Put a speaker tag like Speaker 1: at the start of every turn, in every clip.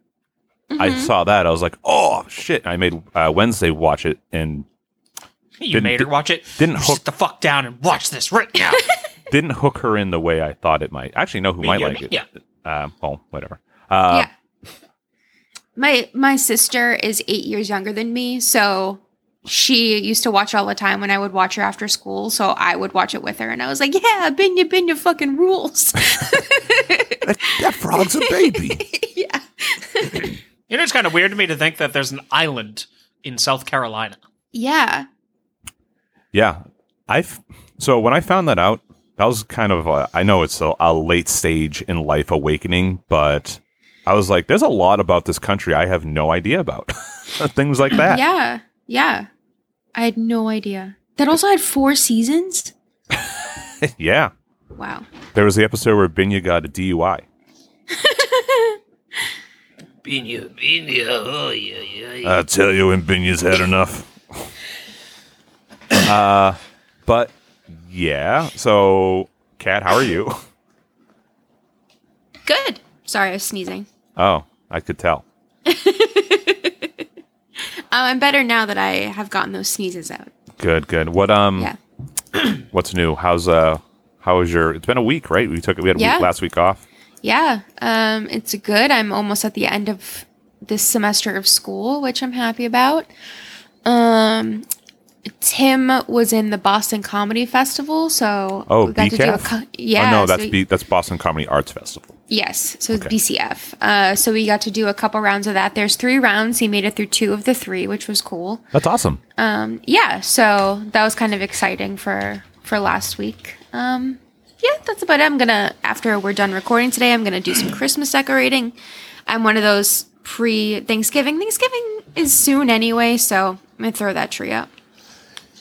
Speaker 1: I
Speaker 2: Mm-hmm.
Speaker 1: saw that I was like, oh shit! I made uh, Wednesday watch it and
Speaker 3: You
Speaker 1: Didn't-
Speaker 3: made her watch it.
Speaker 1: didn't
Speaker 3: You
Speaker 1: hook-
Speaker 3: Sit the fuck down and watch this right now.
Speaker 1: didn't hook her in the way I thought it might. Actually, know who might
Speaker 3: yeah,
Speaker 1: like it?
Speaker 3: yeah.
Speaker 1: Um, well, whatever. Uh,
Speaker 2: yeah. My my sister is eight years younger than me, so she used to watch all the time when I would watch her after school. So I would watch it with her, and I was like, "Yeah, Binya Binya fucking rules."
Speaker 1: That, that frog's a baby.
Speaker 2: yeah,
Speaker 3: You know, it's kind of weird to me to think that there's an island in South Carolina.
Speaker 2: yeah,
Speaker 1: yeah, I. f- So when I found that out, that was kind of a, I know it's a, a late stage in life awakening, but I was like, there's a lot about this country I have no idea about. Things like that.
Speaker 2: yeah, yeah. I had no idea. That also had four seasons.
Speaker 1: yeah.
Speaker 2: Wow.
Speaker 1: There was the episode where Binya got a DUI.
Speaker 3: Binya, binya, oh, yeah, yeah.
Speaker 1: I tell you, when Binya's had enough. Uh, but yeah. So, Kat, how are you?
Speaker 2: Good. Sorry, I was sneezing.
Speaker 1: Oh, I could tell.
Speaker 2: Um, I'm better now that I have gotten those sneezes out.
Speaker 1: Good, good. What um,
Speaker 2: Yeah.
Speaker 1: what's new? How's uh, how was your? It's been a week, right? We took we had a
Speaker 2: Yeah.
Speaker 1: week last week off.
Speaker 2: Yeah. Um, it's good. I'm almost at the end of this semester of school, which I'm happy about. Um, Tim was in the Boston Comedy Festival, so
Speaker 1: Oh,
Speaker 2: we got to do a
Speaker 1: BCAF?
Speaker 2: co- yeah.
Speaker 1: oh, no,
Speaker 2: so
Speaker 1: that's
Speaker 2: we-
Speaker 1: B, that's Boston Comedy Arts Festival.
Speaker 2: Yes, so it's BCF. Uh, so we got to do a couple rounds of that. There's three rounds. He made it through two of the three, which was cool.
Speaker 1: That's awesome.
Speaker 2: Um, yeah, so that was kind of exciting for for last week. Um, yeah, that's about it. I'm gonna after we're done recording today, I'm gonna do some Christmas decorating. I'm one of those pre Thanksgiving. Thanksgiving is soon anyway, so I'm gonna throw that tree up.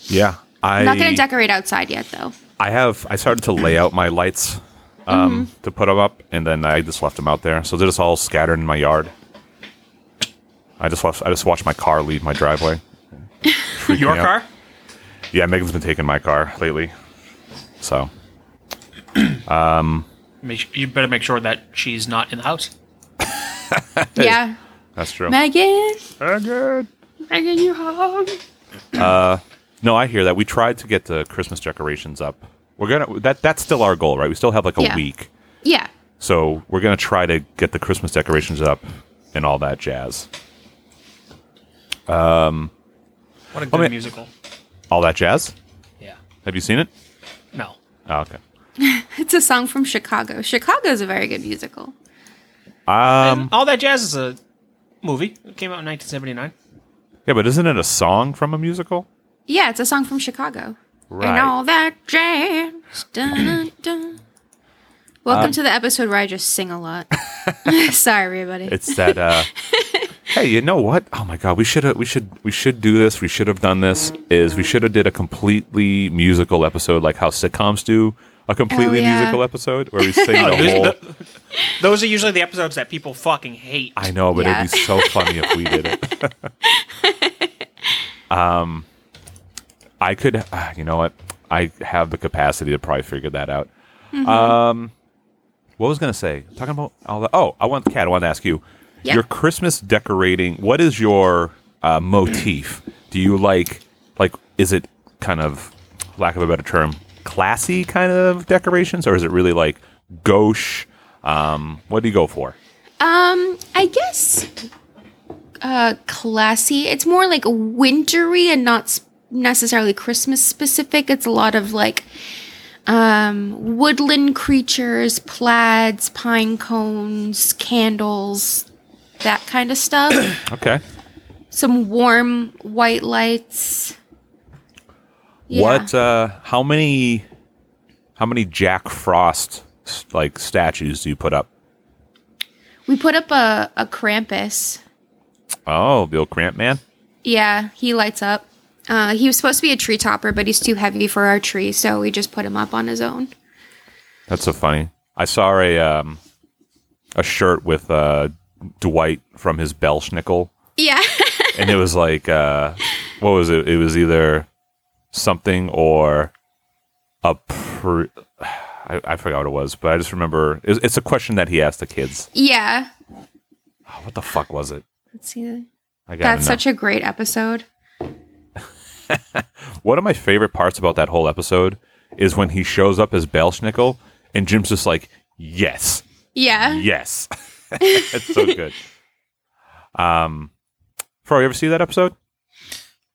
Speaker 1: Yeah, I
Speaker 2: I'm not gonna decorate outside yet though.
Speaker 1: I have I started to lay out my lights um,
Speaker 2: Mm-hmm.
Speaker 1: to put them up, and then I just left them out there, so they're just all scattered in my yard. I just watched I just watched my car leave my driveway.
Speaker 4: Your
Speaker 1: Yeah.
Speaker 4: car?
Speaker 1: Yeah, Megan's been taking my car lately, so
Speaker 4: Make, you better make sure that she's not in the house.
Speaker 2: Yeah,
Speaker 1: that's true.
Speaker 2: Megan,
Speaker 1: Megan.
Speaker 2: Megan, you home?
Speaker 1: No, I hear that. We tried to get the Christmas decorations up. We're gonna that that's still our goal, right? We still have like a
Speaker 2: Yeah.
Speaker 1: week,
Speaker 2: Yeah,
Speaker 1: so we're gonna try to get the Christmas decorations up and all that jazz.
Speaker 4: What a
Speaker 1: Oh,
Speaker 4: good
Speaker 1: man.
Speaker 4: musical.
Speaker 1: All that jazz.
Speaker 4: Yeah.
Speaker 1: Have you seen it?
Speaker 4: No.
Speaker 1: Oh, okay.
Speaker 2: it's a song from Chicago. Chicago is a very good musical.
Speaker 1: Um,
Speaker 4: All that jazz is a movie. It came out in 1979.
Speaker 1: yeah, but isn't it a song from a musical?
Speaker 2: Yeah, it's a song from Chicago.
Speaker 1: Right.
Speaker 2: And all that jazz. Dun, dun.
Speaker 1: Um,
Speaker 2: Welcome to the episode where I just sing a lot. Sorry, everybody.
Speaker 1: It's that. Uh, hey, you know what? Oh my god, we should have we should we should do this. We should have done this. Is we should have did a completely musical episode, like how sitcoms do a completely
Speaker 2: yeah.
Speaker 1: musical episode where we sing the
Speaker 4: Those-
Speaker 1: whole.
Speaker 4: th- Those are usually the episodes that people fucking hate.
Speaker 1: I know, but
Speaker 2: Yeah.
Speaker 1: it'd be so funny if we did it. um, I could, ah, you know what? I have the capacity to probably figure that out.
Speaker 2: Mm-hmm.
Speaker 1: Um, what was I gonna say? Talking about all that. Oh, I want Kat. I want to ask you
Speaker 2: Yeah.
Speaker 1: your Christmas decorating. What is your uh, motif? Do you like like? Is it kind of lack of a better term, classy kind of decorations, or is it really like gauche? Um, what do you go for?
Speaker 2: um, I guess uh classy. It's more like wintry and not s- necessarily Christmas specific. It's a lot of like um woodland creatures, plaids, pine cones, candles, that kind of stuff.
Speaker 1: Okay.
Speaker 2: some warm white lights. Yeah.
Speaker 1: What? Uh, how many? How many Jack Frost like statues do you put up?
Speaker 2: We put up a, a Krampus.
Speaker 1: Oh, the old Cramp man.
Speaker 2: Yeah, he lights up. Uh, he was supposed to be a tree topper, but he's too heavy for our tree, so we just put him up on his own.
Speaker 1: That's so funny. I saw a um, a shirt with uh, Dwight from his Belschnickel,
Speaker 2: Yeah.
Speaker 1: and it was like, uh, what was it? It was either something or a. Pr- I, I forgot what it was, but I just remember it's, it's a question that he asked the kids.
Speaker 2: yeah.
Speaker 1: Oh, what the fuck was it?
Speaker 2: Let's see.
Speaker 1: I got
Speaker 2: That's such a great episode.
Speaker 1: One of my favorite parts about that whole episode is when he shows up as Belschnickel and Jim's just like, yes,
Speaker 2: Yeah.
Speaker 1: yes. it's so good. Um, Fro, you ever see that episode?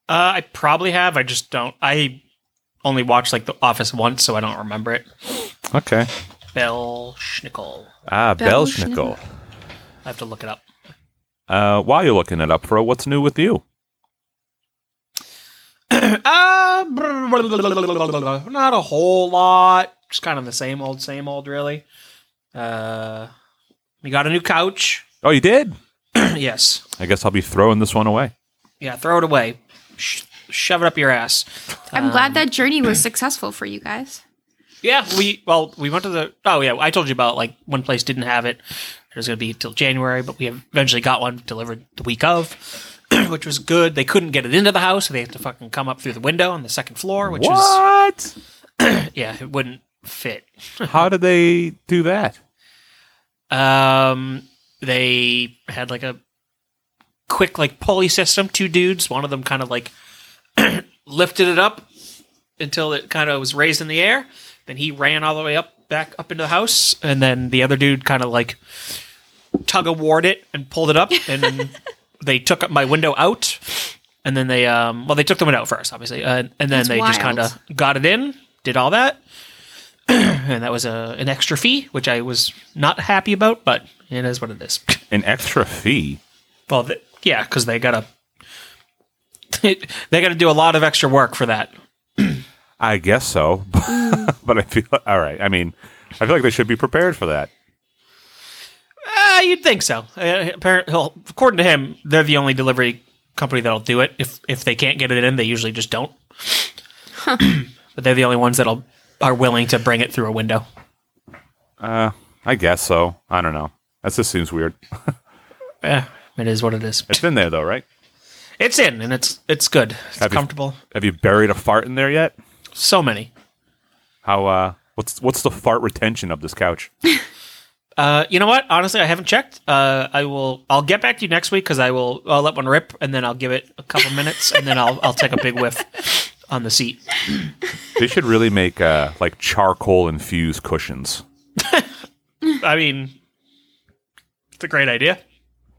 Speaker 4: Uh, I probably have. I just don't. I only watched like The Office once, so I don't remember it.
Speaker 1: Okay.
Speaker 4: Bell Schnickel.
Speaker 1: Ah,
Speaker 2: Belschnickel.
Speaker 1: Belschnickel.
Speaker 4: I have to look it up.
Speaker 1: Uh, while you're looking it up, Fro, what's new with you?
Speaker 4: Uh, not a whole lot. Just kind of the same old, same old, really. Uh, we got a new couch.
Speaker 1: Oh, you did?
Speaker 4: yes.
Speaker 1: I guess I'll be throwing this one away.
Speaker 4: Yeah, throw it away. Sh- shove it up your ass.
Speaker 2: I'm glad that journey was successful for you guys.
Speaker 4: Yeah, we well, we went to the oh yeah, I told you about like one place didn't have it. It was gonna be till January, but we eventually got one delivered the week of.
Speaker 3: which was good. They couldn't get it into the house, so they had to fucking come up through the window on the second floor, which was
Speaker 1: what?
Speaker 3: yeah, it wouldn't fit.
Speaker 1: How did they do that?
Speaker 3: Um, they had like a quick like pulley system. Two dudes, one of them kind of like lifted it up until it kind of was raised in the air. Then he ran all the way up back up into the house, and then the other dude kind of like tug of warred it and pulled it up, and then they took up my window out. And then they, um, well, they took the window out first, obviously, uh, and then
Speaker 2: That's
Speaker 3: they just
Speaker 2: wild.
Speaker 3: kind of got it in, did all that, and that was a an extra fee, which I was not happy about, but it is what it is.
Speaker 1: An extra fee.
Speaker 3: well, th yeah, because they gotta they gotta do a lot of extra work for that.
Speaker 1: I guess so, but I feel all right. I mean, I feel like they should be prepared for that.
Speaker 3: Uh, you'd think so. Uh, apparent, well, according to him, they're the only delivery company that'll do it. If if they can't get it in, they usually just don't. but they're the only ones that'll are willing to bring it through a window.
Speaker 1: I guess so. I don't know. That just seems weird.
Speaker 3: Yeah, it is what it is.
Speaker 1: It's in there though, right?
Speaker 3: It's in and it's it's good. It's
Speaker 1: Have you-
Speaker 3: comfortable.
Speaker 1: Have you buried a fart in there yet?
Speaker 3: So many.
Speaker 1: How? uh What's what's the fart retention of this couch?
Speaker 3: Uh, you know what? Honestly, I haven't checked. Uh, I will. I'll get back to you next week because I will. I'll let one rip, and then I'll give it a couple minutes, and then I'll I'll take a big whiff on the seat.
Speaker 1: They should really make uh like charcoal infused cushions.
Speaker 3: I mean, it's a great idea.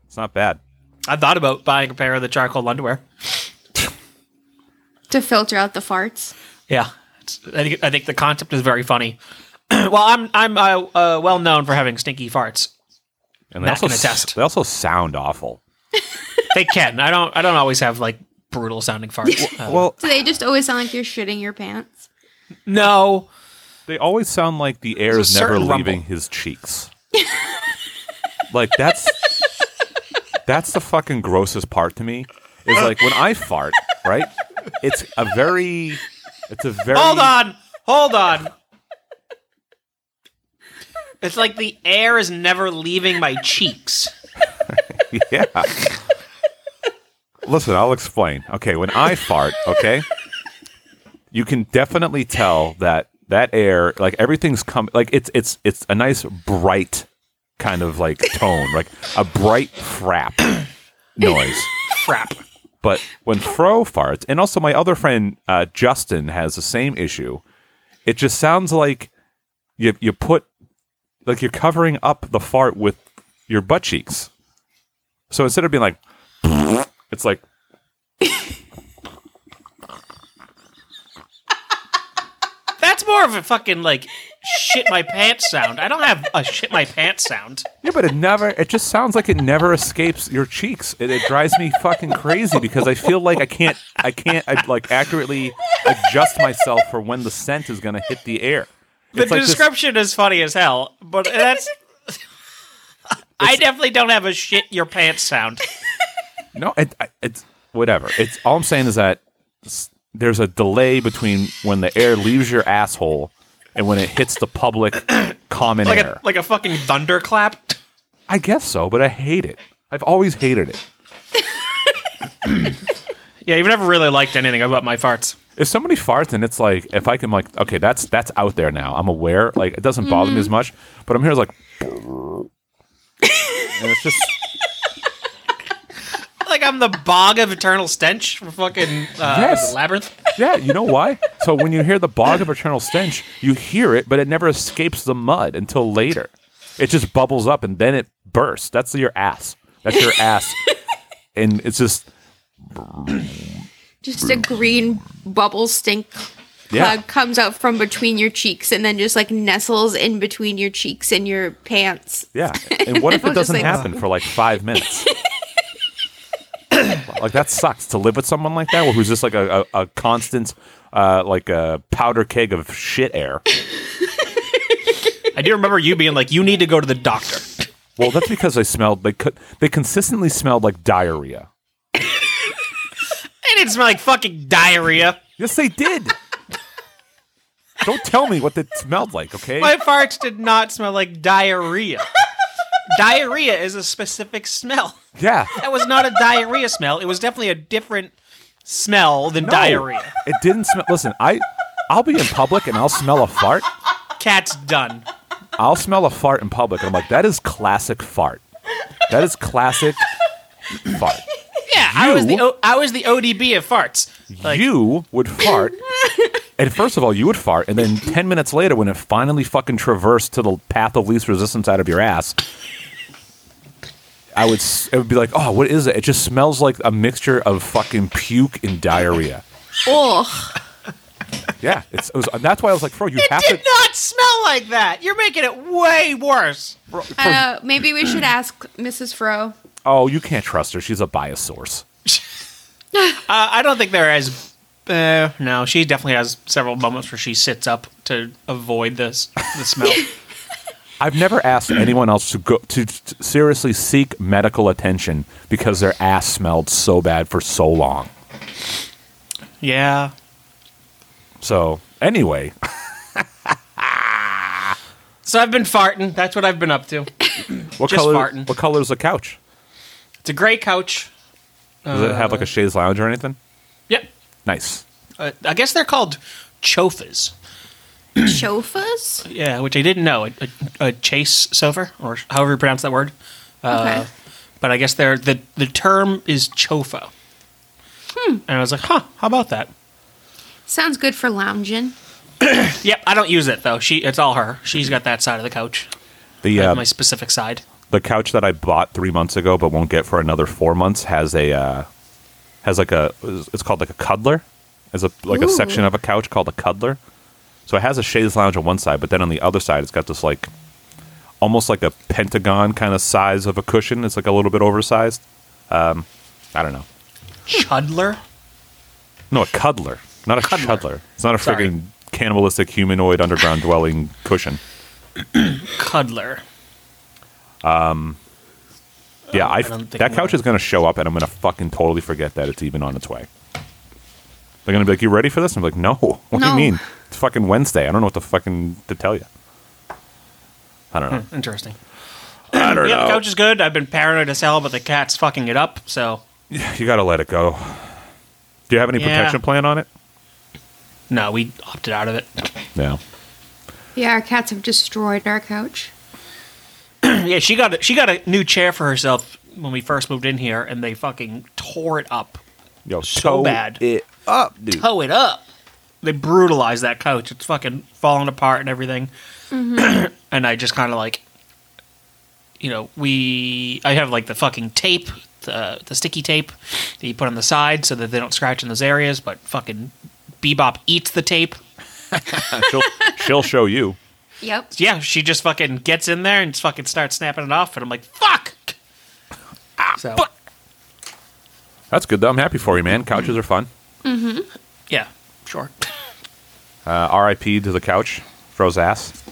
Speaker 1: It's not bad.
Speaker 3: I thought about buying a pair of the charcoal underwear.
Speaker 2: to filter out the farts.
Speaker 3: Yeah, it's, I think I think the concept is very funny. well, I'm I'm uh, uh, well known for having stinky farts.
Speaker 1: And they
Speaker 3: Not
Speaker 1: also
Speaker 3: gonna
Speaker 1: s-
Speaker 3: test.
Speaker 1: they also sound awful.
Speaker 3: They can. I don't I don't always have like brutal sounding farts. Uh,
Speaker 1: Well,
Speaker 2: So they just always sound like you're shitting your pants.
Speaker 3: no,
Speaker 1: They always sound like the air
Speaker 3: There's
Speaker 1: is
Speaker 3: a
Speaker 1: never
Speaker 3: certain rumble.
Speaker 1: leaving his cheeks. like that's that's the fucking grossest part to me. Is like when I fart, right? It's a very it's a very
Speaker 3: Hold on. Hold on. It's like the air is never leaving my cheeks.
Speaker 1: Yeah. Listen, I'll explain. Okay, when I fart, okay? You can definitely tell that that air, like everything's come like it's it's it's a nice bright kind of like tone, like a bright frap noise.
Speaker 3: Crap.
Speaker 1: But when Fro farts, and also my other friend uh, Justin has the same issue. It just sounds like you you put like you're covering up the fart with your butt cheeks. So instead of being like, it's like
Speaker 3: That's more of a fucking like shit my pants sound. I don't have a shit my pants sound.
Speaker 1: yeah, but it never. It just sounds like it never escapes your cheeks. It, it drives me fucking crazy because I feel like I can't I can't I, like accurately adjust myself for when the scent is gonna hit the air.
Speaker 3: The
Speaker 1: It's like this-
Speaker 3: description is funny as hell, but that's I definitely don't have a shit your pants sound.
Speaker 1: No, it, I- it's whatever. It's all I'm saying is that s- there's a delay between when the air leaves your asshole and when it hits the public common
Speaker 3: Like
Speaker 1: air.
Speaker 3: a like a fucking thunderclap.
Speaker 1: I guess so, but I hate it. I've always hated it.
Speaker 3: Yeah, you've never really liked anything about my farts.
Speaker 1: If somebody farts and it's like, if I can like, okay, that's that's out there now. I'm aware. Like, it doesn't bother me
Speaker 3: Mm-hmm.
Speaker 1: as much, but I'm here like, and it's just
Speaker 3: Like I'm the bog of eternal stench from fucking uh,
Speaker 1: Yes.
Speaker 3: labyrinth.
Speaker 1: yeah. You know why? So when you hear the bog of eternal stench, you hear it, but it never escapes the mud until later. It just bubbles up and then it bursts. That's your ass. That's your ass, and it's just
Speaker 2: Just a green bubble stink
Speaker 1: yeah.
Speaker 2: plug comes out from between your cheeks and then just like nestles in between your cheeks and your pants.
Speaker 1: Yeah. And what if it
Speaker 2: Everyone just
Speaker 1: doesn't
Speaker 2: like-
Speaker 1: happen for like five minutes? like that sucks to live with someone like that who's just like a, a, a constant uh, like a powder keg of shit air.
Speaker 3: I do remember you being like, "You need to go to the doctor."
Speaker 1: Well, that's because they smelled they could they consistently smelled like diarrhea.
Speaker 3: It didn't smell like fucking diarrhea.
Speaker 1: Yes, they did. Don't tell me what it smelled like, okay?
Speaker 3: My farts did not smell like diarrhea. diarrhea is a specific smell.
Speaker 1: Yeah.
Speaker 3: That was not a diarrhea smell. It was definitely a different smell than
Speaker 1: No.
Speaker 3: diarrhea.
Speaker 1: It didn't smell. Listen, I, I'll be in public and I'll smell a fart.
Speaker 3: Cat's done.
Speaker 1: I'll smell a fart in public and I'm like, that is classic fart. That is classic fart.
Speaker 3: Yeah, I was the
Speaker 1: You-
Speaker 3: o- I was the ODB of farts. Like
Speaker 1: you would fart. And first of all, you would fart, and then ten minutes later, when it finally fucking traversed to the path of least resistance out of your ass, I would s- it would be like, oh, what is it? It just smells like a mixture of fucking puke and diarrhea.
Speaker 2: Ugh.
Speaker 1: Yeah, it's, it was, and that's why I was like, bro, you have
Speaker 3: it did
Speaker 1: to.
Speaker 3: not smell like that. You're making it way worse.
Speaker 2: Uh, maybe we should ask Mrs. Fro.
Speaker 1: Oh, you can't trust her. She's a bias source.
Speaker 3: Uh, I don't think there is. Uh, no, she definitely has several moments where she sits up to avoid this the smell.
Speaker 1: I've never asked anyone else to go to, to seriously seek medical attention because their ass smelled so bad for so long.
Speaker 3: yeah.
Speaker 1: So anyway,
Speaker 3: So I've been farting. That's what I've been up to.
Speaker 1: what
Speaker 3: Just
Speaker 1: color?
Speaker 3: farting.
Speaker 1: What color is the couch?
Speaker 3: It's a gray couch.
Speaker 1: Does it have like a chaise lounge or anything?
Speaker 3: Yep.
Speaker 1: Nice.
Speaker 3: Uh, I guess they're called chofas.
Speaker 2: Chofas?
Speaker 3: Yeah, which I didn't know. A, a, a chase sofa, or however you pronounce that word. Uh,
Speaker 2: Okay.
Speaker 3: But I guess they're, the, the term is chofa. And I was like, huh, how about that?
Speaker 2: Sounds good for lounging.
Speaker 3: Yep, I don't use it though. She, it's all her. She's got that side of the couch,
Speaker 1: The
Speaker 3: I have
Speaker 1: uh,
Speaker 3: my specific side.
Speaker 1: the couch that I bought three months ago but won't get for another four months has a uh, has like a it's called like a cuddler. As a like a
Speaker 2: Ooh.
Speaker 1: section of a couch called a cuddler. So it has a chaise lounge on one side, but then on the other side it's got this like almost like a pentagon kind of size of a cushion. It's like a little bit oversized. Um, I don't know.
Speaker 3: Chudler.
Speaker 1: No, a cuddler, not a
Speaker 3: Cuddler.
Speaker 1: cuddler. It's not a
Speaker 3: Sorry.
Speaker 1: friggin' cannibalistic humanoid underground dwelling cushion.
Speaker 3: Cuddler.
Speaker 1: Yeah, I,
Speaker 3: don't think
Speaker 1: that
Speaker 3: I'm
Speaker 1: couch
Speaker 3: gonna-
Speaker 1: is going to show up, and I'm going to fucking totally forget that it's even on its way. They're going to be like, "You ready for this?" I'm like, "No." What do you
Speaker 2: No.
Speaker 1: mean? It's fucking Wednesday. I don't know what to fucking to tell you. I don't know.
Speaker 3: Interesting.
Speaker 1: I don't
Speaker 3: Yeah, the
Speaker 1: know.
Speaker 3: couch is good. I've been paranoid as hell, but the cat's fucking it up. So
Speaker 1: You got to let it go. Do you have any
Speaker 3: Yeah.
Speaker 1: protection plan on it?
Speaker 3: no, we opted out of it.
Speaker 1: No.
Speaker 2: Yeah, our cats have destroyed our couch.
Speaker 3: yeah, she got a, she got a new chair for herself when we first moved in here, and they fucking tore it up,
Speaker 1: Yo,
Speaker 3: So
Speaker 1: tow
Speaker 3: bad.
Speaker 1: It up, dude.
Speaker 3: tow it up. They brutalized that couch. It's fucking falling apart and everything. and I just kind of like, you know, we I have like the fucking tape, the the sticky tape that you put on the side so that they don't scratch in those areas. But fucking Bebop eats the tape.
Speaker 1: she'll, she'll show you.
Speaker 2: Yep.
Speaker 3: yeah, she just fucking gets in there and fucking starts snapping it off, and I'm like, fuck. So
Speaker 1: That's good though. I'm happy for you, man. Couches are fun.
Speaker 3: yeah, sure.
Speaker 1: Uh, R.I.P. to the couch. Froze ass.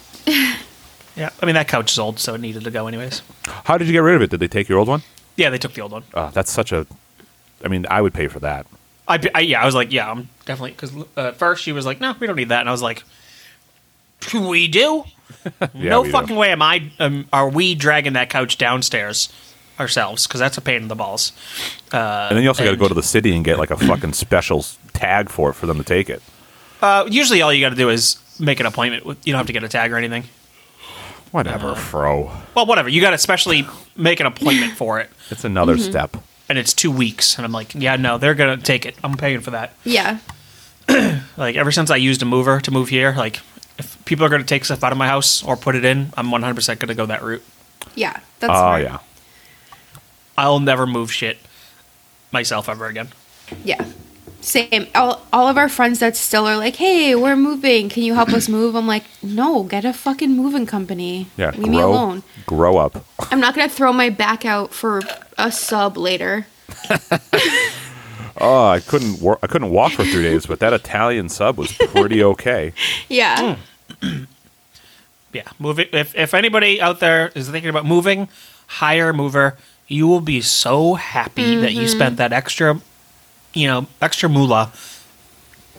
Speaker 3: Yeah, I mean that couch is old, so it needed to go anyways.
Speaker 1: How did you get rid of it? Did they take your old one?
Speaker 3: Yeah, they took the old one.
Speaker 1: Uh, that's such a. I mean, I would pay for that.
Speaker 3: I, I yeah, I was like, yeah, I'm definitely because uh, at first she was like, no, we don't need that, and I was like, we do.
Speaker 1: Yeah,
Speaker 3: no
Speaker 1: we do.
Speaker 3: fucking way am I. Um, are we dragging that couch downstairs ourselves? Because that's a pain in the balls.
Speaker 1: and then you also got to
Speaker 3: and-
Speaker 1: go to the city and get like a fucking special s- tag for it for them to take it.
Speaker 3: Uh, usually, all you got to do is make an appointment. With, you don't have to get a tag or anything.
Speaker 1: Whatever,
Speaker 2: Uh-huh.
Speaker 1: fro.
Speaker 3: Well, whatever. You got to especially make an appointment for it.
Speaker 1: It's another
Speaker 2: Mm-hmm.
Speaker 1: step.
Speaker 3: and it's two weeks and i'm like yeah no they're gonna take it i'm paying for that
Speaker 2: Yeah.
Speaker 3: like ever since i used a mover to move here like if people are gonna take stuff out of my house or put it in i'm 100% gonna go that route
Speaker 2: Yeah. That's
Speaker 1: Oh
Speaker 2: smart.
Speaker 1: yeah.
Speaker 3: i'll never move shit myself ever again
Speaker 2: Yeah. Same. All, all of our friends that still are like, hey, we're moving. Can you help us move? I'm like, no, get a fucking moving company.
Speaker 1: Yeah.
Speaker 2: Leave
Speaker 1: grow,
Speaker 2: me alone.
Speaker 1: grow up.
Speaker 2: I'm not going to throw my back out for a sub later.
Speaker 1: Oh, I couldn't. Wor- I couldn't walk for three days, but that Italian sub was pretty okay. Hmm.
Speaker 2: Yeah.
Speaker 3: yeah moving if, if anybody out there is thinking about moving hire a mover you will be so happy that you spent that extra you know extra moolah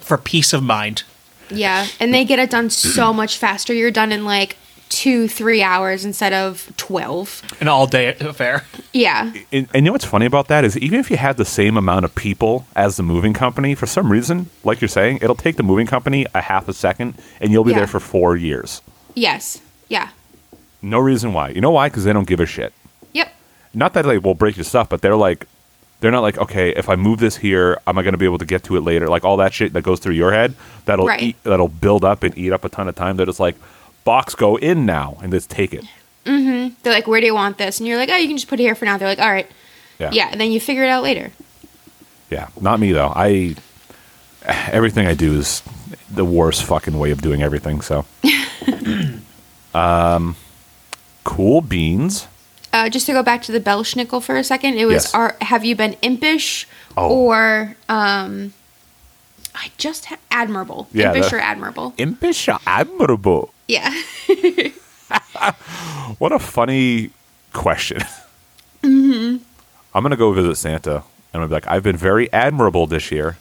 Speaker 3: for peace of mind
Speaker 2: Yeah. And they get it done so much faster. You're done in like two, three hours instead of 12.
Speaker 3: An all day affair.
Speaker 2: Yeah.
Speaker 1: And, and you know what's funny about that is even if you had the same amount of people as the moving company, for some reason, like you're saying, it'll take the moving company a half a second, and you'll be
Speaker 2: Yeah.
Speaker 1: there for four years.
Speaker 2: Yes. Yeah.
Speaker 1: No reason why. You know why? Because they don't give a shit.
Speaker 2: Yep.
Speaker 1: Not that they will break your stuff, but they're like, they're not like, okay, if I move this here, am I going to be able to get to it later? Like all that shit that goes through your head that'll
Speaker 2: Right.
Speaker 1: eat, that'll build up and eat up a ton of time. They're just like, box go in now and just take it.
Speaker 2: They're like, where do you want this? And you're like, oh, you can just put it here for now. They're like, all right. Yeah. And then you figure it out later.
Speaker 1: Yeah, not me though. I everything I do is the worst fucking way of doing everything. So, um, cool beans.
Speaker 2: Uh, just to go back to the Belschnickel for a second, it was
Speaker 1: Yes.
Speaker 2: are, have you been impish
Speaker 1: Oh.
Speaker 2: or um, I just ha- admirable.
Speaker 1: Yeah,
Speaker 2: impish
Speaker 1: that-
Speaker 2: or admirable.
Speaker 1: Impish admirable.
Speaker 2: yeah.
Speaker 1: What a funny question. I'm gonna go visit Santa, and I'm gonna be like, I've been very admirable this year,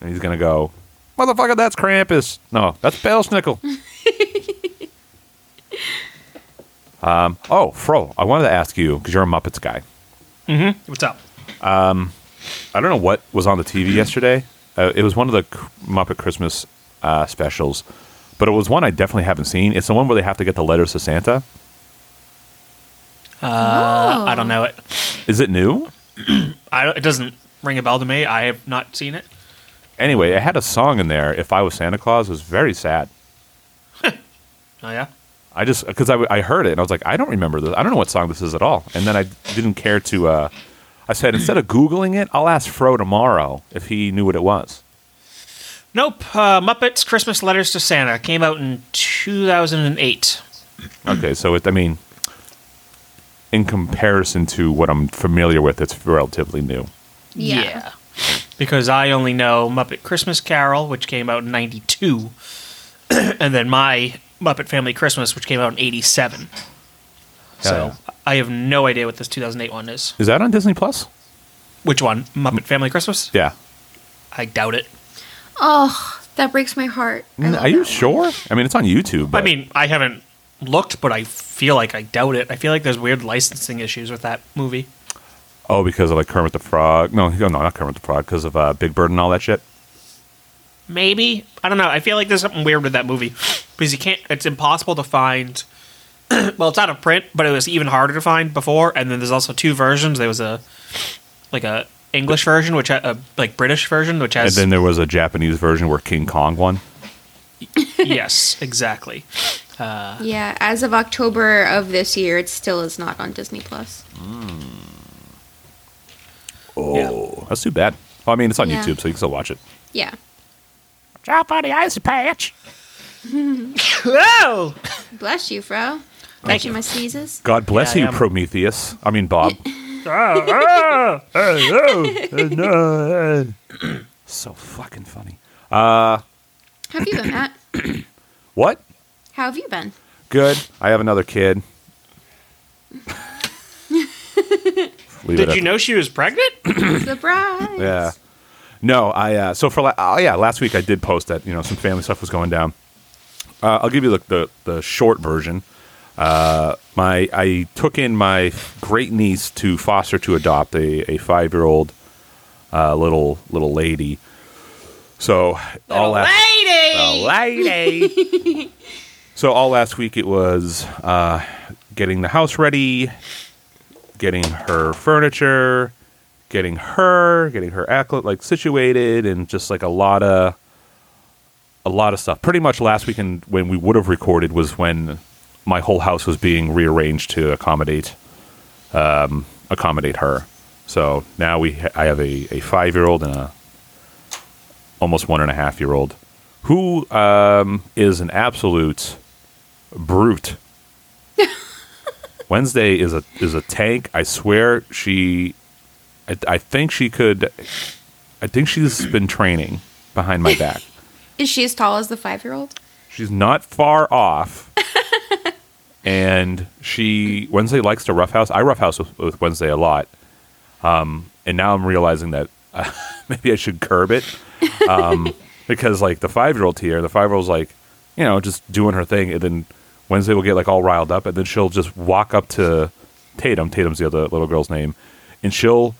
Speaker 1: and he's gonna go, motherfucker, that's Krampus. No, that's Belschnickel. um. Oh, Fro, I wanted to ask you because you're a Muppets guy.
Speaker 3: What's up?
Speaker 1: I don't know what was on the TV yesterday. Uh, it was one of the C- Muppet Christmas uh, specials, but it was one I definitely haven't seen. It's the one where they have to get the letters to Santa.
Speaker 3: Uh, I don't know it.
Speaker 1: Is it new?
Speaker 3: I don't- it doesn't ring a bell to me. I have not seen it.
Speaker 1: Anyway, it had a song in there. If I was Santa Claus, it was very sad.
Speaker 3: Oh yeah.
Speaker 1: I just because I, w- I heard it and I was like, I don't remember this. I don't know what song this is at all. And then I didn't care to. Uh, I said instead of googling it, I'll ask Fro tomorrow if he knew what it was.
Speaker 3: Nope. Uh, Muppets Christmas Letters to Santa came out in 2008.
Speaker 1: Okay, so it, I mean, in comparison to what I'm familiar with, it's relatively new.
Speaker 2: Yeah.
Speaker 3: Because I only know Muppet Christmas Carol, which came out in 92, and then my Muppet Family Christmas, which came out in 87.
Speaker 1: Hell
Speaker 3: So I have no idea what this 2008 one is.
Speaker 1: Is that on Disney Plus?
Speaker 3: Which one? Muppet Family Christmas?
Speaker 1: Yeah.
Speaker 3: I doubt it.
Speaker 2: Oh, that breaks my heart. I
Speaker 1: N-
Speaker 2: love
Speaker 1: Mm, Are
Speaker 2: that
Speaker 1: you
Speaker 2: one.
Speaker 1: sure? I mean, it's on YouTube. But
Speaker 3: I mean, I haven't looked, but I feel like I doubt it. I feel like there's weird licensing issues with that movie.
Speaker 1: oh, because of like Kermit the Frog. No, no, not Kermit the Frog. Because of uh, Big Bird and all that shit.
Speaker 3: Maybe I don't know. I feel like there's something weird with that movie because you can't. It's impossible to find. well, it's out of print, but it was even harder to find before. And then there's also two versions. There was a like a English version, which ha- a like British version, which
Speaker 1: And
Speaker 3: has
Speaker 1: then there was a Japanese version where King Kong won.
Speaker 3: yes, exactly.
Speaker 2: Yeah, as of October of this year, it still is not on Disney Plus.
Speaker 3: Oh,
Speaker 1: That's too bad. Well, I mean, it's on
Speaker 2: Yeah.
Speaker 1: YouTube, so you can still watch it.
Speaker 2: Yeah.
Speaker 1: Drop on the ice patch.
Speaker 3: Whoa!
Speaker 2: Bless you, Fro.
Speaker 3: Thank
Speaker 2: Bless you, my sneezes.
Speaker 1: God bless
Speaker 3: Yeah, I
Speaker 1: you,
Speaker 3: am.
Speaker 1: Prometheus. I mean, Bob. so fucking funny.
Speaker 2: How have you been, Matt?
Speaker 1: What?
Speaker 2: How have you been?
Speaker 1: Good. I have another kid. Leave it
Speaker 3: Did
Speaker 1: at
Speaker 3: you know she was pregnant?
Speaker 1: Uh,
Speaker 2: Surprise!
Speaker 1: Yeah. No, I uh, so for la- oh yeah, last week I did post that you know some family stuff was going down. Uh, I'll give you the the, the short version. Uh, my I took in my great niece to foster to adopt a, a five year old uh, little little lady. So all last,
Speaker 3: Lady, lady.
Speaker 1: so all last week it was uh, getting the house ready, getting her furniture, getting her, getting her accl- like situated, and just like a lot of a lot of stuff. Pretty much last weekend when we would have recorded was when my whole house was being rearranged to accommodate um, accommodate her. So now we ha- I have a, a five year old and a almost one and a half year old who um, is an absolute brute. Wednesday is a is a tank. I swear she, I, I think she could, I think she's been training behind my back.
Speaker 2: Is she as tall as the five-year-old?
Speaker 1: She's not far off. and she Wednesday likes to roughhouse. I roughhouse with, with Wednesday a lot. Um, and now I'm realizing that uh, maybe I should curb it. Um, because like the five year old here, the five year old's like, you know, just doing her thing. And then Wednesday will get like all riled up, and then she'll just walk up to Tatum. Tatum's the other little girl's name, and she'll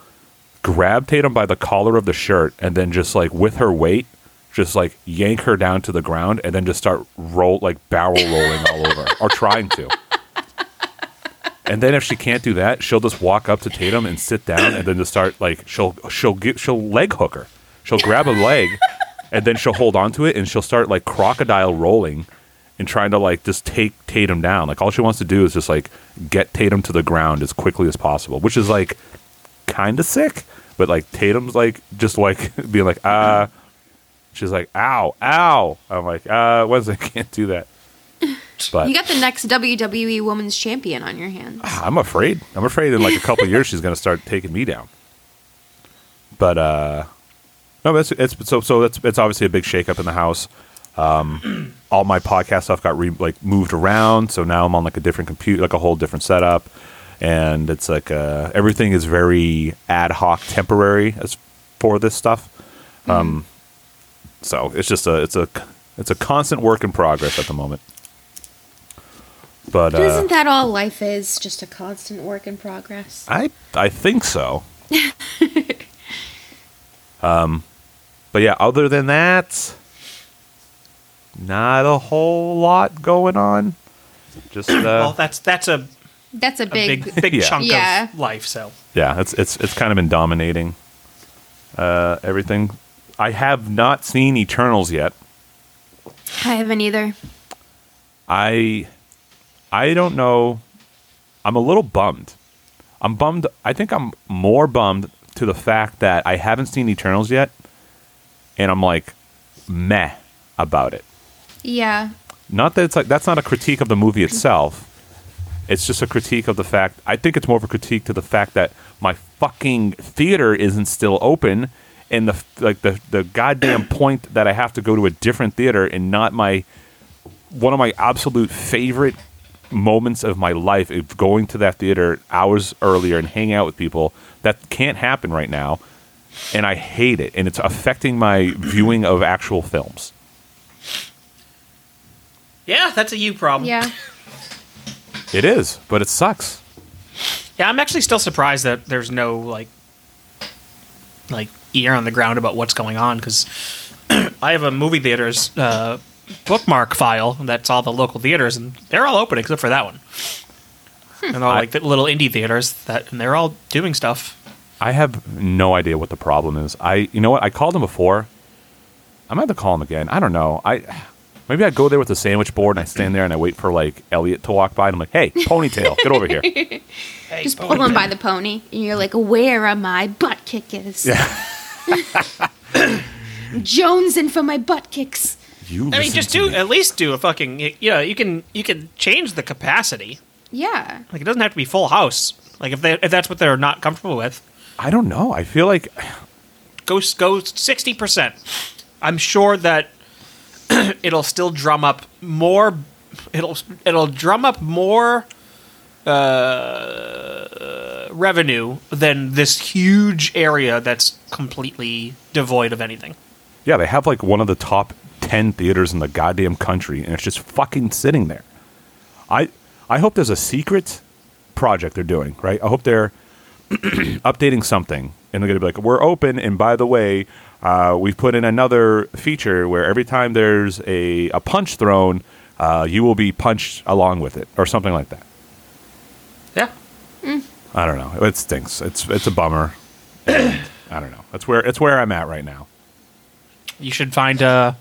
Speaker 1: grab Tatum by the collar of the shirt, and then just like with her weight, just like yank her down to the ground, and then just start roll like barrel rolling all over, or trying to. And then if she can't do that, she'll just walk up to Tatum and sit down, and then just start like she'll she'll get she'll leg hook her. She'll grab a leg, and then she'll hold onto it, and she'll start like crocodile rolling, and trying to like just take Tatum down. Like all she wants to do is just like get Tatum to the ground as quickly as possible, which is like kind of sick. But like Tatum's like just like being like ah, she's like ow ow. I'm like uh Wednesday can't do that. But
Speaker 2: You got the next WWE Women's Champion on your hands.
Speaker 1: Ah, I'm afraid. I'm afraid in like a couple of years she's going to start taking me down. But uh no, that's it's so so that's it's obviously a big shakeup in the house. Um all my podcast stuff got re, like moved around, so now I'm on like a different computer, like a whole different setup and it's like uh everything is very ad hoc temporary as for this stuff. Um so it's just a it's a it's a constant work in progress at the moment. But uh,
Speaker 2: Isn't that all life is? Just a constant work in progress.
Speaker 1: I I think so. um, but yeah, other than that, not a whole lot going on. Just
Speaker 3: well,
Speaker 1: uh,
Speaker 3: that's that's a
Speaker 2: That's a
Speaker 3: a
Speaker 2: big.
Speaker 3: big big
Speaker 1: Yeah.
Speaker 3: chunk
Speaker 2: Yeah.
Speaker 3: of life. So
Speaker 1: yeah, it's it's it's kind of been dominating uh, everything. I have not seen Eternals yet.
Speaker 2: I haven't either.
Speaker 1: I I don't know. I'm a little bummed. I'm bummed. I think I'm more bummed to the fact that I haven't seen Eternals yet, and I'm like meh about it.
Speaker 2: Yeah.
Speaker 1: Not that it's like that's not a critique of the movie itself. It's just a critique of the fact. I think it's more of a critique to the fact that my fucking theater isn't still open, and the like the the goddamn point that I have to go to a different theater and not my one of my absolute favorite moments of my life is going to that theater hours earlier and hang out with people. That can't happen right now, and I hate it, and it's affecting my viewing of actual films.
Speaker 3: yeah, that's a you problem.
Speaker 2: Yeah.
Speaker 1: It is, but it sucks.
Speaker 3: Yeah, I'm actually still surprised that there's no like like ear on the ground about what's going on because I have a movie theater's uh, bookmark file that's all the local theaters and they're all open except for that one.
Speaker 2: Hmm.
Speaker 3: And all
Speaker 1: I-
Speaker 3: like the little indie theaters that and they're all doing stuff.
Speaker 1: I have no idea what the problem is. I, you know what? I called him before. I might have to call him again. I don't know. I maybe I go there with a sandwich board and I stand there and I wait for like Elliot to walk by and I'm like, "Hey, ponytail, get over here."
Speaker 2: Just pull him by the pony, and you're like, "Where are my butt kickers?
Speaker 1: Yeah.
Speaker 2: Jones in for my butt kicks."
Speaker 1: You.
Speaker 3: I mean,
Speaker 1: listen
Speaker 3: just
Speaker 1: to
Speaker 3: do
Speaker 1: me.
Speaker 3: at least do a fucking you know you can you can change the capacity.
Speaker 2: Yeah.
Speaker 3: Like it doesn't have to be full house. Like if they if that's what they're not comfortable with,
Speaker 1: I don't know. I feel like
Speaker 3: go go sixty percent. I'm sure that it'll still drum up more. It'll it'll drum up more uh, revenue than this huge area that's completely devoid of anything.
Speaker 1: yeah, they have like one of the top 10 theaters in the goddamn country and it's just fucking sitting there. I I hope there's a secret project they're doing, right? I hope they're updating something and they're going to be like, "We're open and by the way, uh, we've put in another feature where every time there's a, a punch thrown, uh, you will be punched along with it or something like that."
Speaker 3: Yeah.
Speaker 1: I don't know. It stinks. It's it's a bummer. And I don't know. That's where it's where I'm at right now.
Speaker 3: You should find uh,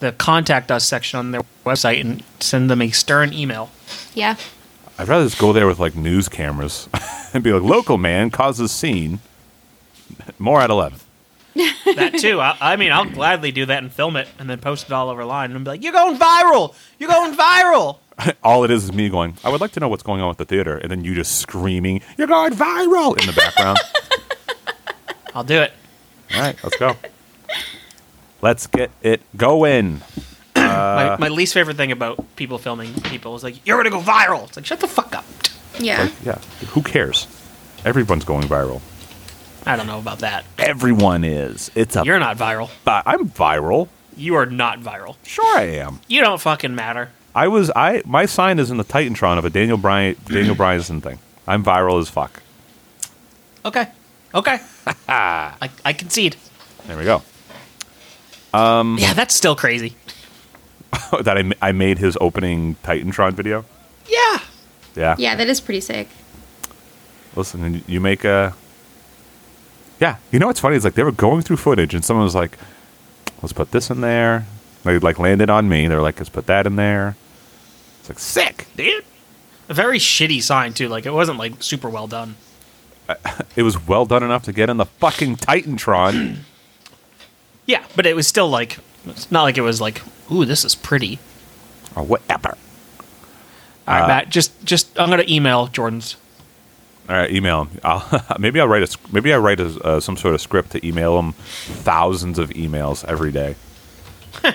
Speaker 3: the contact us section on their website and send them a stern email.
Speaker 2: Yeah.
Speaker 1: I'd rather just go there with like news cameras and be like, local man causes scene. More at 11.
Speaker 3: That too. I, I mean, I'll gladly do that and film it and then post it all over line and be like, "You're going viral! You're going viral!"
Speaker 1: All it is is me going, I would like to know what's going on with the theater. And then you just screaming, you're going viral in the background.
Speaker 3: I'll do it.
Speaker 1: All right, let's go. Let's get it going.
Speaker 3: my, my least favorite thing about people filming people is like, "You're gonna go viral." It's like, shut the fuck up.
Speaker 2: Yeah.
Speaker 1: Yeah, who cares? Everyone's going viral.
Speaker 3: I don't know about that.
Speaker 1: Everyone is. It's a.
Speaker 3: You're not viral.
Speaker 1: I'm viral.
Speaker 3: You are not viral.
Speaker 1: Sure, I am.
Speaker 3: You don't fucking matter.
Speaker 1: I was I my sign is in the Titantron of a Daniel Bryan Daniel Bryanson thing. I'm viral as fuck.
Speaker 3: Okay. Okay. I, I concede.
Speaker 1: There we go.
Speaker 3: Yeah, that's still crazy.
Speaker 1: Oh, that I, ma- I made his opening Titantron video.
Speaker 3: Yeah.
Speaker 1: Yeah.
Speaker 2: Yeah, that is pretty sick.
Speaker 1: Listen, and you make a. Yeah, you know what's funny is like they were going through footage and someone was like, "Let's put this in there." They like landed on me. They're like, "Let's put that in there." It's like sick, dude.
Speaker 3: A very shitty sign too. Like it wasn't like super well done.
Speaker 1: It was well done enough to get in the fucking Titantron.
Speaker 3: Yeah, but it was still like it's not like it was like, ooh, this is pretty.
Speaker 1: or whatever.
Speaker 3: All right, Matt, just just I'm gonna email Jordan's.
Speaker 1: All right, email him. I'll, maybe I'll write a sc- maybe I write a, uh, some sort of script to email him thousands of emails every day. and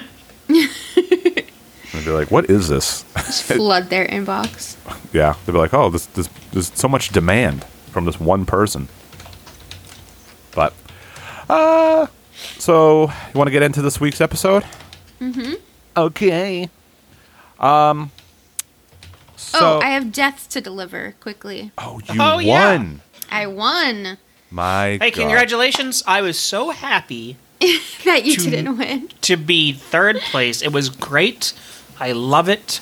Speaker 1: be like, what is this?
Speaker 2: Just flood their inbox.
Speaker 1: yeah, they'd be like, oh, this, this there's so much demand from this one person. But, uh, so you want to get into this week's episode? Mm-hmm. Okay. Um. So,
Speaker 2: oh, I have deaths to deliver quickly.
Speaker 1: oh, you
Speaker 3: Oh,
Speaker 1: won.
Speaker 3: yeah.
Speaker 2: I won.
Speaker 1: My
Speaker 3: Hey,
Speaker 1: God.
Speaker 3: congratulations! I was so happy
Speaker 2: that you
Speaker 3: To-
Speaker 2: didn't win.
Speaker 3: to be third place. It was great. I love it.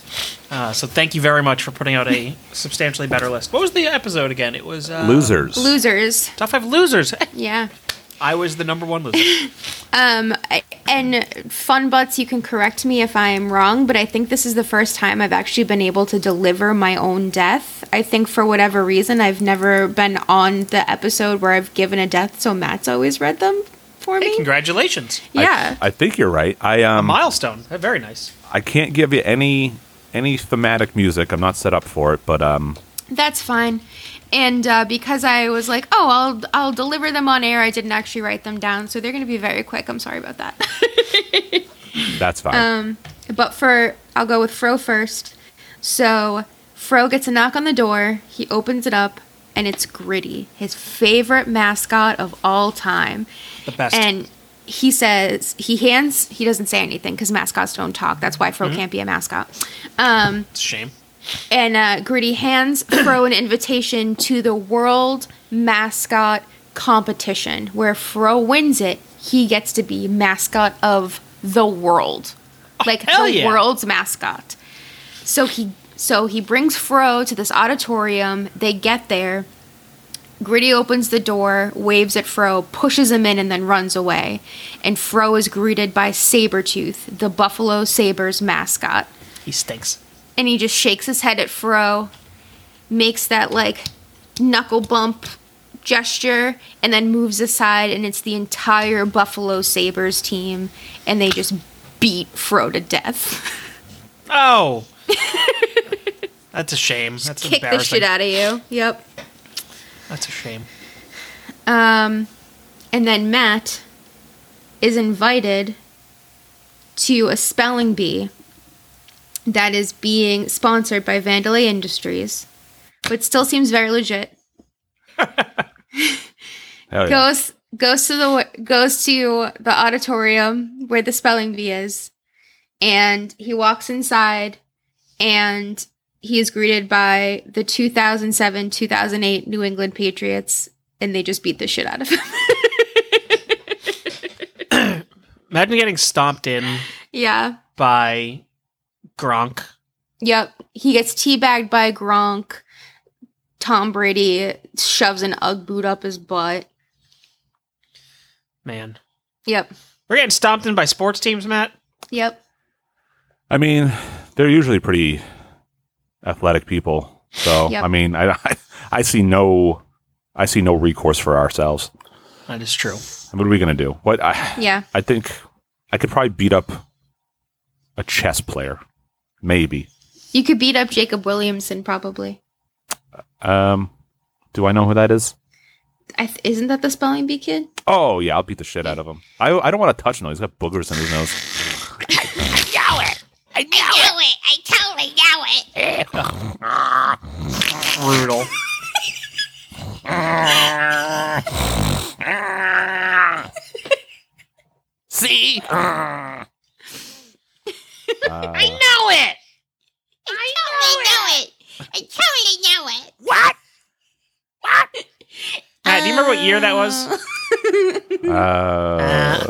Speaker 3: Uh, so thank you very much for putting out a substantially better list. What was the episode again? It was uh,
Speaker 1: Losers.
Speaker 2: Losers.
Speaker 3: Top five losers.
Speaker 2: Yeah.
Speaker 3: I was the number one loser.
Speaker 2: Um, I- and fun butts, you can correct me if I am wrong, but I think this is the first time I've actually been able to deliver my own death. I think for whatever reason, I've never been on the episode where I've given a death, so Matt's always read them for me.
Speaker 3: Congratulations!
Speaker 1: I-
Speaker 2: yeah.
Speaker 1: I, think you're right. I um.
Speaker 3: Milestone. Uh, Very nice.
Speaker 1: I can't give you any any thematic music. I'm not set up for it, but um,
Speaker 2: That's fine. And uh, because I was like, oh, I'll I'll deliver them on air. I didn't actually write them down, so they're going to be very quick. I'm sorry about that.
Speaker 1: that's fine.
Speaker 2: But for I'll go with Fro first. So Fro gets a knock on the door. He opens it up, and it's Gritty, his favorite mascot of all time.
Speaker 3: The best.
Speaker 2: And he says he hands. He doesn't say anything because mascots don't talk. That's why Fro can't be a mascot. Um,
Speaker 3: it's a shame.
Speaker 2: and uh, Gritty hands Fro an invitation to the World Mascot Competition, where Fro wins it. He gets to be mascot of the world, like
Speaker 3: Oh, hell
Speaker 2: the
Speaker 3: yeah.
Speaker 2: world's mascot. So he so he brings Fro to this auditorium. They get there. Gritty opens the door, waves at Fro, pushes him in, and then runs away. And Fro is greeted by Sabretooth, the Buffalo Sabres mascot
Speaker 3: He stinks.
Speaker 2: and he just shakes his head at Fro, makes that like knuckle bump gesture, and then moves aside, and it's the entire Buffalo Sabres team, and they just beat Fro to death.
Speaker 3: Oh. That's a shame. That's
Speaker 2: Kick the
Speaker 3: embarrassing.
Speaker 2: shit out of you. Yep.
Speaker 3: That's a shame.
Speaker 2: Um, and then Matt is invited to a spelling bee that is being sponsored by Vandalay Industries, but still seems very legit.
Speaker 1: Hell Oh, yeah.
Speaker 2: goes goes to the goes to the auditorium where the spelling bee is and he walks inside and he is greeted by the 2007-2008 New England Patriots and they just beat the shit out of him.
Speaker 3: Imagine getting stomped in
Speaker 2: yeah.
Speaker 3: by Gronk.
Speaker 2: Yep. He gets teabagged by Gronk. Tom Brady shoves an Ugg boot up his butt.
Speaker 3: Man.
Speaker 2: Yep.
Speaker 3: We're getting stomped in by sports teams, Matt.
Speaker 2: Yep.
Speaker 1: I mean, they're usually pretty athletic people, so
Speaker 2: Yep.
Speaker 1: I mean, I, I I see no I see no recourse for ourselves.
Speaker 3: That is true.
Speaker 1: What are we gonna do? What I
Speaker 2: Yeah.
Speaker 1: I think I could probably beat up a chess player, maybe.
Speaker 2: You could beat up Jacob Williamson probably.
Speaker 1: Um, do I know who that is?
Speaker 2: I th- isn't that the spelling bee kid?
Speaker 1: Oh yeah, I'll beat the shit out of him. I I don't want to touch him. though. He's got boogers in his nose.
Speaker 3: Brutal.
Speaker 1: Uh, See? I know it.
Speaker 3: remember what year that was?
Speaker 1: Uh,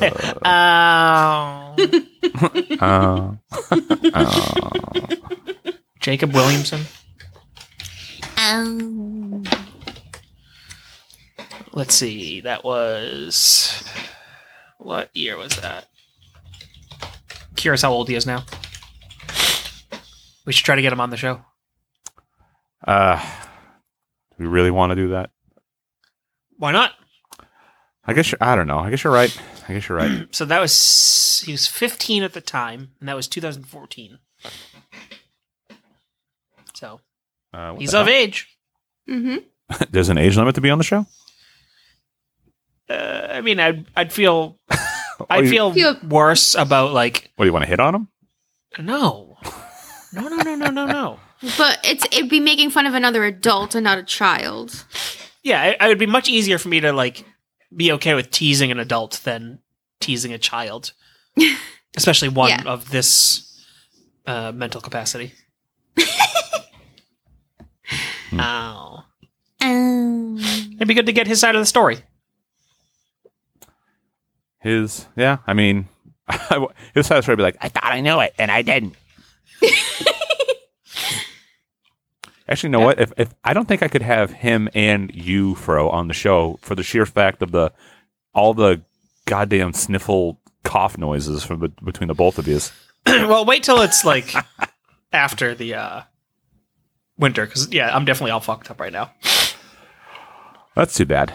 Speaker 3: Oh.
Speaker 1: uh,
Speaker 3: Jacob Williamson.
Speaker 2: Um,
Speaker 3: Let's see. That was what year was that? Curious how old he is now. We should try to get him on the show.
Speaker 1: uh, do we really want to do that?
Speaker 3: Why not?
Speaker 1: I guess you're, I don't know. I guess you're right. I guess you're right.
Speaker 3: So that was he was 15 at the time, and that was 2014. So
Speaker 1: Uh, what
Speaker 3: he's
Speaker 1: the
Speaker 3: of
Speaker 1: hell?
Speaker 3: age.
Speaker 2: hmm
Speaker 1: There's an age limit to be on the show.
Speaker 3: Uh, I mean, I'd I'd feel I'd
Speaker 1: you-
Speaker 3: feel
Speaker 2: Feel-
Speaker 3: worse about like
Speaker 1: What do you want to hit on him?
Speaker 3: no, no, no, no, no, no, no.
Speaker 2: But it's it'd be making fun of another adult and not a child.
Speaker 3: Yeah, it, it would be much easier for me to like be okay with teasing an adult than teasing a child, especially one
Speaker 2: Yeah.
Speaker 3: of this uh, mental capacity. oh,
Speaker 2: Um,
Speaker 3: it'd be good to get his side of the story.
Speaker 1: His yeah. I mean, his side story would be like, I thought I knew it and I didn't. Actually, you know what? If, if I don't think I could have him and you, Fro, on the show for the sheer fact of the all the goddamn sniffle cough noises from bet- between the both of you.
Speaker 3: well, wait till it's like after the uh, winter, because yeah, I'm definitely all fucked up right now.
Speaker 1: That's too bad.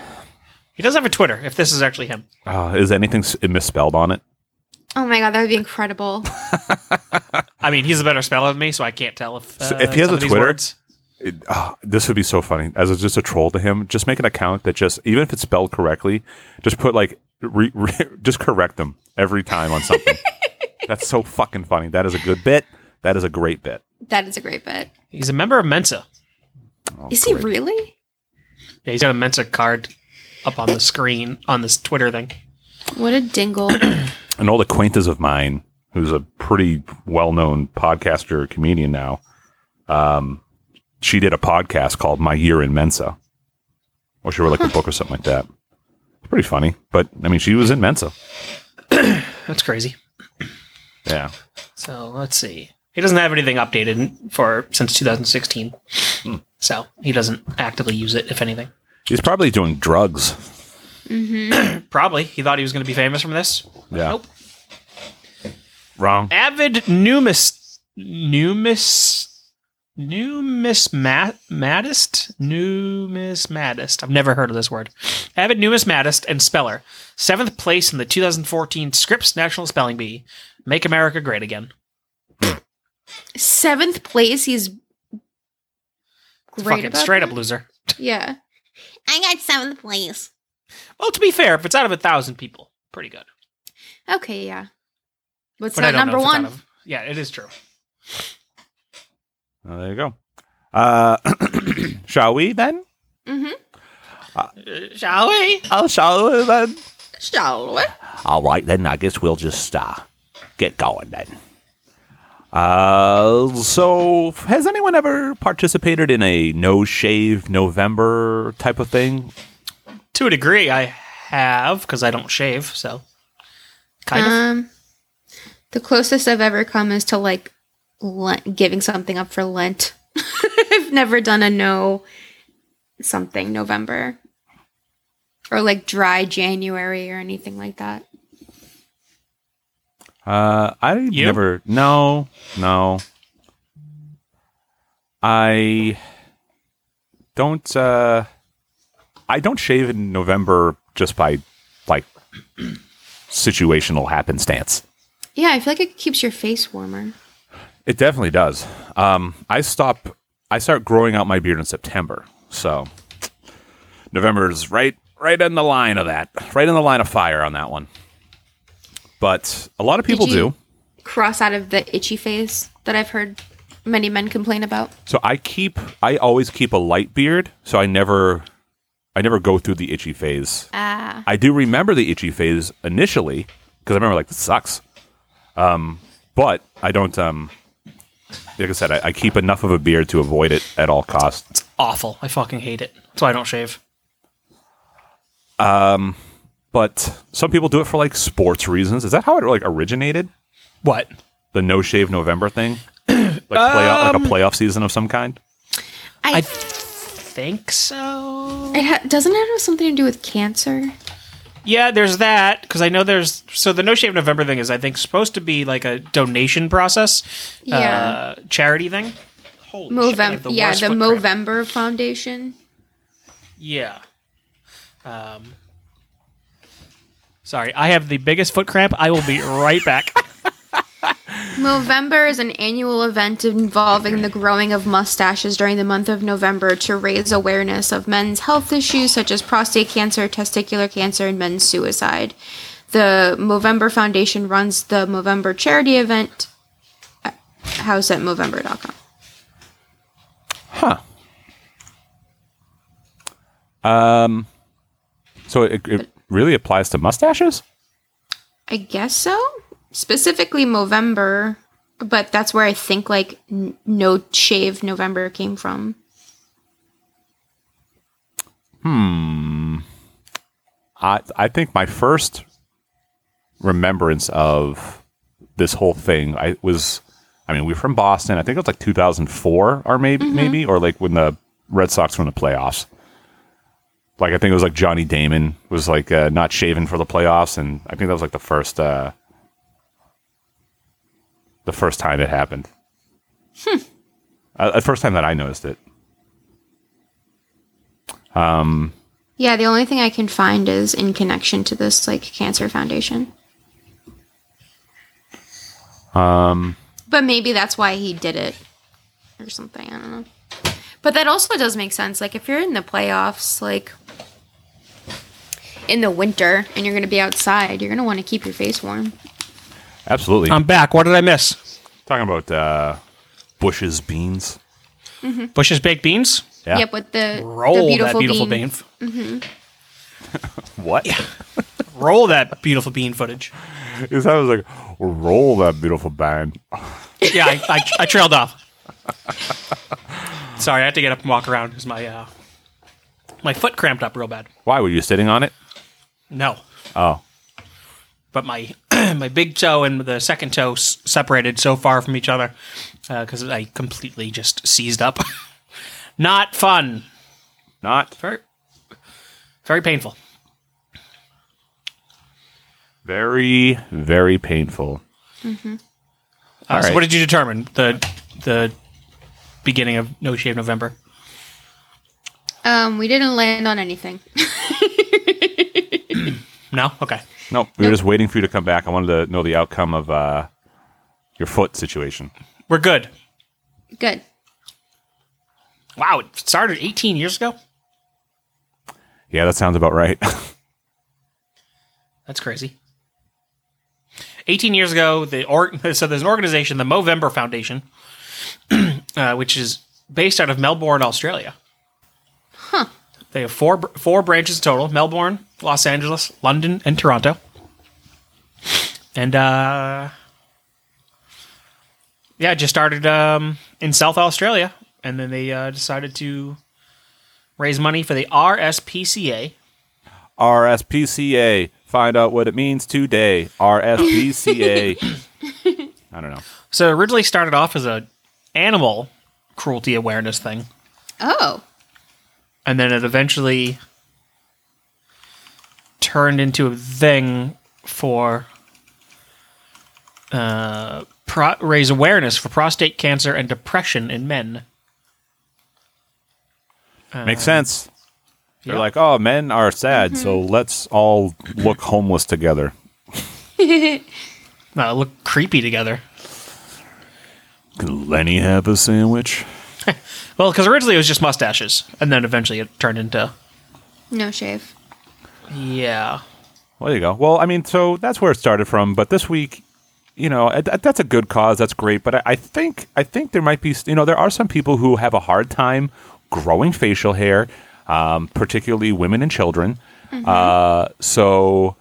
Speaker 3: He does have a Twitter. If this is actually him,
Speaker 1: Uh, is anything s- misspelled on it?
Speaker 2: oh my god, that would be incredible.
Speaker 3: I mean, he's a better speller than me, so I can't tell if uh,
Speaker 1: So if he has a
Speaker 3: some of these
Speaker 1: Twitter-
Speaker 3: words-
Speaker 1: it, ah, this would be so funny as it's just a troll to him. Just make an account that just even if it's spelled correctly, just put like re, re, just correct them every time on something. That's so fucking funny. That is a good bit. That is a great bit.
Speaker 2: That is a great bit.
Speaker 3: he's a member of Mensa. Oh,
Speaker 2: Is he really?
Speaker 3: Yeah, he's got a Mensa card up on the screen on this Twitter thing.
Speaker 2: What a dingle.
Speaker 1: An old acquaintance of mine who's a pretty well-known podcaster comedian now. Um, she did a podcast called My Year in Mensa, or she wrote like a book or something like that. It's pretty funny, but I mean, she was in Mensa.
Speaker 3: That's crazy.
Speaker 1: Yeah.
Speaker 3: So let's see. He doesn't have anything updated for since 2016, so he doesn't actively use it. If anything,
Speaker 1: He's probably doing drugs.
Speaker 3: probably he thought he was going to be famous from this.
Speaker 1: Yeah.
Speaker 3: Nope.
Speaker 1: Wrong.
Speaker 3: avid numis numis numismatist numismatist i've never heard of this word avid numismatist and speller seventh place in the 2014 scripps national spelling bee make america great again
Speaker 2: Seventh place. He's great.
Speaker 3: fucking
Speaker 2: about
Speaker 3: straight
Speaker 2: that?
Speaker 3: up loser
Speaker 2: Yeah. I got seventh place.
Speaker 3: well to be fair if it's out of a thousand people pretty good
Speaker 2: Okay, yeah. But it's
Speaker 3: But I
Speaker 2: not
Speaker 3: don't know
Speaker 2: number
Speaker 3: if it's out
Speaker 2: one.
Speaker 3: of- yeah it is true
Speaker 1: Well, there you go. Uh, shall we then?
Speaker 2: mm-hmm.
Speaker 3: shall we
Speaker 1: Oh, shall we then?
Speaker 2: Shall we?
Speaker 1: All right, then. I guess we'll just uh, get going then. Uh, so has anyone ever participated in a no shave November type of thing?
Speaker 3: to a degree i have because i don't shave so kind of
Speaker 2: Um, the closest I've ever come is to like Lent, giving something up for Lent. I've never done a no something November or like dry January or anything like that.
Speaker 1: Uh, I
Speaker 3: You?
Speaker 1: never. No, no. I don't. Uh, I don't shave in November just by like situational happenstance.
Speaker 2: Yeah, I feel like it keeps your face warmer.
Speaker 1: It definitely does. Um, I stop. I start growing out my beard in September, so November is right, right in the line of that, right in the line of fire on that one. But a lot of people
Speaker 2: you-
Speaker 1: do.
Speaker 2: Cross out of the itchy face that I've heard many men complain about.
Speaker 1: So I keep I always keep a light beard, so I never I never go through the itchy phase.
Speaker 2: Ah,
Speaker 1: I do remember the itchy phase initially because I remember like this sucks. Um, but I don't um like I said, I, I keep enough of a beard to avoid it at all costs.
Speaker 3: awful i fucking hate it that's why i don't shave
Speaker 1: Um, but some people do it for like sports reasons. Is that how it like originated?
Speaker 3: What?
Speaker 1: The no shave November thing, like playoff, like a playoff season of some kind.
Speaker 2: I,
Speaker 3: Think so?
Speaker 2: it ha- doesn't it have something to do with cancer?
Speaker 3: Yeah, there's that because I know there's so the No Shave November thing is I think supposed to be like a donation process,
Speaker 2: Yeah.
Speaker 3: uh, charity thing. Holy shit, I
Speaker 2: Movem-
Speaker 3: have the
Speaker 2: yeah,
Speaker 3: worst
Speaker 2: the
Speaker 3: footprint.
Speaker 2: Movember Foundation.
Speaker 3: Yeah. Um, sorry, I have the biggest foot cramp. I will be right back.
Speaker 2: Movember is an annual event involving the growing of mustaches during the month of November to raise awareness of men's health issues such as prostate cancer, testicular cancer, and men's suicide. The Movember Foundation runs the Movember charity event at house at Movember.com.
Speaker 1: Huh. Um, so it, it really applies to mustaches.
Speaker 2: I guess so. Specifically Movember, but that's where I think like n- no shave November came from.
Speaker 1: I I think my first remembrance of this whole thing I was I mean we were from Boston I think it was like 2004 or maybe
Speaker 2: Mm-hmm.
Speaker 1: maybe or like when the Red Sox won the playoffs like I think it was like Johnny Damon was like uh, not shaven for the playoffs and I think that was like the first uh the first time it happened
Speaker 2: Hmm.
Speaker 1: uh, the first time that I noticed it
Speaker 2: Yeah, the only thing I can find is in connection to this like cancer foundation.
Speaker 1: um
Speaker 2: But maybe that's why he did it or something. I don't know. But that also does make sense. Like, if you're in the playoffs, like in the winter, and you're going to be outside, you're going to want to keep your face warm.
Speaker 1: absolutely
Speaker 3: I'm back. What did I miss?
Speaker 1: talking about uh Bush's beans
Speaker 3: Bush's baked beans.
Speaker 1: Yeah.
Speaker 2: Yep, with the,
Speaker 3: Roll
Speaker 2: the beautiful,
Speaker 3: that beautiful
Speaker 2: bean.
Speaker 3: bean.
Speaker 1: what
Speaker 3: Roll that beautiful bean footage.
Speaker 1: It sounds like roll that beautiful band.
Speaker 3: Yeah, I, I, I trailed off. Sorry, I had to get up and walk around because my uh, my foot cramped up real bad.
Speaker 1: Why were you sitting on it?
Speaker 3: No,
Speaker 1: Oh,
Speaker 3: but my my big toe and the second toe s- separated so far from each other because I completely just seized up. Not fun.
Speaker 1: not
Speaker 3: Very very painful.
Speaker 1: very, very painful.
Speaker 3: Uh, So
Speaker 1: right.
Speaker 3: what did you determine the the beginning of No Shave November?
Speaker 2: Um, we didn't land on anything.
Speaker 3: No, okay.
Speaker 1: No, we were just waiting for you to come back. I wanted to know the outcome of uh, your foot situation.
Speaker 3: We're good.
Speaker 2: Good.
Speaker 3: Wow, it started 18 years ago.
Speaker 1: Yeah, that sounds about right.
Speaker 3: That's crazy. 18 years ago, the or- so there's an organization, the Movember Foundation, uh, which is based out of Melbourne, Australia. Huh. They have four br- four branches total: Melbourne, Los Angeles, London, and Toronto. And uh, yeah, it just started um, in South Australia, and then they uh, decided to raise money for the RSPCA,
Speaker 1: RSPCA. Find out what it means today. RSPCA. I don't know.
Speaker 3: So it originally started off as a animal cruelty awareness thing,
Speaker 2: Oh,
Speaker 3: and then it eventually turned into a thing for uh, pro- raise awareness for prostate cancer and depression in men.
Speaker 1: Makes sense. They're
Speaker 3: yeah.
Speaker 1: like, oh, men are sad, so let's all look homeless together.
Speaker 3: No, it looked creepy together.
Speaker 1: Can Lenny have a sandwich?
Speaker 3: Well, because originally it was just mustaches, and then eventually it turned into
Speaker 2: no shave.
Speaker 3: yeah.
Speaker 1: Well, there you go. Well, I mean, so that's where it started from. But this week, you know, I- I- that's a good cause. That's great. But I, I think I think there might be, you know, there are some people who have a hard time growing facial hair, um, particularly women and children. Uh, so,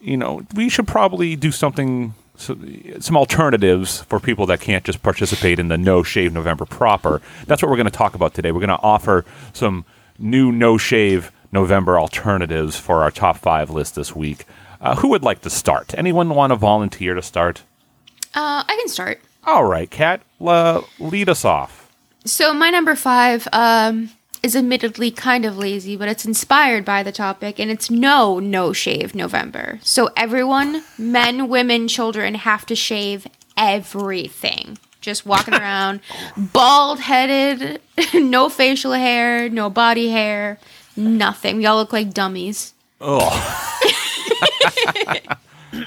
Speaker 1: you know, we should probably do something, so- some alternatives for people that can't just participate in the No Shave November proper. That's what we're going to talk about today. We're going to offer some new No Shave November alternatives for our top five list this week. Uh, who would like to start? Anyone want to volunteer to start?
Speaker 2: Uh, I can start.
Speaker 1: All right, Kat, la- lead us off.
Speaker 2: So my number five um, is admittedly kind of lazy, but it's inspired by the topic, and it's no no shave November. So everyone, men, women, children, have to shave everything. Just walking around, bald headed, no facial hair, no body hair, nothing. We all look like dummies.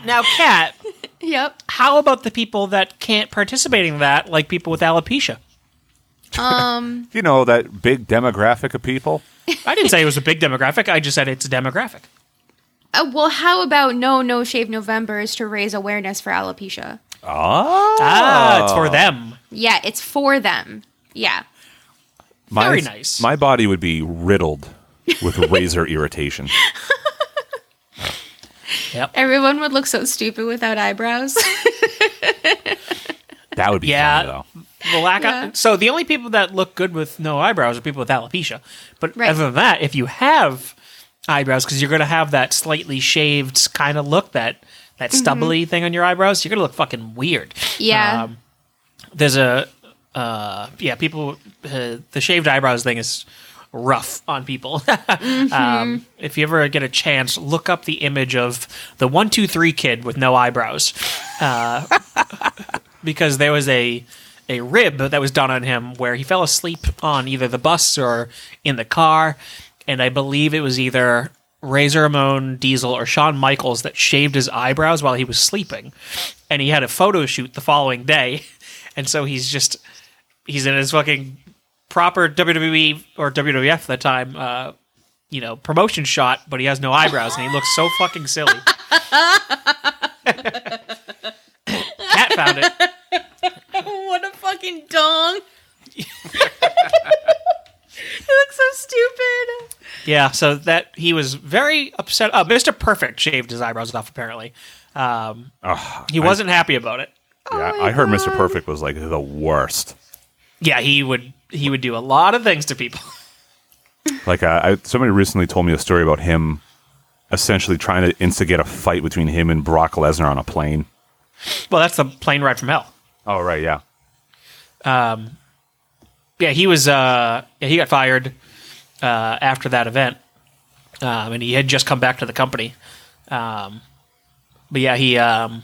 Speaker 3: Now, Kat,
Speaker 2: Yep.
Speaker 3: how about the people that can't participate in that, like people with alopecia?
Speaker 1: You know, that big demographic of people.
Speaker 3: I didn't say it was a big demographic. I just said it's a demographic.
Speaker 2: Uh, well, how about no no shave November is to raise awareness for alopecia?
Speaker 1: Oh,
Speaker 3: Ah, it's for them.
Speaker 2: Yeah, it's for them. Yeah.
Speaker 1: my,
Speaker 3: very nice.
Speaker 1: My body would be riddled with razor irritation.
Speaker 2: Everyone would look so stupid without eyebrows.
Speaker 1: That would be
Speaker 3: Yeah.
Speaker 1: funny, though.
Speaker 3: The lack
Speaker 2: Yeah.
Speaker 3: of so the only people that look good with no eyebrows are people with alopecia. But
Speaker 2: Right.
Speaker 3: other than that, if you have eyebrows, because you're gonna have that slightly shaved kind of look that
Speaker 2: Mm-hmm.
Speaker 3: that stubbly thing on your eyebrows, you're gonna look fucking weird.
Speaker 2: Yeah.
Speaker 3: Um, there's a uh, yeah, people uh, the shaved eyebrows thing is rough on people. um, if you ever get a chance, look up the image of the one two three kid with no eyebrows, uh, because there was a a rib that was done on him where he fell asleep on either the bus or in the car, and I believe it was either. Razor Ramon Diesel or Shawn Michaels that shaved his eyebrows while he was sleeping. And he had a photo shoot the following day. And so he's just he's in his fucking proper WWE or WWF at the time, uh, you know, promotion shot, but he has no eyebrows and he looks so fucking silly. Cat found it.
Speaker 2: what a fucking dong. you look so stupid.
Speaker 3: Yeah, so that he was very upset. Oh, Mr. Perfect shaved his eyebrows off apparently. Um,
Speaker 1: Ugh,
Speaker 3: he wasn't happy about it.
Speaker 1: yeah, I heard
Speaker 3: Oh
Speaker 1: Mr. Perfect was like the worst.
Speaker 3: Yeah, he would he would do a lot of things to people.
Speaker 1: Like uh, I, somebody recently told me a story about him essentially trying to instigate a fight between him and Brock Lesnar on a plane.
Speaker 3: Well, that's the plane ride from hell.
Speaker 1: Oh right, yeah.
Speaker 3: yeah, he was uh yeah, he got fired uh after that event. Um and he had just come back to the company. Um but yeah, he um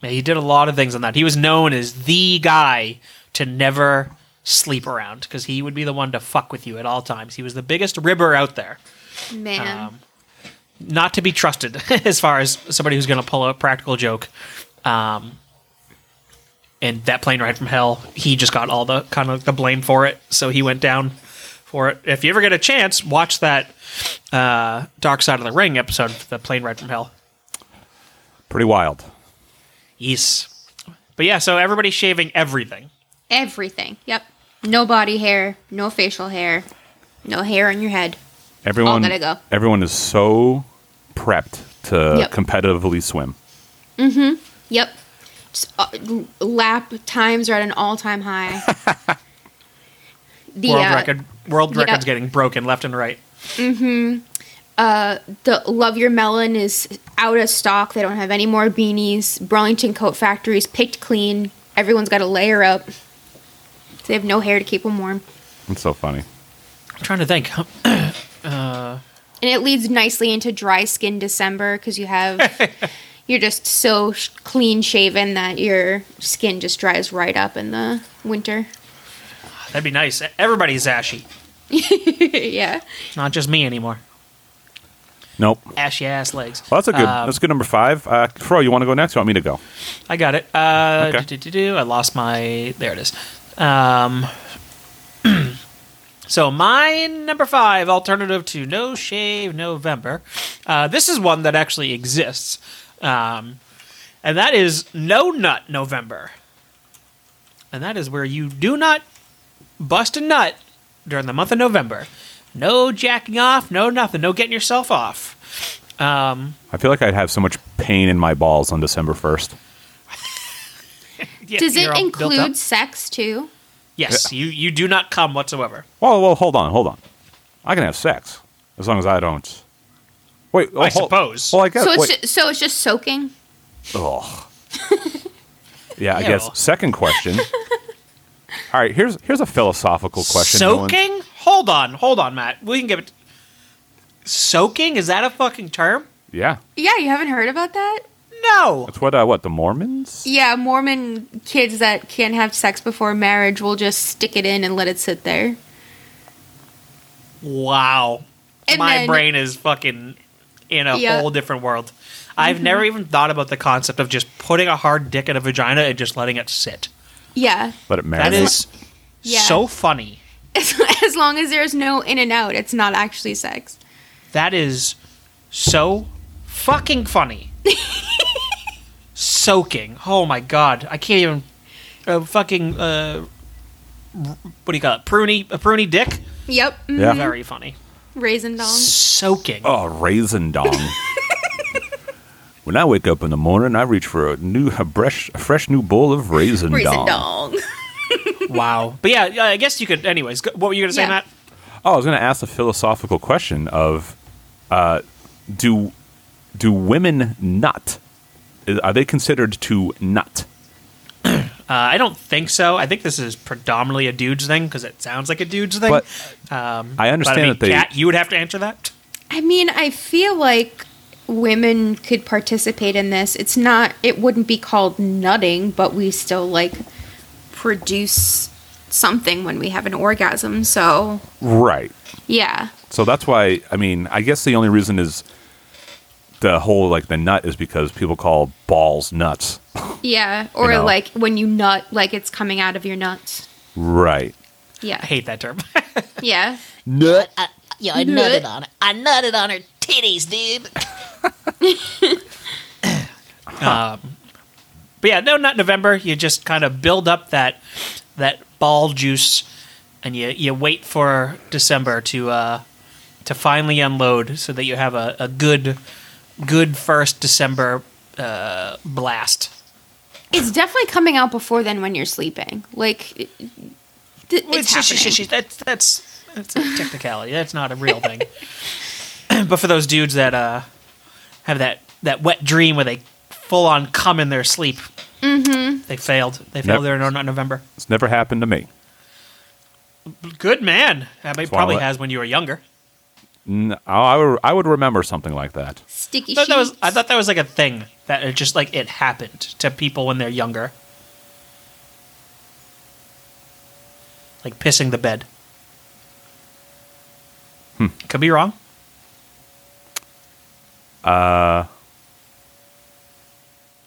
Speaker 3: yeah, he did a lot of things on that. He was known as the guy to never sleep around because he would be the one to fuck with you at all times. He was the biggest ribber out there.
Speaker 2: Man.
Speaker 3: Not to be trusted as far as somebody who's going to pull a practical joke. Um and that plane ride from hell, he just got all the kind of the blame for it. So he went down for it. If you ever get a chance, watch that uh, Dark Side of the Ring episode, the plane ride from hell.
Speaker 1: Pretty wild.
Speaker 3: Yes. But yeah, so everybody's shaving everything.
Speaker 2: Everything. Yep. No body hair, no facial hair, no hair on your head.
Speaker 1: Everyone
Speaker 2: Oh, gotta go.
Speaker 1: everyone is so prepped to
Speaker 2: Yep.
Speaker 1: competitively swim.
Speaker 2: Yep. Just, uh, l- lap times are at an all time high. the,
Speaker 3: World
Speaker 2: uh,
Speaker 3: record, world
Speaker 2: yeah.
Speaker 3: records getting broken left and right.
Speaker 2: the Love Your Melon is out of stock. They don't have any more beanies. Burlington Coat Factory's picked clean. Everyone's got a layer up. They have no hair to keep them warm.
Speaker 1: It's so funny.
Speaker 3: I'm trying to think.
Speaker 2: And it leads nicely into dry skin December because you have you're just so sh- clean shaven that your skin just dries right up in the winter.
Speaker 3: That'd be nice. Everybody's ashy.
Speaker 2: yeah.
Speaker 3: It's not just me anymore.
Speaker 1: Nope.
Speaker 3: Ashy ass legs.
Speaker 1: Well, that's a good.
Speaker 3: Um,
Speaker 1: that's good number five. Uh, Fro, you want to go next? You want me to go?
Speaker 3: I got it. Uh,
Speaker 1: Okay.
Speaker 3: do, do, do, do. I lost my. There it is. Um, so my number five alternative to No Shave November. Uh, this is one that actually exists, um, and that is No Nut November. And that is where you do not bust a nut during the month of November. No jacking off. No nothing. No getting yourself off. Um,
Speaker 1: I feel like I'd have so much pain in my balls on December first.
Speaker 3: yeah,
Speaker 2: Does
Speaker 3: you're
Speaker 2: it
Speaker 3: all built up.
Speaker 2: include sex too?
Speaker 3: Yes, you you do not come whatsoever.
Speaker 1: Whoa, whoa, hold on, hold on. I can have sex. As long as I don't. Wait, oh,
Speaker 3: I
Speaker 1: hold-
Speaker 3: suppose.
Speaker 1: Well, I guess.
Speaker 2: so it's
Speaker 1: wait.
Speaker 2: ju- so it's just soaking.
Speaker 1: Ugh. yeah, I
Speaker 3: Ew.
Speaker 1: guess. Second question. All right, here's here's a philosophical question. Dylan.
Speaker 3: Soaking? Hold on, hold on, Matt. We can give it. Soaking? Is that a fucking term?
Speaker 1: Yeah,
Speaker 2: Yeah, you haven't heard about that?
Speaker 3: No.
Speaker 1: that's what uh, what the Mormons.
Speaker 2: Yeah, Mormon kids that can't have sex before marriage will just stick it in and let it sit there.
Speaker 3: Wow.
Speaker 2: And
Speaker 3: My
Speaker 2: then-
Speaker 3: brain is fucking in a
Speaker 2: Yeah. Mm-hmm.
Speaker 3: whole different world. I've never even thought about the concept of just putting a hard dick in a vagina and just letting it sit.
Speaker 2: Yeah,
Speaker 1: Let it marinate.
Speaker 3: That is
Speaker 2: Yeah.
Speaker 3: so funny.
Speaker 2: as, as long as there's no in and out, it's not actually sex.
Speaker 3: That is so fucking funny. Soaking. Oh my god. I can't even. Uh, fucking. Uh, what do you call it? Pruny. A pruny dick?
Speaker 2: Yep, mm,
Speaker 1: yeah.
Speaker 3: Very funny.
Speaker 2: raisin dong.
Speaker 3: Soaking.
Speaker 1: Oh, raisin dong. when I wake up in the morning, I reach for a new a fresh a fresh new bowl of raisin,
Speaker 2: Raisin
Speaker 1: dong.
Speaker 2: dong.
Speaker 3: Wow. But yeah, I guess you could. Anyways, go- what were you going to say,
Speaker 2: Yeah.
Speaker 3: Matt?
Speaker 1: Oh, I was going to ask the philosophical question of, uh, do do women nut? Is- Are they considered to nut?
Speaker 3: Uh, I don't think so. I think this is predominantly a dude's thing because it sounds like a dude's thing.
Speaker 1: But
Speaker 3: um,
Speaker 1: I understand
Speaker 3: but mean,
Speaker 1: that they-
Speaker 3: Kat, you would have to answer that.
Speaker 2: I mean, I feel like women could participate in this. It's not, it wouldn't be called nutting, but we still like produce something when we have an orgasm. So,
Speaker 1: Right.
Speaker 2: yeah.
Speaker 1: So that's why I mean I guess the only reason is the whole like the nut is because people call balls nuts.
Speaker 2: Yeah. Or
Speaker 1: know.
Speaker 2: like when you nut, like it's coming out of your nuts.
Speaker 1: Right.
Speaker 3: I
Speaker 2: Yeah.
Speaker 3: hate that term.
Speaker 2: Yeah.
Speaker 5: Nut. I, yeah, I
Speaker 2: Nut.
Speaker 5: nutted on her. I nutted on her titties, dude.
Speaker 3: but yeah, no, not November. You just kind of build up that that ball juice, and you you wait for December to uh, to finally unload, so that you have a, a good good first December uh, blast.
Speaker 2: It's definitely coming out before then when you're sleeping. Like, it- it- it's
Speaker 3: Well, sh- sh-
Speaker 2: happening.
Speaker 3: sh- sh- that's that's that's a technicality. That's not a real thing. but for those dudes that uh, have that that wet dream where they full on come in their sleep, mm-hmm. they failed. They failed
Speaker 1: Yep.
Speaker 3: there in not November.
Speaker 1: It's never happened to me.
Speaker 3: Good man. I mean,
Speaker 1: why I
Speaker 3: probably
Speaker 1: let-
Speaker 3: has when you were younger.
Speaker 1: N- I would, I would remember something like that.
Speaker 2: Sticky
Speaker 3: I thought that was I
Speaker 2: sheets.
Speaker 3: thought that was like a thing that it just like it happened to people when they're younger. Like pissing the bed. Could be wrong.
Speaker 1: Uh,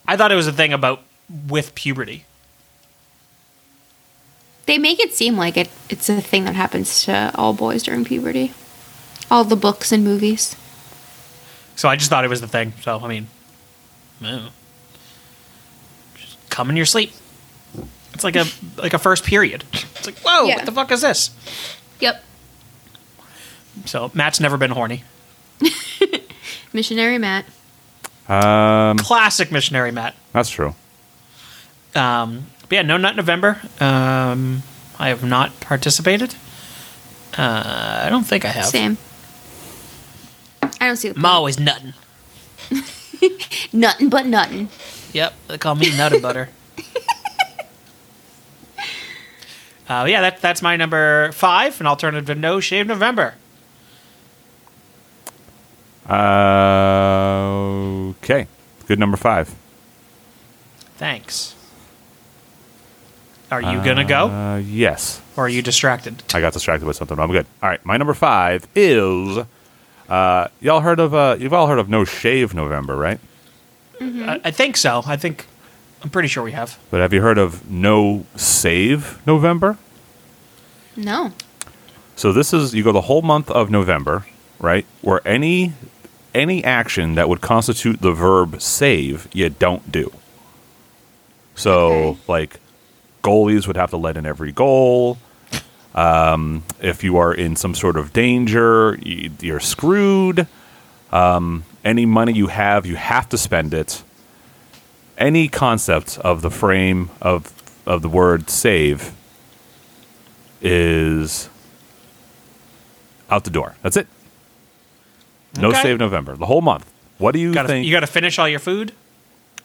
Speaker 3: I thought it was a thing about with puberty.
Speaker 2: They make it seem like it, it's a thing that happens to all boys during puberty. All the books and movies.
Speaker 3: So I just thought it was the thing. So I mean, I don't know. just come in your sleep. It's like a like a first period. It's like whoa,
Speaker 2: Yeah.
Speaker 3: what the fuck is this?
Speaker 2: Yep.
Speaker 3: So Matt's never been horny.
Speaker 2: Missionary Matt.
Speaker 1: um,
Speaker 3: Classic missionary Matt.
Speaker 1: that's true.
Speaker 3: Um, but yeah, no, not November. Um, I have not participated. Uh, I don't think I have.
Speaker 2: Same. I don't see the
Speaker 3: I'm always nutting.
Speaker 2: nothing but nothing.
Speaker 3: Yep, they call me Nutter Butter. uh, yeah, that, that's my number five, an alternative to No Shave November.
Speaker 1: Uh, okay. Good number five.
Speaker 3: Thanks. Are you gonna go,
Speaker 1: Uh, yes.
Speaker 3: or are you distracted?
Speaker 1: I got distracted with something. but I'm good. All right. My number five is. Uh, y'all heard of uh, you've all heard of No Shave November, right?
Speaker 3: I, I think so. I think I'm pretty sure we have.
Speaker 1: But have you heard of No Save November?
Speaker 2: No.
Speaker 1: So this is you go the whole month of November, right? Where any any action that would constitute the verb save, you don't do. So
Speaker 2: Okay.
Speaker 1: like goalies would have to let in every goal. Um, if you are in some sort of danger, you, you're screwed. Um, any money you have, you have to spend it. Any concept of the frame of of the word save is out the door. That's it. No
Speaker 3: Okay.
Speaker 1: save November. The whole month. What do you
Speaker 3: Gotta,
Speaker 1: think?
Speaker 3: you got to finish all your food.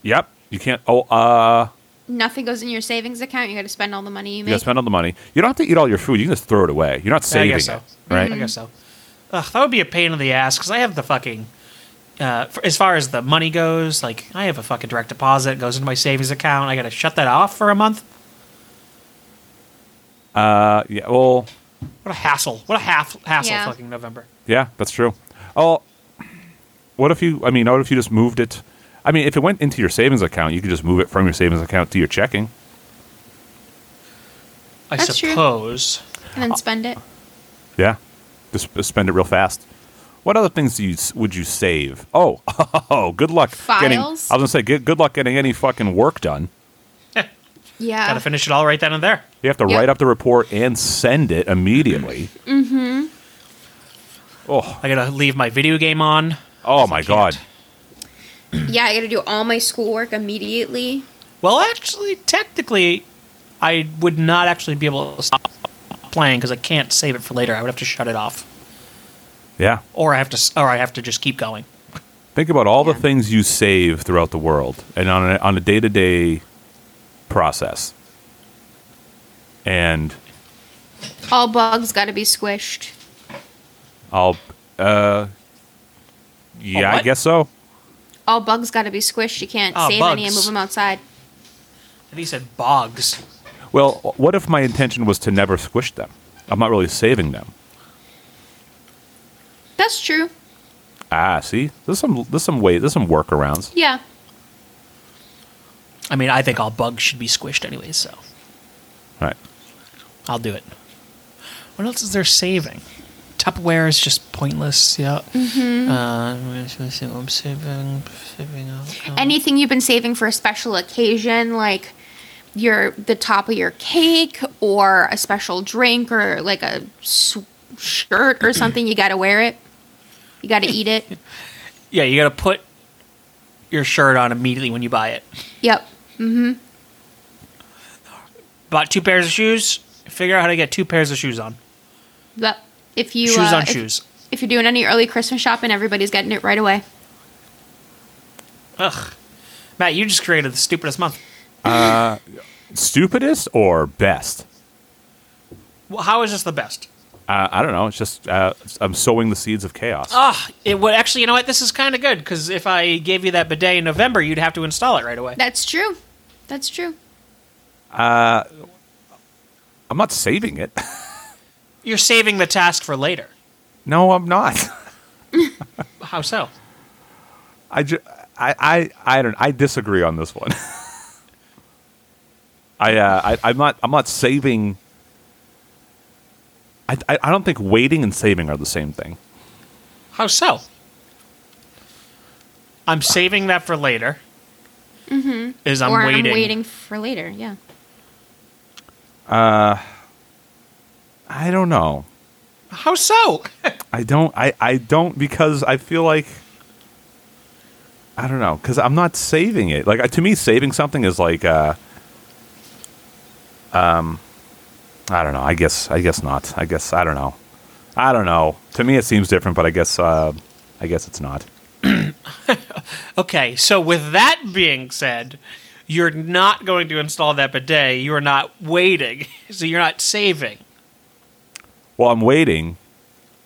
Speaker 1: yep. You can't. Oh, uh,
Speaker 2: Nothing goes in your savings account. You got to spend all the money you
Speaker 1: you got to
Speaker 2: make.
Speaker 1: spend all the money. You don't have to eat all your food. You can just throw it away. You're not saving
Speaker 3: I guess so.
Speaker 1: it, right?
Speaker 3: I guess so. Ugh, that would be a pain in the ass because I have the fucking. Uh, f as far as the money goes, like I have a fucking direct deposit it goes into my savings account. I gotta shut that off for a month.
Speaker 1: Uh, yeah. Well,
Speaker 3: What a hassle! What a half hassle!
Speaker 2: Yeah.
Speaker 3: Fucking November.
Speaker 1: yeah, that's true. Oh, what if you? I mean, what if you just moved it? I mean, if it went into your savings account, you could just move it from your savings account to your checking.
Speaker 3: I
Speaker 2: That's true.
Speaker 3: suppose.
Speaker 2: and then spend it.
Speaker 1: Yeah, just uh, spend it real fast. What other things do you s- would you save? Oh, oh, good luck getting. I was
Speaker 2: Files?
Speaker 1: gonna say, good, good luck getting any fucking work done.
Speaker 2: Yeah. Uh.
Speaker 3: Gotta finish it all right then and there.
Speaker 1: You have to
Speaker 2: Yep.
Speaker 1: write up the report and send it immediately. Mm-hmm. Oh,
Speaker 3: I gotta leave my video game on.
Speaker 1: oh my god!
Speaker 2: yeah, I got to do all my schoolwork immediately.
Speaker 3: Well, actually, technically, I would not actually be able to stop playing because I can't save it for later. I would have to shut it off,
Speaker 1: Yeah,
Speaker 3: or I have to, s- or I have to just keep going.
Speaker 1: think about all the things you save throughout the world and on a, on a day to day process. And
Speaker 2: All bugs got to be squished.
Speaker 1: I'll, uh, yeah, I
Speaker 3: what?
Speaker 1: guess so.
Speaker 2: All bugs got to be squished. You can't
Speaker 1: Ah,
Speaker 3: Oh,
Speaker 2: save any and
Speaker 3: bugs.
Speaker 2: move them outside.
Speaker 3: And he said bogs.
Speaker 1: Well, what if my intention was to never squish them? I'm not really saving them.
Speaker 2: That's true.
Speaker 1: Ah, see, there's some there's some way there's some workarounds.
Speaker 2: Yeah.
Speaker 3: I mean, I think all bugs should be squished anyways, so
Speaker 1: All right.
Speaker 3: I'll do it. What else is there saving? Tupperware is just pointless. Yeah. Uh, I'm saving, saving. all-
Speaker 2: Anything you've been saving for a special occasion, like your the top of your cake or a special drink or like a s- shirt or something, you got to wear it. You got to eat it.
Speaker 3: Yeah, you gotta put your shirt on immediately when you buy it.
Speaker 2: Yep.
Speaker 3: Bought two pairs of shoes. Figure out how to get two pairs of shoes on.
Speaker 2: Yep. If you
Speaker 3: shoes
Speaker 2: uh,
Speaker 3: on
Speaker 2: if-
Speaker 3: shoes.
Speaker 2: If you're doing any early Christmas shopping, everybody's getting it right away.
Speaker 3: Ugh. Matt, you just created the stupidest month.
Speaker 1: Stupidest or best?
Speaker 3: Well, How is this the best?
Speaker 1: Uh, I don't know. It's just uh, I'm sowing the seeds of chaos.
Speaker 3: Ah, it would actually. You know what? This is kind of good because if I gave you that bidet in November, you'd have to install it right away.
Speaker 2: That's true. That's true.
Speaker 1: I'm not saving it.
Speaker 3: You're saving the task for later.
Speaker 1: no, I'm not.
Speaker 3: How so?
Speaker 1: I, ju- I, I, I don't. I disagree on this one. I, uh, I, I'm not. I'm not saving. I, I, I don't think waiting and saving are the same thing.
Speaker 3: How so? I'm saving that for later. Mm-hmm. Is I'm
Speaker 2: or
Speaker 3: waiting.
Speaker 2: I'm waiting for later. Yeah.
Speaker 1: I don't know.
Speaker 3: How so?
Speaker 1: I don't. I, I don't because I feel like. I don't know because I'm not saving it. Like to me, saving something is like. Uh, um, I don't know. I guess. I guess not. I guess I don't know. I don't know. To me, it seems different, but I guess. Uh, I guess it's not.
Speaker 3: okay, so with that being said, you're not going to install that bidet. You are not waiting, so you're not saving.
Speaker 1: Well, I'm waiting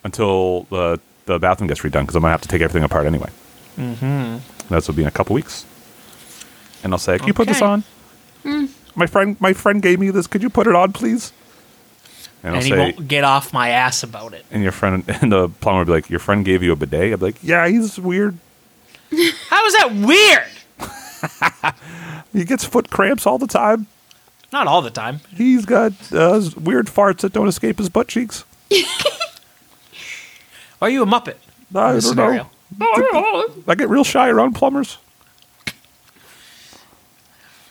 Speaker 1: until the the bathroom gets redone because I'm gonna have to take everything apart anyway. Mm-hmm. That's will be in a couple weeks, and I'll say, "Can you put this
Speaker 3: Okay. Mm.
Speaker 1: on?" My friend, my friend gave me this. Could you put it on, please? And I'll
Speaker 3: and he
Speaker 1: say,
Speaker 3: won't get off my ass about it.
Speaker 1: and your friend, and the plumber will be like, "Your friend gave you a bidet." I'll be like, "Yeah, he's weird.
Speaker 3: How is that weird?
Speaker 1: He gets foot cramps all the time.
Speaker 3: Not all the time.
Speaker 1: He's got uh, weird farts that don't escape his butt cheeks."
Speaker 3: Are you a muppet?
Speaker 1: I
Speaker 3: This
Speaker 1: don't know. I get real shy around plumbers.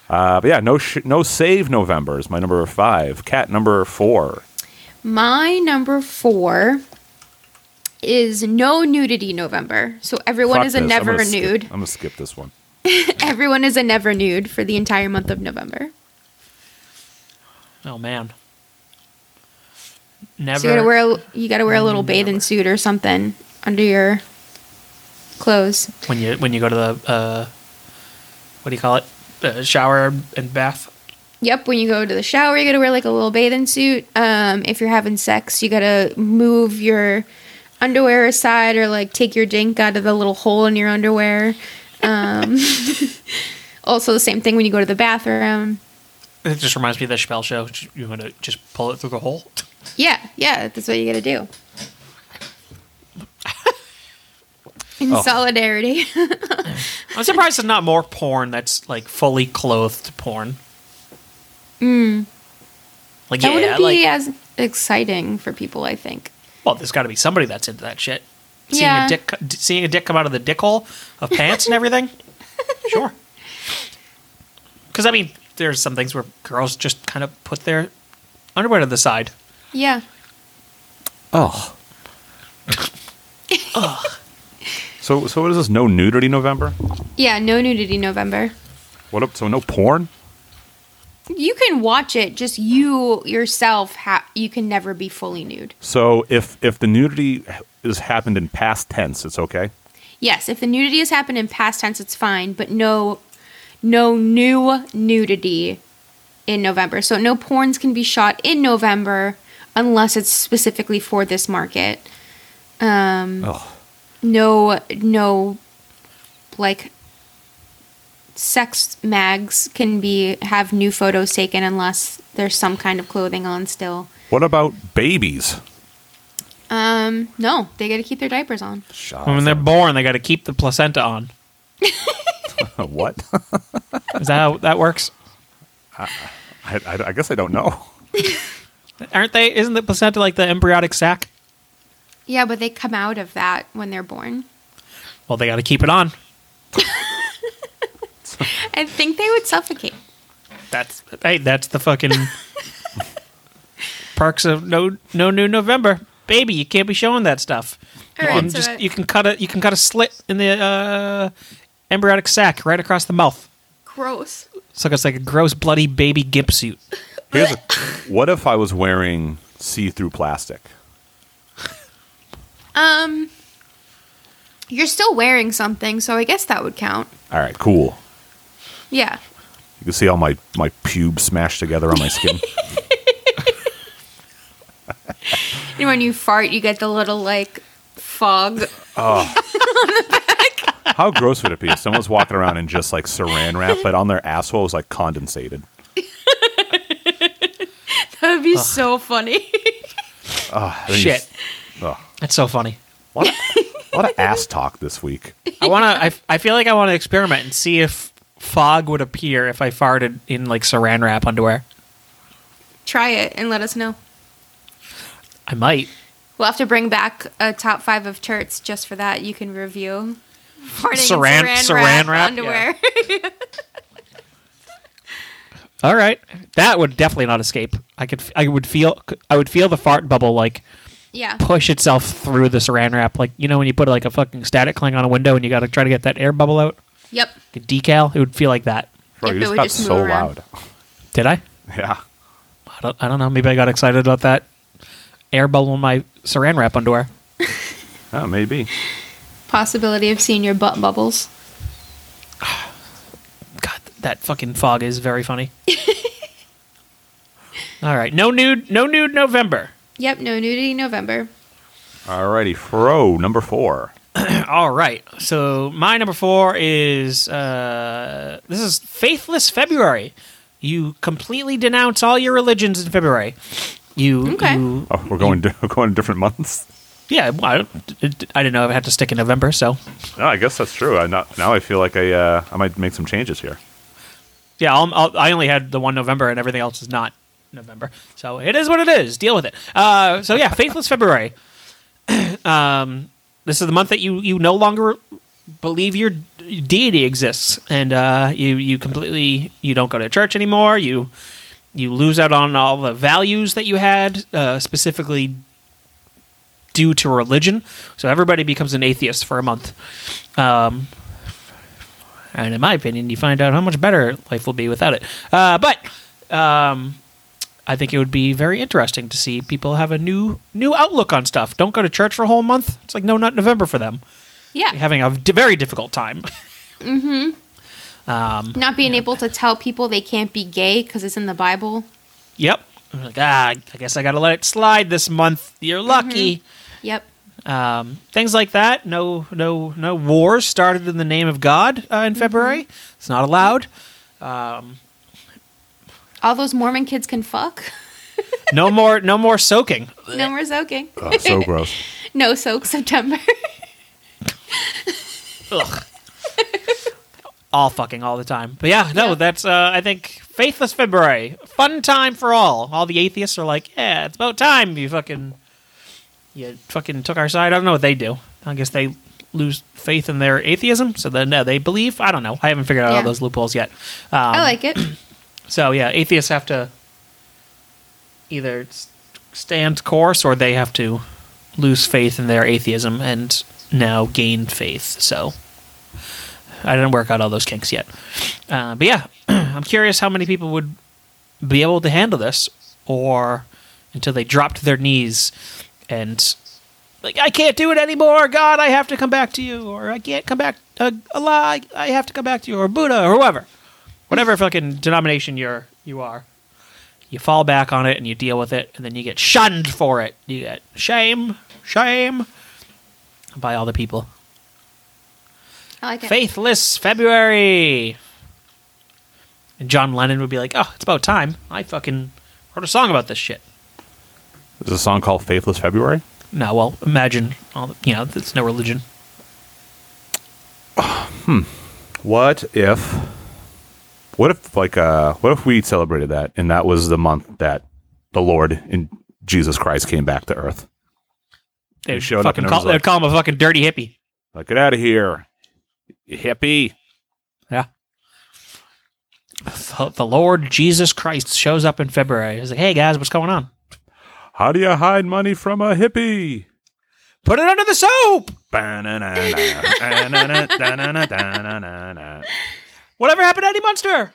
Speaker 1: Uh, but yeah, no, sh- no save November is my number five. Cat number four.
Speaker 2: My number four is no nudity November. So everyone
Speaker 1: Fuck
Speaker 2: is a
Speaker 1: this. I'm
Speaker 2: never
Speaker 1: gonna skip-
Speaker 2: nude.
Speaker 1: I'm gonna skip this one.
Speaker 2: Everyone is a never nude for the entire month of November.
Speaker 3: Oh man.
Speaker 2: So you gotta
Speaker 3: Never.
Speaker 2: wear a, you gotta wear a little bathing suit or something under your clothes.
Speaker 3: when you when you go to the uh, what do you call it uh, shower and bath
Speaker 2: Yep, when you go to the shower, you gotta wear like a little bathing suit. Um, if you're having sex, you gotta move your underwear aside or like take your dink out of the little hole in your underwear. Um, also, the same thing when you go to the bathroom.
Speaker 3: it just reminds me of the Chappelle show you're gonna just pull it through the hole
Speaker 2: Yeah, yeah, that's what you gotta do. In solidarity.
Speaker 3: I'm surprised there's not more porn that's like fully clothed porn like
Speaker 2: Hmm. that
Speaker 3: yeah
Speaker 2: wouldn't be
Speaker 3: like
Speaker 2: as exciting for people, I think.
Speaker 3: well there's got to be somebody that's into that shit seeing
Speaker 2: Yeah.
Speaker 3: a dick co- d- seeing a dick come out of the dick hole of pants and everything sure because I mean there's some things where girls just kind of put their underwear to the side
Speaker 2: Yeah.
Speaker 1: Oh. so so what is this? No nudity November?
Speaker 2: Yeah, no nudity November.
Speaker 1: What up? So no porn?
Speaker 2: You can watch it, just you yourself, ha- you can never be fully nude.
Speaker 1: So if if the nudity has happened in past tense, it's okay.
Speaker 2: Yes, if the nudity has happened in past tense, it's fine, but no, no new nudity in November. So no porns can be shot in November unless it's specifically for this market. Um,
Speaker 1: Oh,
Speaker 2: No, no, like sex mags can be have new photos taken unless there's some kind of clothing on still.
Speaker 1: what about babies?
Speaker 2: Um, no, they got to keep their diapers on.
Speaker 1: Shut
Speaker 3: when they're
Speaker 1: up.
Speaker 3: born they got to keep the placenta on
Speaker 1: what?
Speaker 3: Is that how that works?
Speaker 1: I, I, I guess I don't know.
Speaker 3: Aren't they? Isn't the placenta like the embryonic sac?
Speaker 2: Yeah, but they come out of that when they're born.
Speaker 3: Well, they got to keep it on.
Speaker 2: I think they would suffocate.
Speaker 3: That's hey, that's the fucking perks of no no new November, baby. You can't be showing that stuff.
Speaker 2: All right,
Speaker 3: you can
Speaker 2: so I-
Speaker 3: just you can cut a you can cut a slit in the uh, embryonic sac right across the mouth.
Speaker 2: Gross.
Speaker 3: So it's like a gross bloody baby gimp suit.
Speaker 1: Here's a, what if I was wearing see-through plastic?
Speaker 2: Um, you're still wearing something, so I guess that would count.
Speaker 1: All right, cool.
Speaker 2: Yeah.
Speaker 1: You can see all my my pubes smashed together on my skin.
Speaker 2: And when you fart, you get the little like fog.
Speaker 1: How gross would it be if someone's walking around in just like Saran wrap, but on their asshole is like condensated?
Speaker 2: That would be so funny.
Speaker 1: Ah, then you
Speaker 3: Shit,
Speaker 1: s- ugh.
Speaker 3: that's so funny.
Speaker 1: What a, lot of ass talk this week.
Speaker 3: I wanna. I, I feel like I want to experiment and see if fog would appear if I farted in like Saran wrap underwear.
Speaker 2: Try it and let us know.
Speaker 3: I might.
Speaker 2: We'll have to bring back a top five of charts just for that. You can review. Farting in
Speaker 3: Saran- Saran wrap,
Speaker 2: underwear.
Speaker 3: All right, that would definitely not escape. I could, I would feel, I would feel the fart bubble like
Speaker 2: Yeah.
Speaker 3: push itself through the saran wrap, like you know when you put like a fucking static cling on a window and you got to try to get that air bubble out,
Speaker 2: Yep.
Speaker 3: the decal. It would feel like that.
Speaker 1: Bro,
Speaker 2: If
Speaker 1: you
Speaker 2: it
Speaker 1: just
Speaker 2: would
Speaker 1: got
Speaker 2: just move
Speaker 1: so
Speaker 2: around.
Speaker 1: loud.
Speaker 3: Did I?
Speaker 1: Yeah.
Speaker 3: I don't, I don't know. Maybe I got excited about that air bubble in my saran wrap underwear.
Speaker 1: Oh, maybe.
Speaker 2: Possibility of seeing your butt bubbles.
Speaker 3: God, that fucking fog is very funny. All right, no nude, no nude November.
Speaker 2: Yep. No nudity November.
Speaker 1: Alrighty, Fro, number four.
Speaker 3: All right. So my number four is uh, this is Faithless February. You completely denounce all your religions in February. You,
Speaker 2: Okay.
Speaker 3: you
Speaker 1: Oh, we're going to, we're going to different months.
Speaker 3: yeah. well, I, don't- I didn't know I had to stick in November. So
Speaker 1: No, I guess that's true. I not, now I feel like I uh, I might make some changes here.
Speaker 3: yeah, I'll, I'll, I only had the one November, and everything else is not November. So it is what it is. Deal with it. Uh, so yeah, Faithless February. um, this is the month that you you no longer believe your d- deity exists, and uh, you you completely you don't go to church anymore. You you lose out on all the values that you had, uh, specifically due to religion. So everybody becomes an atheist for a month. Um, and in my opinion, you find out how much better life will be without it. Uh, but um, I think it would be very interesting to see people have a new new outlook on stuff. Don't go to church for a whole month. It's like no, not November for them.
Speaker 2: Yeah.
Speaker 3: having a d- very difficult time.
Speaker 2: Not being able to tell people they can't be gay because it's in the Bible.
Speaker 3: Yep. I'm like, ah, I guess I got to let it slide this month. You're lucky.
Speaker 2: Yep.
Speaker 3: Um, things like that. No, no, no wars started in the name of God uh, in February. It's not allowed.
Speaker 2: All those Mormon kids can fuck.
Speaker 3: No more, no more soaking.
Speaker 2: no more soaking.
Speaker 1: Oh, so gross.
Speaker 2: No soak September.
Speaker 3: All fucking all the time. But yeah, no,
Speaker 2: Yeah.
Speaker 3: that's uh, I think faithless February. Fun time for all. All the atheists are like, yeah, it's about time you fucking, you fucking took our side. I don't know what they do. I guess they lose faith in their atheism, so then no, they believe. I don't know. I haven't figured out all
Speaker 2: Yeah.
Speaker 3: those loopholes yet. Um,
Speaker 2: I like it.
Speaker 3: So yeah, atheists have to either s- stand course or they have to lose faith in their atheism and now gain faith. So I didn't work out all those kinks yet. Uh, but yeah, I'm curious how many people would be able to handle this or until they dropped their knees and like I can't do it anymore. God, I have to come back to you, or I can't come back. Uh, Allah, I, I have to come back to you, or Buddha, or whoever, whatever fucking denomination you're you are. You fall back on it and you deal with it, and then you get shunned for it. You get shame, shame by all the people.
Speaker 2: I like it.
Speaker 3: Faithless February. And John Lennon would be like, "Oh, it's about time. I fucking wrote a song about this shit."
Speaker 1: There's a song called Faithless February.
Speaker 3: No, well, imagine all the, you know, it's no religion.
Speaker 1: What if what if like uh what if we celebrated that and that was the month that the Lord and Jesus Christ came back to earth?
Speaker 3: They
Speaker 1: They
Speaker 3: would
Speaker 1: showed up
Speaker 3: fucking
Speaker 1: and
Speaker 3: call,
Speaker 1: everyone's
Speaker 3: they'd call him a fucking dirty hippie.
Speaker 1: Like get out of here. you Hippie.
Speaker 3: The, the Lord Jesus Christ shows up in February. He's like, "Hey guys, what's going on?
Speaker 1: How do you hide money from a hippie?
Speaker 3: Put it under the soap. Whatever happened to Eddie Munster?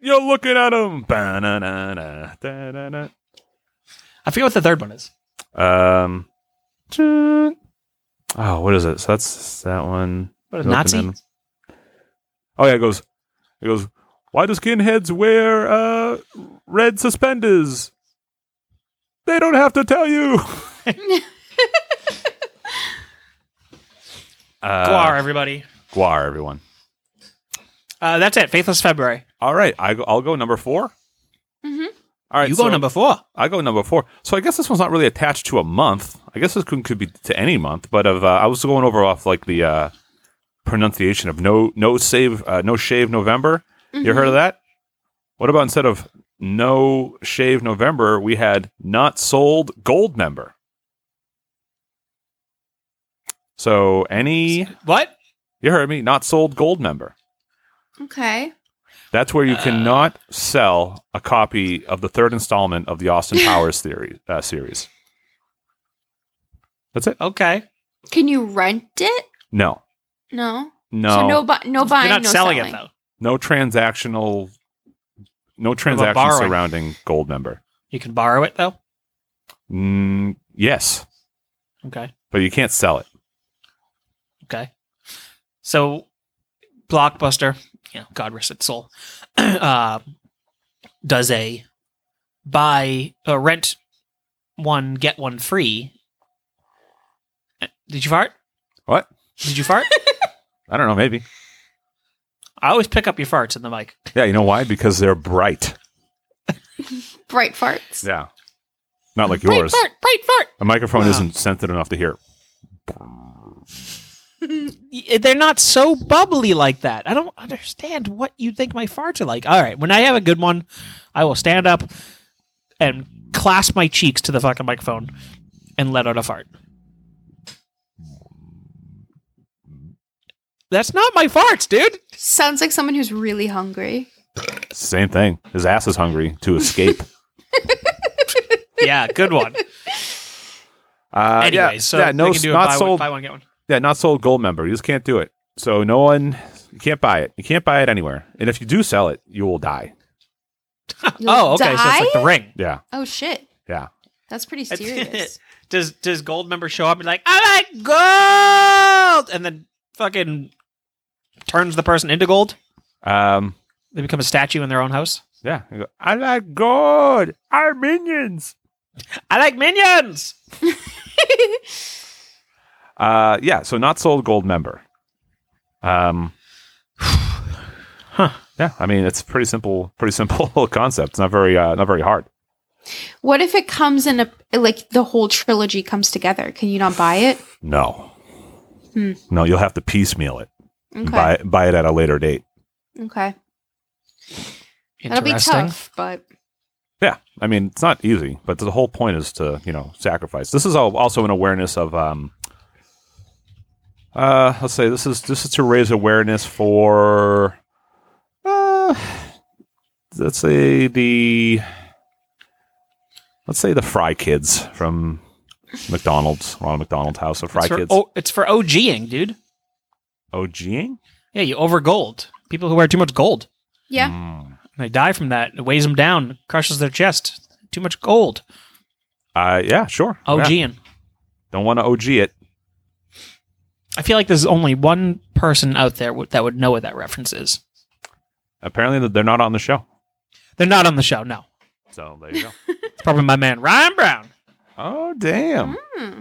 Speaker 1: You're looking at him.
Speaker 3: I forget what the third one is.
Speaker 1: Um, oh, what is it? So that's that one.
Speaker 3: What is
Speaker 1: Open
Speaker 3: Nazi?
Speaker 1: in- Oh yeah, it goes. It goes. Why do skinheads wear uh red suspenders? They don't have to tell you. uh,
Speaker 3: Guar, everybody.
Speaker 1: Guar, everyone.
Speaker 3: Uh, that's it. Faithless February.
Speaker 1: All right, I go, I'll go number 4
Speaker 2: Mhm.
Speaker 1: All right,
Speaker 3: you go
Speaker 1: so-
Speaker 3: number four.
Speaker 1: I go number four. So I guess this one's not really attached to a month. I guess this could, could be to any month, but of uh, I was going over off like the uh, pronunciation of no no save uh, no shave November. You heard of that? What about instead of no shave November, we had not sold gold member. So any
Speaker 3: What?
Speaker 1: you heard me not sold gold member.
Speaker 2: Okay.
Speaker 1: That's where you
Speaker 3: Uh.
Speaker 1: cannot sell a copy of the third installment of the Austin Powers theory uh, series. That's it.
Speaker 3: Okay.
Speaker 2: Can you rent it?
Speaker 1: No,
Speaker 2: No.
Speaker 1: no,
Speaker 2: So no, bu- no buying,
Speaker 3: You're not
Speaker 2: no
Speaker 3: selling,
Speaker 2: selling.
Speaker 3: it though.
Speaker 1: no transactional, no transaction
Speaker 3: borrowing?
Speaker 1: surrounding gold member.
Speaker 3: You can borrow it though.
Speaker 1: Mm, yes,
Speaker 3: Okay.
Speaker 1: but you can't sell it.
Speaker 3: Okay. So, Blockbuster, you know, God rest its soul, uh, does a buy a rent one get one free. Uh, Did you fart?
Speaker 1: What?
Speaker 3: Did you fart?
Speaker 1: I don't know. Maybe.
Speaker 3: I always pick up your farts in the mic.
Speaker 1: Yeah, you know why? Because they're bright.
Speaker 2: Bright farts.
Speaker 1: Yeah, not like
Speaker 3: Bright
Speaker 1: yours.
Speaker 3: fart, bright fart.
Speaker 1: A microphone
Speaker 3: Wow.
Speaker 1: isn't sensitive enough to hear.
Speaker 3: Y- They're not so bubbly like that. I don't understand what you think my farts are like. All right, when I have a good one, I will stand up and clasp my cheeks to the fucking microphone and let out a fart. That's not my farts, dude.
Speaker 2: Sounds like someone who's really hungry.
Speaker 1: Same thing. His ass is hungry to escape.
Speaker 3: Yeah, good one.
Speaker 1: Uh,
Speaker 3: Anyway,
Speaker 1: yeah,
Speaker 3: so
Speaker 1: yeah,
Speaker 3: yeah,
Speaker 1: no,
Speaker 3: they can do a
Speaker 1: not
Speaker 3: buy, one,
Speaker 1: sold.
Speaker 3: buy one get one.
Speaker 1: Yeah, not sold gold member. You just can't do it. So no one, you can't buy it. You can't buy it anywhere. And if you do sell it, you will die.
Speaker 2: You'll
Speaker 3: Oh, okay, so it's
Speaker 2: die?
Speaker 3: like the ring.
Speaker 1: Yeah,
Speaker 2: oh shit.
Speaker 1: yeah.
Speaker 2: That's pretty serious.
Speaker 3: does does gold member show up and like I like gold, and then fucking turns the person into gold?
Speaker 1: Um,
Speaker 3: They become a statue in their own house.
Speaker 1: yeah. You go, I like gold. Our minions.
Speaker 3: I like minions.
Speaker 1: Uh, yeah. So not sold gold member. Um, huh. Yeah. I mean, it's pretty simple. Pretty simple concept. It's not very. Uh, not very hard.
Speaker 2: what if it comes in a like the whole trilogy comes together? Can you not buy it?
Speaker 1: No.
Speaker 2: Hmm.
Speaker 1: No, you'll have to piecemeal it. and
Speaker 2: Okay.
Speaker 1: Buy buy it at a later date.
Speaker 2: Okay. That'll be tough, but
Speaker 1: Yeah, I mean it's not easy, but the whole point is to you know sacrifice. This is al- also an awareness of, um, uh, let's say this is this is to raise awareness for, uh, let's say the, let's say the Fry Kids from McDonald's, Ronald McDonald's House of Fry
Speaker 3: It's for,
Speaker 1: Kids.
Speaker 3: oh, it's for OGing, dude.
Speaker 1: OGing?
Speaker 3: Yeah, you over gold. People who wear too much gold,
Speaker 2: yeah.
Speaker 1: Mm.
Speaker 3: they die from that. It weighs them down, crushes their chest. Too much gold.
Speaker 1: Uh, yeah, sure. Yeah.
Speaker 3: OGing.
Speaker 1: Don't want to OG it.
Speaker 3: I feel like there's only one person out there w- that would know what that reference is.
Speaker 1: Apparently they're not on the show,
Speaker 3: They're not on the show. No,
Speaker 1: so there you go.
Speaker 3: it's probably my man Ryan Brown.
Speaker 1: oh damn.
Speaker 3: Mm.
Speaker 2: Hmm.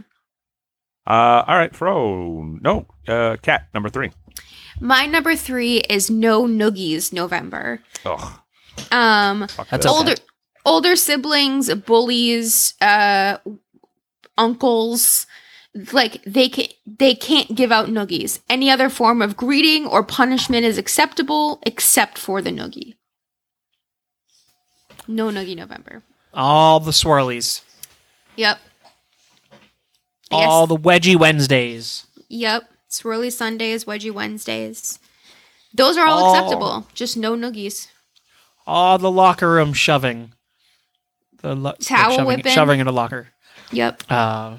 Speaker 1: Uh, all right, Fro. No, uh, cat number three.
Speaker 2: My number three is No Noogies November.
Speaker 1: Ugh,
Speaker 2: Um,
Speaker 1: fuck
Speaker 3: That's
Speaker 1: that.
Speaker 3: okay.
Speaker 2: older older siblings, bullies, uh, uncles, like they can they can't give out noogies. Any other form of greeting or punishment is acceptable except for the noogie. No noogie November.
Speaker 3: All the swirlies.
Speaker 2: Yep. I guess-
Speaker 3: All the wedgie Wednesdays.
Speaker 2: Yep. Swirly Sundays, Wedgie Wednesdays. Those are all
Speaker 3: Oh.
Speaker 2: acceptable. Just no noogies.
Speaker 3: All the locker room shoving. The lo- like
Speaker 2: Towel
Speaker 3: shoving,
Speaker 2: whipping.
Speaker 3: shoving in a locker.
Speaker 2: Yep.
Speaker 3: Uh,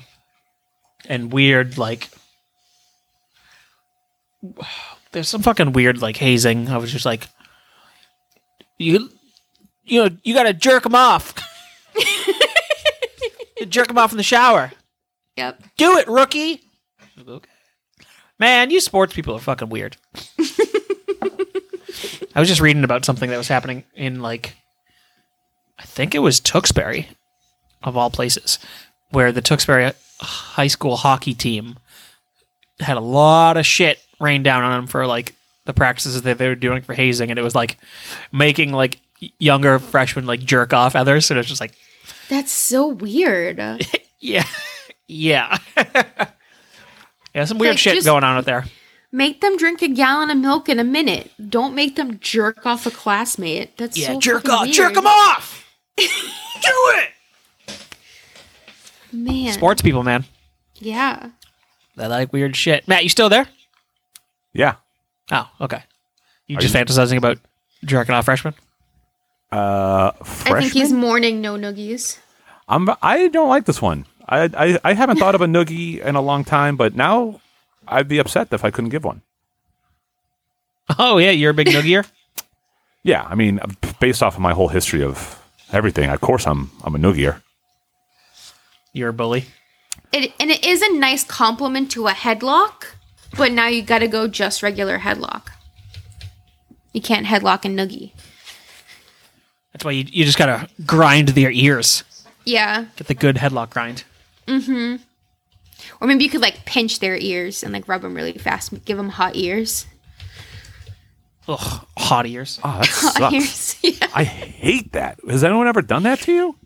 Speaker 3: and weird like. There's some fucking weird like hazing. I was just like, you, you know, you gotta jerk him off. You jerk him off in the shower.
Speaker 2: Yep.
Speaker 3: Do it, rookie. Man, you sports people are fucking weird. I was just reading about something that was happening in like I think it was Tewksbury of all places where the Tewksbury high school hockey team had a lot of shit rained down on them for like the practices that they were doing for hazing and it was like making like younger freshmen like jerk off others and it was just like
Speaker 2: That's so weird.
Speaker 3: yeah. yeah. yeah, some weird
Speaker 2: Like,
Speaker 3: shit
Speaker 2: just-
Speaker 3: going on out there.
Speaker 2: make them drink a gallon of milk in a minute. Don't make them jerk off a classmate. That's
Speaker 3: Yeah,
Speaker 2: so
Speaker 3: jerk
Speaker 2: fucking
Speaker 3: off.
Speaker 2: weird.
Speaker 3: Jerk them off. Do it.
Speaker 2: man.
Speaker 3: Sports people, man.
Speaker 2: Yeah.
Speaker 3: They like weird shit. Matt, you still there?
Speaker 1: yeah.
Speaker 3: Oh, okay. You
Speaker 1: Are
Speaker 3: just
Speaker 1: you-
Speaker 3: fantasizing about jerking off freshmen?
Speaker 1: Uh,
Speaker 2: I
Speaker 1: freshman.
Speaker 2: think he's mourning no noogies.
Speaker 1: I'm. I don't like this one. I, I I haven't thought of a noogie in a long time, but now I'd be upset if I couldn't give one.
Speaker 3: Oh yeah, you're a big noogier.
Speaker 1: Yeah, I mean, uh, based off of my whole history of everything, of course I'm I'm a noogier.
Speaker 3: you're a bully.
Speaker 2: It, and it is a nice compliment to a headlock, but now you gotta go just regular headlock. You can't headlock and noogie.
Speaker 3: That's why you, you just gotta grind their ears.
Speaker 2: Yeah.
Speaker 3: Get the good headlock grind.
Speaker 2: Or maybe you could like pinch their ears and like rub them really fast, give them hot ears.
Speaker 3: Ugh, hot ears.
Speaker 1: Oh, that
Speaker 2: Hot
Speaker 1: sucks.
Speaker 2: ears. Yeah.
Speaker 1: I hate that. Has anyone ever done that to you?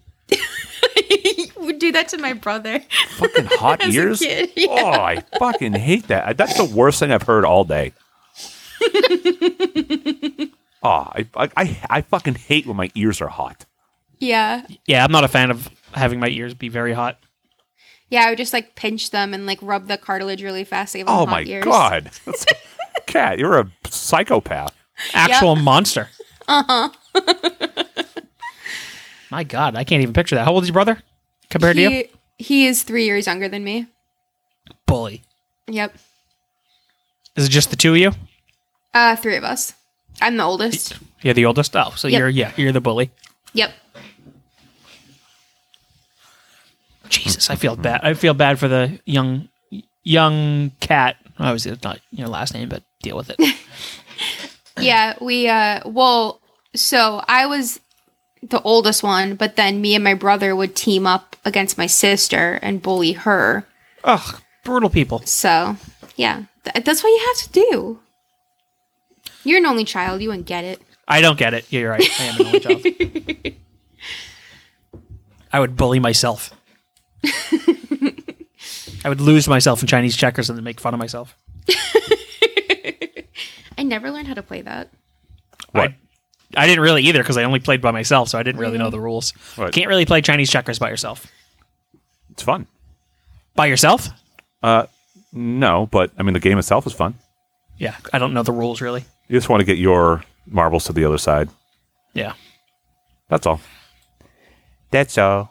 Speaker 2: Would do that to my brother.
Speaker 1: Fucking hot
Speaker 2: As a
Speaker 1: ears.
Speaker 2: kid, yeah.
Speaker 1: Oh, I fucking hate that. I- That's the worst thing I've heard all day. oh, I, I I I fucking hate when my ears are hot.
Speaker 2: Yeah.
Speaker 3: Yeah, I'm not a fan of having my ears be very hot.
Speaker 2: Yeah, I would just like pinch them and like rub the cartilage really fast to give 'em
Speaker 1: Oh
Speaker 2: hot
Speaker 1: my
Speaker 2: ears.
Speaker 1: god, That's- cat, you're a psychopath.
Speaker 3: Actual monster. Uh huh. my God, I can't even picture that. How old is your brother compared to you?
Speaker 2: He, he is three years younger than me.
Speaker 3: Bully.
Speaker 2: Yep.
Speaker 3: Is it just the two of you?
Speaker 2: Uh, three of us. I'm the oldest.
Speaker 3: You're the oldest. Oh, so
Speaker 2: Yep.
Speaker 3: you're yeah, you're the bully.
Speaker 2: Yep.
Speaker 3: Jesus, I feel bad. I feel bad for the young young cat. Obviously, it's not your last name, but deal with it.
Speaker 2: yeah, we uh well, so I was the oldest one, but then me and my brother would team up against my sister and bully her.
Speaker 3: Ugh, brutal people.
Speaker 2: So, yeah, th- that's what you have to do. You're an only child, you wouldn't get it.
Speaker 3: I don't get it. Yeah, you're right. I am an only child. I would bully myself. I would lose myself in Chinese checkers and then make fun of myself.
Speaker 2: I never learned how to play that.
Speaker 1: Right.
Speaker 3: I didn't really either because I only played by myself, so I didn't really know the rules.
Speaker 1: Right.
Speaker 3: Can't really play Chinese checkers by yourself.
Speaker 1: It's fun.
Speaker 3: By yourself?
Speaker 1: Uh, no, but I mean the game itself is fun.
Speaker 3: Yeah, I don't know the rules really.
Speaker 1: You just want to get your marbles to the other side.
Speaker 3: Yeah.
Speaker 1: That's all. That's all.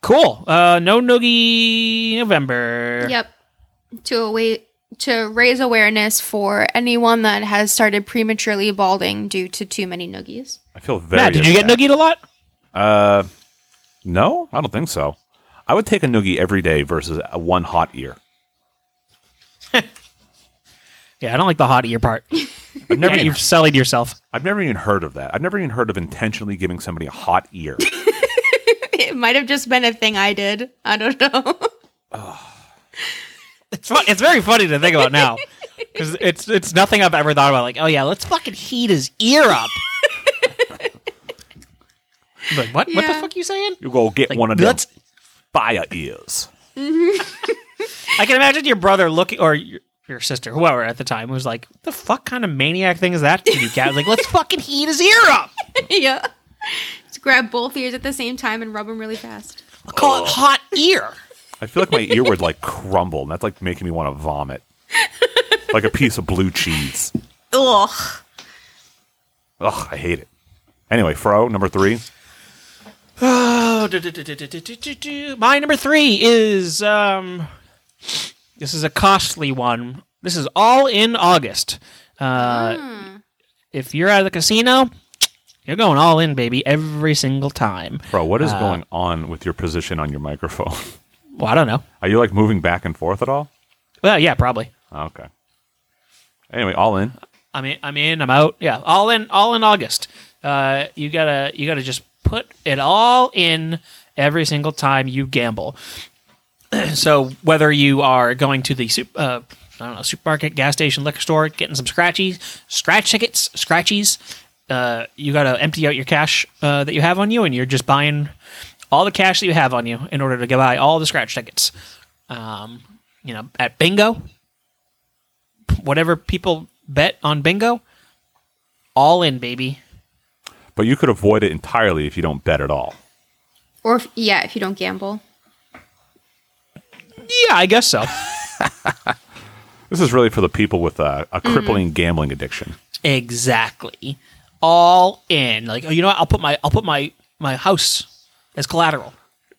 Speaker 3: Cool. Uh, no noogie November.
Speaker 2: Yep. To away to raise awareness for anyone that has started prematurely balding due to too many noogies.
Speaker 1: I feel very.
Speaker 3: Matt, did you get
Speaker 1: attacked.
Speaker 3: noogied a lot?
Speaker 1: Uh, no, I don't think so. I would take a noogie every day versus a one hot ear.
Speaker 3: Yeah, I don't like the hot ear part.
Speaker 1: I've never,
Speaker 3: Yeah,
Speaker 1: even,
Speaker 3: you've sullied yourself.
Speaker 1: I've never even heard of that. I've never even heard of intentionally giving somebody a hot ear.
Speaker 2: It might have just been a thing I did. I don't know.
Speaker 3: It's fun- it's very funny to think about now because it's it's nothing I've ever thought about. Like, oh yeah, let's fucking heat his ear up. But what? What the
Speaker 2: Yeah.
Speaker 3: fuck you saying?
Speaker 1: You go get
Speaker 3: Like,
Speaker 1: one of
Speaker 3: let's-
Speaker 1: those fire ears.
Speaker 3: I can imagine your brother looking or your, your sister, whoever at the time, was like, "What the fuck kind of maniac thing is that?" You cat I was like, "Let's fucking heat his ear up.
Speaker 2: yeah. Just grab both ears at the same time and rub them really fast.
Speaker 3: We'll call it hot ear."
Speaker 1: I feel like my ear would like crumble, and that's like making me want to vomit, like a piece of blue cheese.
Speaker 2: Ugh.
Speaker 1: Ugh, I hate it. Anyway, Fro number three.
Speaker 3: Oh, do, do, do, do, do, do, do, do. my number three is um, this is a costly one. This is all in August. Uh, If you're at the casino, you're going all in, baby, every single time.
Speaker 1: Fro, what is going on with your position on your microphone?
Speaker 3: Well, I don't know.
Speaker 1: Are you like moving back and forth at all?
Speaker 3: Well, yeah, probably.
Speaker 1: Oh, okay. Anyway, all in.
Speaker 3: I'm in. I'm in. I'm out. Yeah, all in. All in August. Uh, you gotta. You gotta just put it all in every single time you gamble. so whether you are going to the soup, uh, I don't know, supermarket, gas station, liquor store, getting some scratchies, scratch tickets, scratchies, uh, you gotta empty out your cash uh, that you have on you, and you're just buying all the cash that you have on you in order to buy all the scratch tickets. Um, you know, at bingo, whatever people bet on bingo, all in, baby.
Speaker 1: But you could avoid it entirely if you don't bet at all.
Speaker 2: Or if, yeah, if you don't gamble.
Speaker 3: Yeah, I guess so.
Speaker 1: This is really for the people with a, a crippling gambling addiction.
Speaker 3: exactly. All in. Like, oh, you know what? I'll put my I'll put my my house as collateral.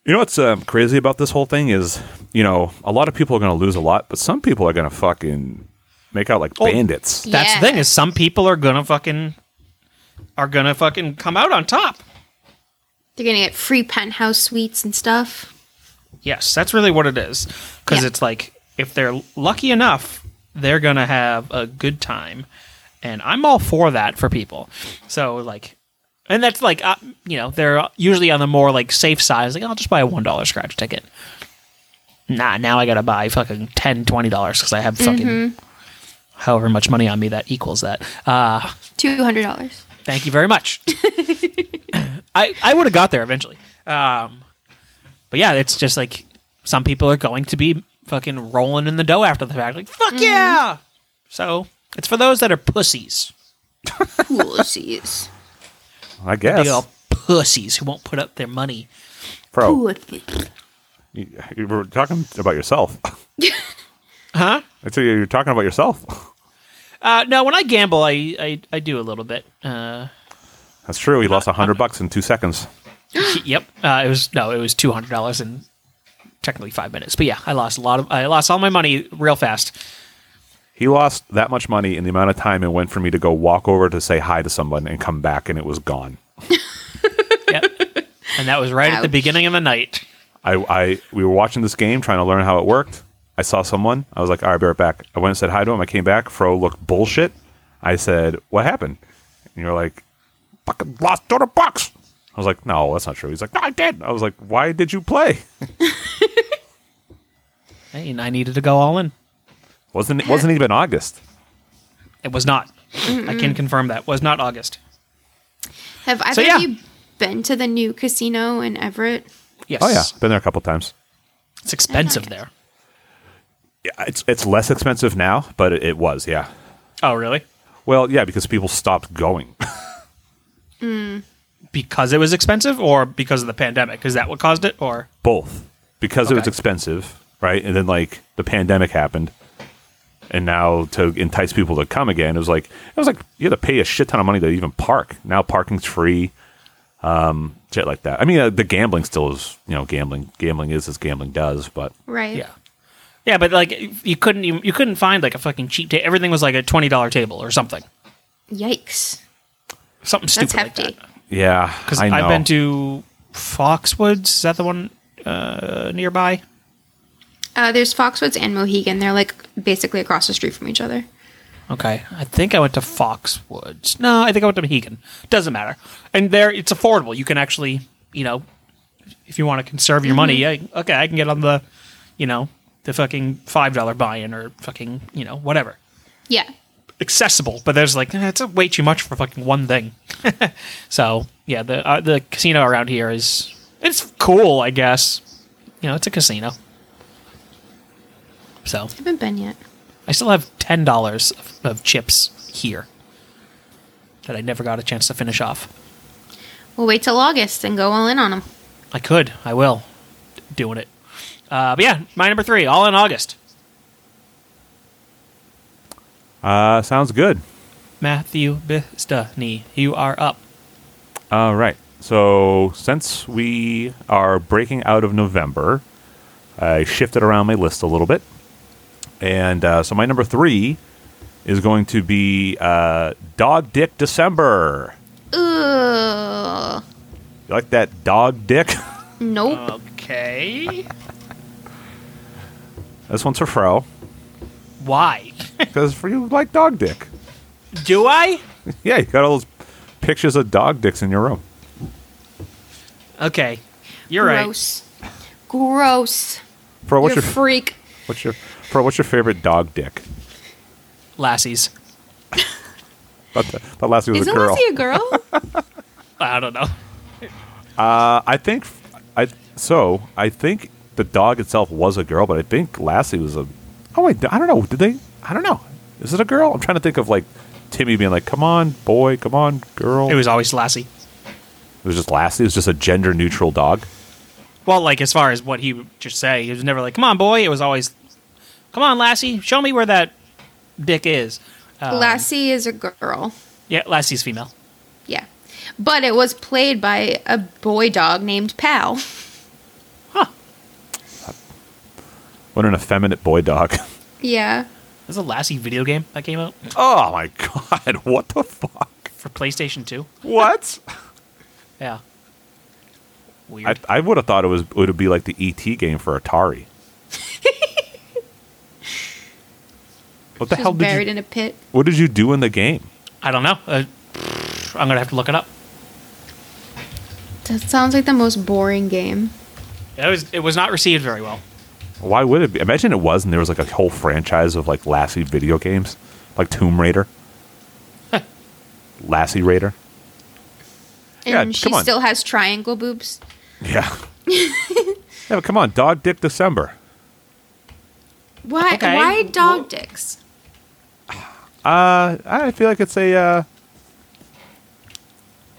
Speaker 1: You know what's um, crazy about this whole thing is, you know, a lot of people are going to lose a lot, but some people are going to fucking make out like bandits.
Speaker 3: That's the thing is some people are gonna fucking are gonna fucking come out on top.
Speaker 2: They're gonna get free penthouse suites and stuff.
Speaker 3: Yes, that's really what it is. Because
Speaker 2: Yeah.
Speaker 3: it's like if they're lucky enough, they're gonna have a good time, and I'm all for that for people. So like, and that's like uh, you know they're usually on the more like safe side. It's like I'll just buy a one dollar scratch ticket. Nah, now I gotta buy fucking ten twenty dollars because I have fucking however much money on me that equals that. Uh,
Speaker 2: Two hundred dollars.
Speaker 3: Thank you very much. I I would have got there eventually. Um, but yeah, it's just like some people are going to be fucking rolling in the dough after the fact. Like fuck yeah. So it's for those that are pussies,
Speaker 2: Pussies.
Speaker 1: I
Speaker 3: big
Speaker 1: guess.
Speaker 3: old pussies who won't put up their money.
Speaker 1: Bro,
Speaker 2: Pussies.
Speaker 1: you, you were talking about yourself.
Speaker 3: Huh?
Speaker 1: That's what you're talking about yourself.
Speaker 3: Uh, no, when I gamble, I I, I do a little bit. Uh,
Speaker 1: That's true. He lost a hundred bucks in two seconds.
Speaker 3: yep. Uh, it was no, it was two hundred dollars in technically five minutes. But yeah, I lost a lot of I lost all my money real fast.
Speaker 1: He lost that much money in the amount of time it went for me to go walk over to say hi to someone and come back, and it was gone.
Speaker 3: Yep. and that was right at the
Speaker 2: Ouch.
Speaker 3: beginning of the night.
Speaker 1: I, I we were watching this game, trying to learn how it worked. I saw someone. I was like, all right, be right back. I went and said hi to him. I came back. Fro looked bullshit. I said, what happened? And you're like, fucking lost 200 bucks. I was like, no, that's not true. He's like, no, I did. I was like, why did you play?
Speaker 3: Hey, and I needed to go all in.
Speaker 1: Wasn't it wasn't even August.
Speaker 3: It was not. I can confirm that was not August.
Speaker 2: Have either
Speaker 3: So, yeah.
Speaker 2: of you been to the new casino in Everett?
Speaker 3: Yes.
Speaker 1: Oh yeah, been there a couple times.
Speaker 3: It's expensive there.
Speaker 1: Yeah, it's it's less expensive now, but it, it was yeah.
Speaker 3: Oh really?
Speaker 1: Well, yeah, because people stopped going.
Speaker 3: Because it was expensive, or because of the pandemic? Is that what caused it? Or
Speaker 1: both because it was
Speaker 3: Okay.
Speaker 1: expensive, right? And then like the pandemic happened, and now to entice people to come again, it was like it was like you had to pay a shit ton of money to even park. Now parking's free, um, shit like that. I mean, uh, the gambling still is, you know, gambling. Gambling is as gambling does, but
Speaker 2: Right.
Speaker 3: yeah, yeah, but like you couldn't you, you couldn't find like a fucking cheap table. Everything was like a twenty dollar table or something,
Speaker 2: Yikes.
Speaker 3: something stupid
Speaker 2: That's
Speaker 3: like
Speaker 2: hefty.
Speaker 3: that.
Speaker 1: yeah,
Speaker 3: Because
Speaker 1: I know.
Speaker 3: I've been to Foxwoods. Is that the one uh, nearby?
Speaker 2: Uh, there's Foxwoods and Mohegan. They're like basically across the street from each other.
Speaker 3: Okay, I think I went to Foxwoods. No, I think I went to Mohegan. Doesn't matter. And there, it's affordable. You can actually, you know, if you want to conserve your money, yeah, okay, I can get on the, you know, the fucking five dollar buy-in or fucking, you know, whatever.
Speaker 2: Yeah.
Speaker 3: Accessible, but there's like eh, it's way too much for fucking one thing. so yeah, the uh, the casino around here is it's cool, I guess. You know, it's a casino. So
Speaker 2: Haven't been yet.
Speaker 3: I still have ten dollars of, of chips here that I never got a chance to finish off.
Speaker 2: We'll wait till August and go all in on them.
Speaker 3: I could, I will, D- doing it. Uh, but yeah, my number three, all in August.
Speaker 1: uh, sounds good.
Speaker 3: Matthew Bistany, you are up.
Speaker 1: All right. So since we are breaking out of November, I shifted around my list a little bit, and uh, so my number three is going to be uh, Dog Dick December.
Speaker 2: Ugh.
Speaker 1: You like that dog dick?
Speaker 2: Nope.
Speaker 1: Uh,
Speaker 3: Okay.
Speaker 1: this one's for Fro
Speaker 3: Why?
Speaker 1: because for you like dog dick.
Speaker 3: Do I?
Speaker 1: Yeah, you got all those pictures of dog dicks in your room.
Speaker 3: Okay. You're right.
Speaker 2: Gross. Gross.
Speaker 1: Fro, what's
Speaker 2: You're
Speaker 1: your,
Speaker 2: a freak.
Speaker 1: what's your Fro, what's your favorite dog dick?
Speaker 3: Lassies.
Speaker 1: Thought that, thought Lassie was
Speaker 2: Isn't
Speaker 1: a girl.
Speaker 2: Lassie a girl?
Speaker 3: I don't know.
Speaker 1: Uh, I think I so I think the dog itself was a girl, but I think Lassie was a. Oh wait, I don't know. Did they? I don't know. Is it a girl? I'm trying to think of like Timmy being like, "Come on, boy. Come on, girl."
Speaker 3: It was always Lassie.
Speaker 1: It was just Lassie. It was just a gender neutral dog.
Speaker 3: Well, like as far as what he would just say, he was never like, "Come on, boy." It was always, "Come on, Lassie, show me where that dick is."
Speaker 1: Oh.
Speaker 3: Um,
Speaker 2: Lassie is a girl.
Speaker 3: Yeah, Lassie's female.
Speaker 2: Yeah. But it was played by a boy dog named Pal.
Speaker 1: What an effeminate boy dog.
Speaker 2: Yeah.
Speaker 3: There's a Lassie E video game that came out
Speaker 1: oh my god! What the fuck?
Speaker 3: for PlayStation Two.
Speaker 1: What?
Speaker 3: Yeah. Weird.
Speaker 1: I, I would have thought it was it would be like the ET game for Atari. what the
Speaker 2: She
Speaker 1: hell
Speaker 2: was
Speaker 1: did you?
Speaker 2: buried in a pit.
Speaker 1: what did you do in the game?
Speaker 3: I don't know. Uh, pfft, I'm gonna have to look it up.
Speaker 2: That sounds like the most boring game.
Speaker 3: It was. It was not received very well.
Speaker 1: Why would it be? Imagine it was, and there was like a whole franchise of like Lassie video games, like Tomb Raider, Lassie Raider.
Speaker 2: And
Speaker 1: Yeah,
Speaker 2: she
Speaker 1: come on.
Speaker 2: still has triangle boobs.
Speaker 1: Yeah. yeah, but come on, Dog Dick December.
Speaker 2: Why
Speaker 3: Okay.
Speaker 2: why dog dicks?
Speaker 1: Uh, I feel like it's a. Uh,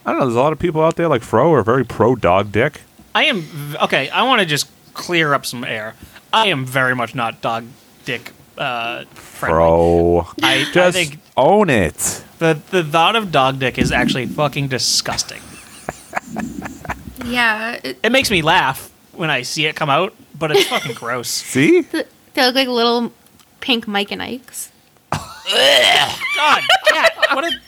Speaker 1: I don't know. There's a lot of people out there like Fro are very pro dog dick.
Speaker 3: I am v- okay. I want to just clear up some air. I am very much not dog dick uh, friendly.
Speaker 1: Fro,
Speaker 3: I- I
Speaker 1: just
Speaker 3: think-
Speaker 1: own it.
Speaker 3: The the thought of dog dick is actually fucking disgusting.
Speaker 2: Yeah. It,
Speaker 3: It makes me laugh when I see it come out, but it's fucking gross.
Speaker 1: See,
Speaker 2: they look like little pink Mike and Ikes.
Speaker 3: God, Kat, what a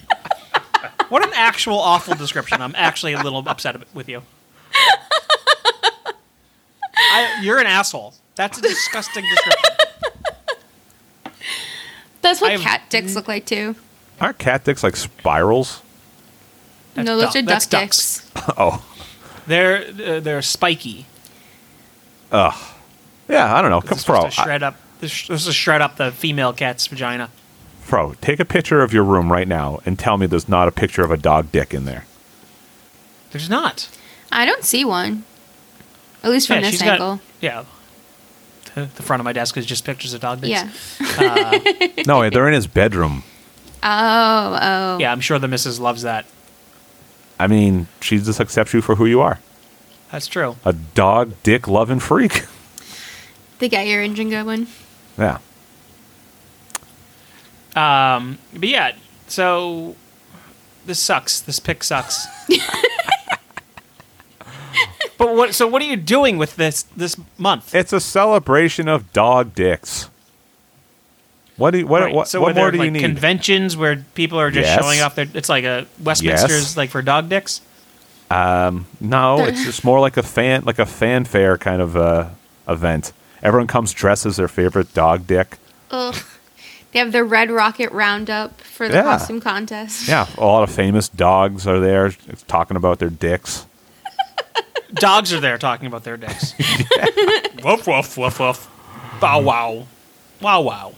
Speaker 3: what an actual awful description. I'm actually a little upset ab- with you. I, you're an asshole. That's a disgusting description.
Speaker 2: That's what
Speaker 3: I've-
Speaker 2: cat dicks look like too.
Speaker 1: Aren't cat dicks like spirals?
Speaker 2: no, those
Speaker 3: duck-
Speaker 2: are
Speaker 3: that's
Speaker 2: duck dicks.
Speaker 1: oh,
Speaker 3: They're uh, they're spiky.
Speaker 1: yeah. I don't know.
Speaker 3: This
Speaker 1: Come,
Speaker 3: is
Speaker 1: bro,
Speaker 3: supposed to
Speaker 1: I-
Speaker 3: shred up. This this is to shred up the female cat's vagina.
Speaker 1: Fro, take a picture of your room right now and tell me there's not a picture of a dog dick in there.
Speaker 3: There's not.
Speaker 2: I don't see one. At least from
Speaker 3: yeah,
Speaker 2: this
Speaker 3: she's got-
Speaker 2: angle.
Speaker 3: yeah. The the front of my desk is just pictures of dog dicks. Uh,
Speaker 2: Yeah.
Speaker 1: No, they're in his bedroom.
Speaker 2: Oh, oh.
Speaker 3: Yeah, I'm sure the missus loves that.
Speaker 1: I mean, she just accepts you for who you are.
Speaker 3: That's true.
Speaker 1: A dog dick loving freak.
Speaker 2: They got your engine going.
Speaker 1: Yeah.
Speaker 3: Um, but yeah, so this sucks. This pick sucks. but what? So what are you doing with this this month?
Speaker 1: It's a celebration of dog dicks. What do you, what,
Speaker 3: Right,
Speaker 1: what,
Speaker 3: so
Speaker 1: what
Speaker 3: were there,
Speaker 1: more do
Speaker 3: like,
Speaker 1: you need?
Speaker 3: Conventions where people are just
Speaker 1: Yes.
Speaker 3: showing off their. It's like a Westminster's
Speaker 1: Yes.
Speaker 3: like for dog dicks.
Speaker 1: no, it's just more like a fan like a fanfare kind of uh, event. Everyone comes dressed as their favorite dog dick.
Speaker 2: Ugh. They have the Red Rocket Roundup for the
Speaker 1: Yeah.
Speaker 2: costume contest.
Speaker 1: Yeah, a lot of famous dogs are there talking about their dicks.
Speaker 3: Dogs are there talking about their dicks. woof woof woof woof. Bow wow. Wow wow.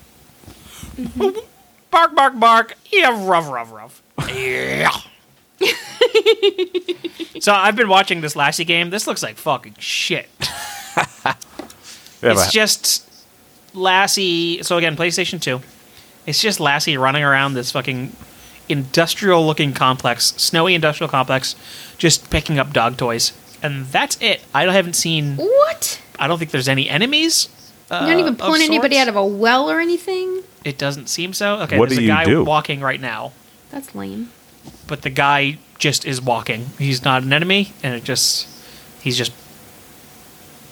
Speaker 3: bark bark bark. Yeah, ruff ruff ruff. Yeah. so I've been watching this Lassie game. This looks like fucking shit.
Speaker 1: Yeah,
Speaker 3: it's
Speaker 1: but-
Speaker 3: just Lassie. So again, PlayStation Two. It's just Lassie running around this fucking industrial-looking complex, snowy industrial complex, just picking up dog toys, and that's it. I haven't seen.
Speaker 2: What?
Speaker 3: I don't think there's any enemies.
Speaker 2: You're not even
Speaker 3: Uh, of
Speaker 2: pulling anybody
Speaker 3: sorts?
Speaker 2: out of a well or anything?
Speaker 3: It doesn't seem so. Okay,
Speaker 1: What
Speaker 3: there's
Speaker 1: do
Speaker 3: a
Speaker 1: you
Speaker 3: guy
Speaker 1: do?
Speaker 3: walking right now,
Speaker 2: That's lame.
Speaker 3: but the guy just is walking. He's not an enemy, and it just he's just.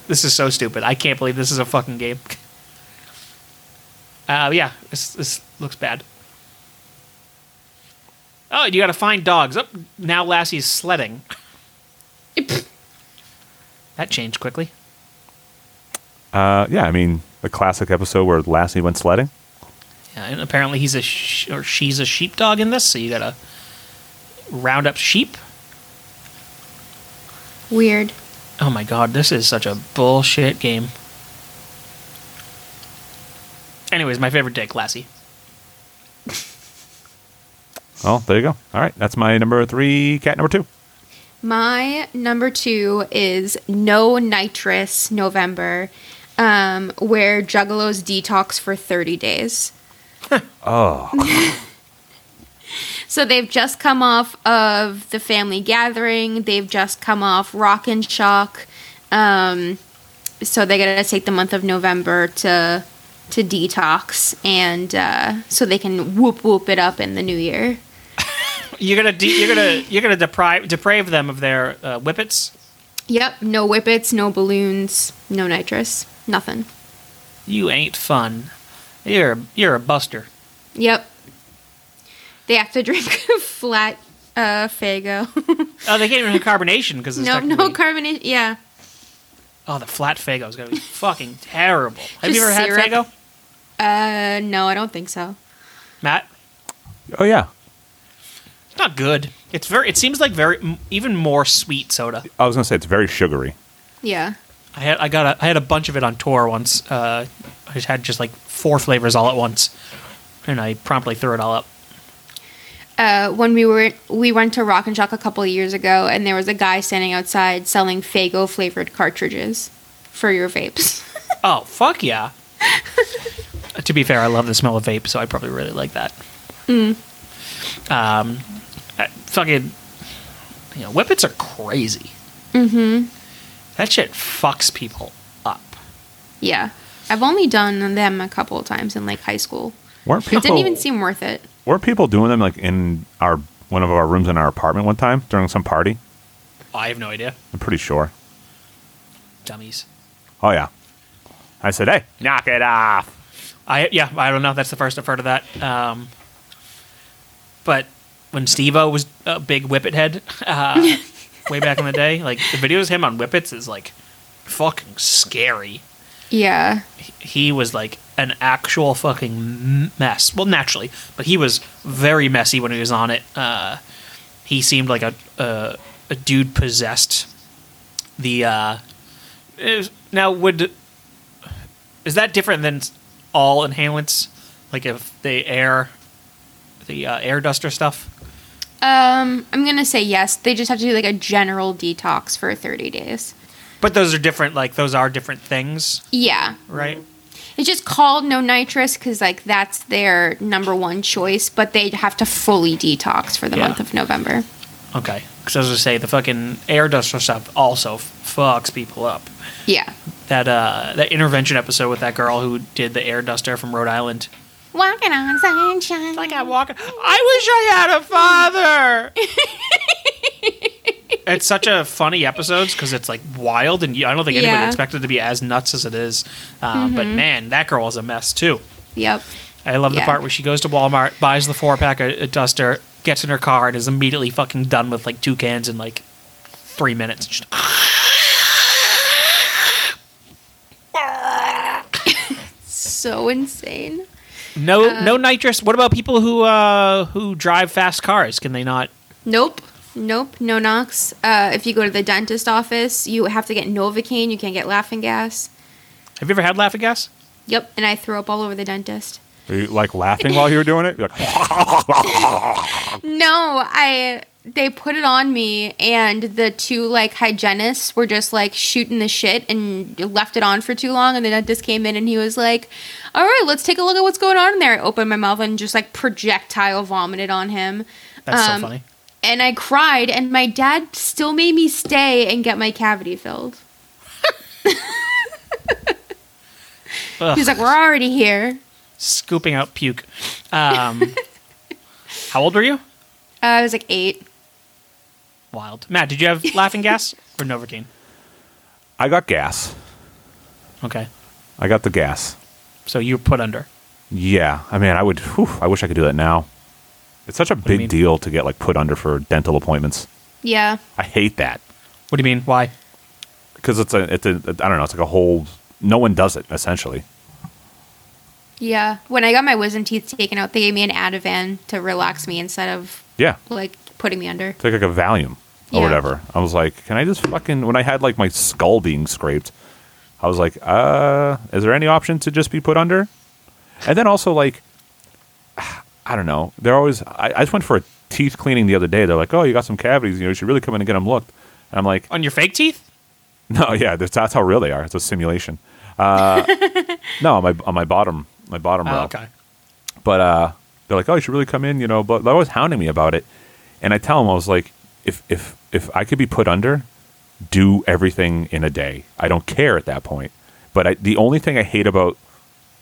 Speaker 3: This is so stupid. I can't believe this is a fucking game. Uh, yeah, this this looks bad. Oh, you got to find dogs. Up now, Lassie's sledding. that changed quickly.
Speaker 1: Uh, yeah, I mean the classic episode where Lassie went sledding.
Speaker 3: Yeah, and apparently he's a sh- or she's a sheepdog in this, so you gotta round up sheep.
Speaker 2: Weird.
Speaker 3: Oh my god, this is such a bullshit game. Anyways, my favorite dick, Lassie.
Speaker 1: Oh, there you go. All right, that's my number three cat. Number two.
Speaker 2: My number two is No Nitrous November, um, where Juggalos detox for 30 days.
Speaker 1: Oh,
Speaker 2: So they've just come off of the family gathering. They've just come off Rock and Shock. Um, so they got to take the month of November to to detox, and uh, so they can whoop whoop it up in the new year.
Speaker 3: You're gonna de- you're gonna you're gonna deprive deprave them of their uh, whippets.
Speaker 2: Yep, no whippets, no balloons, no nitrous, nothing.
Speaker 3: You ain't fun. You're you're a buster.
Speaker 2: Yep, they have to drink flat uh, Fago.
Speaker 3: Oh, they can't even have carbonation because
Speaker 2: no, no carbonate. Yeah,
Speaker 3: Oh, the flat Fago is gonna be fucking terrible. Have you
Speaker 2: Just
Speaker 3: ever had
Speaker 2: syrup.
Speaker 3: Fago,
Speaker 2: uh, no, I don't think so.
Speaker 3: Matt?
Speaker 1: oh yeah.
Speaker 3: It's not good. It's very. It seems like very m- even more sweet soda.
Speaker 1: I was gonna say it's very sugary.
Speaker 2: Yeah,
Speaker 3: I had I got a, I had a bunch of it on tour once. Uh, I just had just like four flavors all at once, and I promptly threw it all up.
Speaker 2: uh, when we were we went to Rock and Shock a couple of years ago, and there was a guy standing outside selling Fago flavored cartridges for your vapes.
Speaker 3: Oh fuck yeah! to be fair, I love the smell of vape, so I probably really like that. Um, uh, fucking, you know, whippets are crazy. Mm-hmm. That shit fucks people up.
Speaker 2: yeah, I've only done them a couple of times in like high school.
Speaker 1: Weren't people
Speaker 2: It didn't even seem worth it.
Speaker 1: were people doing them like in our one of our rooms in our apartment one time during some party?
Speaker 3: I have no idea,
Speaker 1: I'm pretty sure.
Speaker 3: dummies.
Speaker 1: Oh yeah. I said, hey, knock it off.
Speaker 3: I yeah, I don't know. That's the first I've heard of that. Um, but when Steve-O was a big whippet head, uh, way back in the day, like the videos of him on whippets is like fucking scary.
Speaker 2: Yeah.
Speaker 3: He was like an actual fucking m- mess. Well, naturally, but he was very messy when he was on it. Uh, he seemed like a a, a dude possessed. The uh, is- now would is that different than all inhalants? Like if they air the uh, air duster stuff?
Speaker 2: Um, I'm gonna say yes. They just have to do like a general detox for 30 days.
Speaker 3: But those are different. Like those are different things,
Speaker 2: Yeah,
Speaker 3: right?
Speaker 2: it's just called no nitrous because like that's their number one choice, but they have to fully detox for the
Speaker 3: Yeah.
Speaker 2: month of November.
Speaker 3: Okay. Because as I say, the fucking air duster stuff also f- fucks people up.
Speaker 2: Yeah.
Speaker 3: That uh, that intervention episode with that girl who did the air duster from Rhode Island.
Speaker 2: Walking on sunshine.
Speaker 3: Like I walk. I wish I had a father. it's such a funny episode because it's like wild, and you- I don't think anybody
Speaker 2: Yeah.
Speaker 3: expected it to be as nuts as it is. Um, But man, that girl was a mess too.
Speaker 2: Yep.
Speaker 3: I love the
Speaker 2: Yeah.
Speaker 3: part where she goes to Walmart, buys the four pack of of duster, gets in her car, and is immediately fucking done with like two cans in like three minutes. Just-
Speaker 2: So insane.
Speaker 3: no, no nitrous. What about people who uh, who drive fast cars? Can they not?
Speaker 2: Nope. Nope. No knocks. Uh, if you go to the dentist office, you have to get Novocaine. You can't get laughing gas.
Speaker 3: Have you ever had laughing gas?
Speaker 2: Yep. And I throw up all over the dentist.
Speaker 1: Were you like laughing while you were doing it? You're like,
Speaker 2: No, I they put it on me and the two like hygienists were just like shooting the shit and left it on for too long and the dentist came in and he was like, "All right, let's take a look at what's going on in there." I opened my mouth and just like projectile vomited on him.
Speaker 3: That's
Speaker 2: Um,
Speaker 3: so funny.
Speaker 2: And I cried and my dad still made me stay and get my cavity filled.
Speaker 3: Ugh,
Speaker 2: He's like, "We're already here."
Speaker 3: scooping out puke. Um, how old were you?
Speaker 2: Uh, I was like 8.
Speaker 3: Wild. Matt, did you have laughing gas or Novocaine?
Speaker 1: I got gas.
Speaker 3: Okay,
Speaker 1: I got the gas.
Speaker 3: so you were put under.
Speaker 1: Yeah, I mean, I would. Whew, I wish I could do that now. It's such a
Speaker 3: do you
Speaker 1: big
Speaker 3: mean?
Speaker 1: deal to get like put under for dental appointments.
Speaker 2: Yeah.
Speaker 1: I hate that
Speaker 3: What do you mean? Why?
Speaker 1: because it's a. It's a. I don't know. It's like a whole. No one does it essentially.
Speaker 2: Yeah. When I got my wisdom teeth taken out, they gave me an Ativan to relax me instead of
Speaker 1: Yeah,
Speaker 2: like putting me under.
Speaker 1: take like a Valium or
Speaker 2: Yeah.
Speaker 1: whatever. I was like, can I just fucking? When I had like my skull being scraped, I was like, uh, is there any option to just be put under? And then also like, I don't know. They're always. I, I just went for a teeth cleaning the other day. They're like, oh, you got some cavities. You know, you should really come in and get them looked. And I'm like,
Speaker 3: On your fake teeth?
Speaker 1: No, yeah, that's, that's how real they are. It's a simulation. Uh, no, on my on my bottom, my bottom row.
Speaker 3: Oh, okay.
Speaker 1: But uh, they're like, oh, you should really come in, you know. But they're always hounding me about it, and I tell them I was like, if if if I could be put under, do everything in a day. I don't care at that point. But I, the only thing I hate about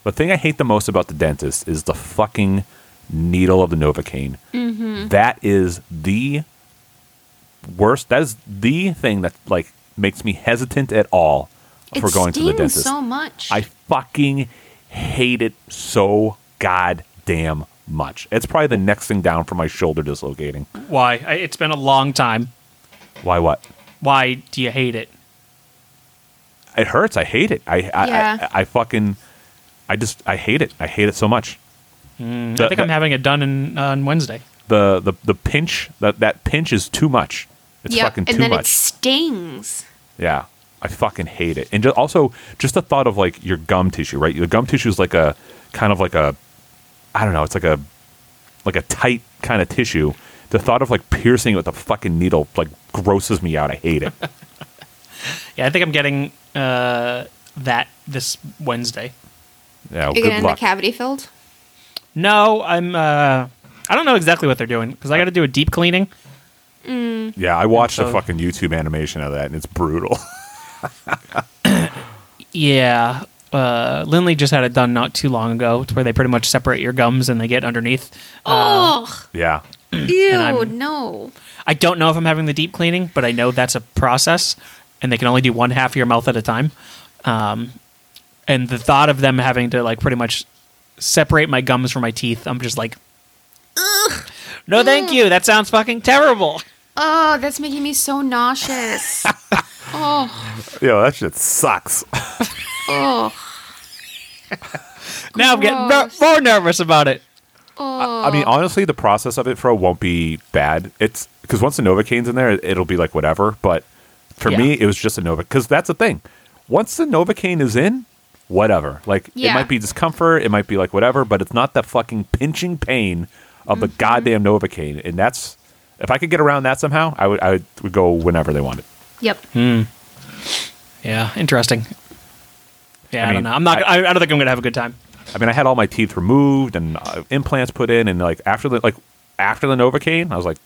Speaker 1: the thing I hate the most about the dentist is the fucking needle of the Novocaine.
Speaker 2: Mm-hmm.
Speaker 1: That is the worst. That is the thing that like makes me hesitant at all for going to the
Speaker 2: stings
Speaker 1: dentist.
Speaker 2: so much.
Speaker 1: I fucking hate it so goddamn much. It's probably the next thing down for my shoulder dislocating.
Speaker 3: Why? I, it's been a long time.
Speaker 1: Why what?
Speaker 3: Why do you hate it?
Speaker 1: It hurts. I hate it. I I,
Speaker 2: Yeah.
Speaker 1: I, I fucking I just I hate it. I hate it so much. The-
Speaker 3: Mm, I think I'm
Speaker 1: the-
Speaker 3: having it done in, uh, on Wednesday.
Speaker 1: the the the pinch that that pinch is too much. It's
Speaker 2: Yep,
Speaker 1: fucking
Speaker 2: and
Speaker 1: too
Speaker 2: then
Speaker 1: much.
Speaker 2: it stings.
Speaker 1: Yeah, I fucking hate it. And ju- also just the thought of like your gum tissue, right? Your gum tissue is like a kind of like a I don't know. It's like a like a tight kind of tissue. The thought of like piercing it with a fucking needle like grosses me out. I hate it.
Speaker 3: Yeah, I think I'm getting uh, that this Wednesday.
Speaker 1: Yeah, well,
Speaker 2: You're gonna
Speaker 1: Oh, good
Speaker 2: end the
Speaker 1: luck.
Speaker 2: cavity filled.
Speaker 3: No, I'm. Uh, I don't know exactly what they're doing because I got to do a deep cleaning.
Speaker 1: Yeah, I watched a
Speaker 3: so-
Speaker 1: fucking YouTube animation of that, and it's brutal.
Speaker 3: Yeah, uh, Lindley just had it done not too long ago, to where they pretty much separate your gums and they get underneath.
Speaker 2: oh,
Speaker 1: yeah,
Speaker 2: ew, no.
Speaker 3: I don't know if I'm having the deep cleaning, but I know that's a process, and they can only do one half of your mouth at a time. Um, and the thought of them having to like pretty much separate my gums from my teeth, I'm just like, "Ugh. no, thank you. That sounds fucking terrible.
Speaker 2: Oh, that's making me so nauseous. oh,
Speaker 1: Yo, that shit sucks.
Speaker 2: oh,
Speaker 4: Now I'm getting ner-
Speaker 2: Gross.
Speaker 4: more nervous about it.
Speaker 2: oh.
Speaker 1: I mean, honestly, the process of it for won't be bad. It's because once the Novocaine's in there, it'll be like whatever. But for me, it was just a Nova because that's the thing. Once the Novocaine is in, whatever. Like it
Speaker 2: Yeah.
Speaker 1: might be discomfort, it might be like whatever, but it's not that fucking pinching pain of the goddamn Novocaine. And that's if I could get around that somehow, I would I would, would go whenever they wanted.
Speaker 2: yep.
Speaker 3: Yeah, interesting. Yeah, I,
Speaker 1: mean,
Speaker 3: don't know. I'm not. I, I don't think I'm gonna have a good time.
Speaker 1: I mean, I had all my teeth removed and uh, implants put in, and like after the like after the Novocaine, I was like,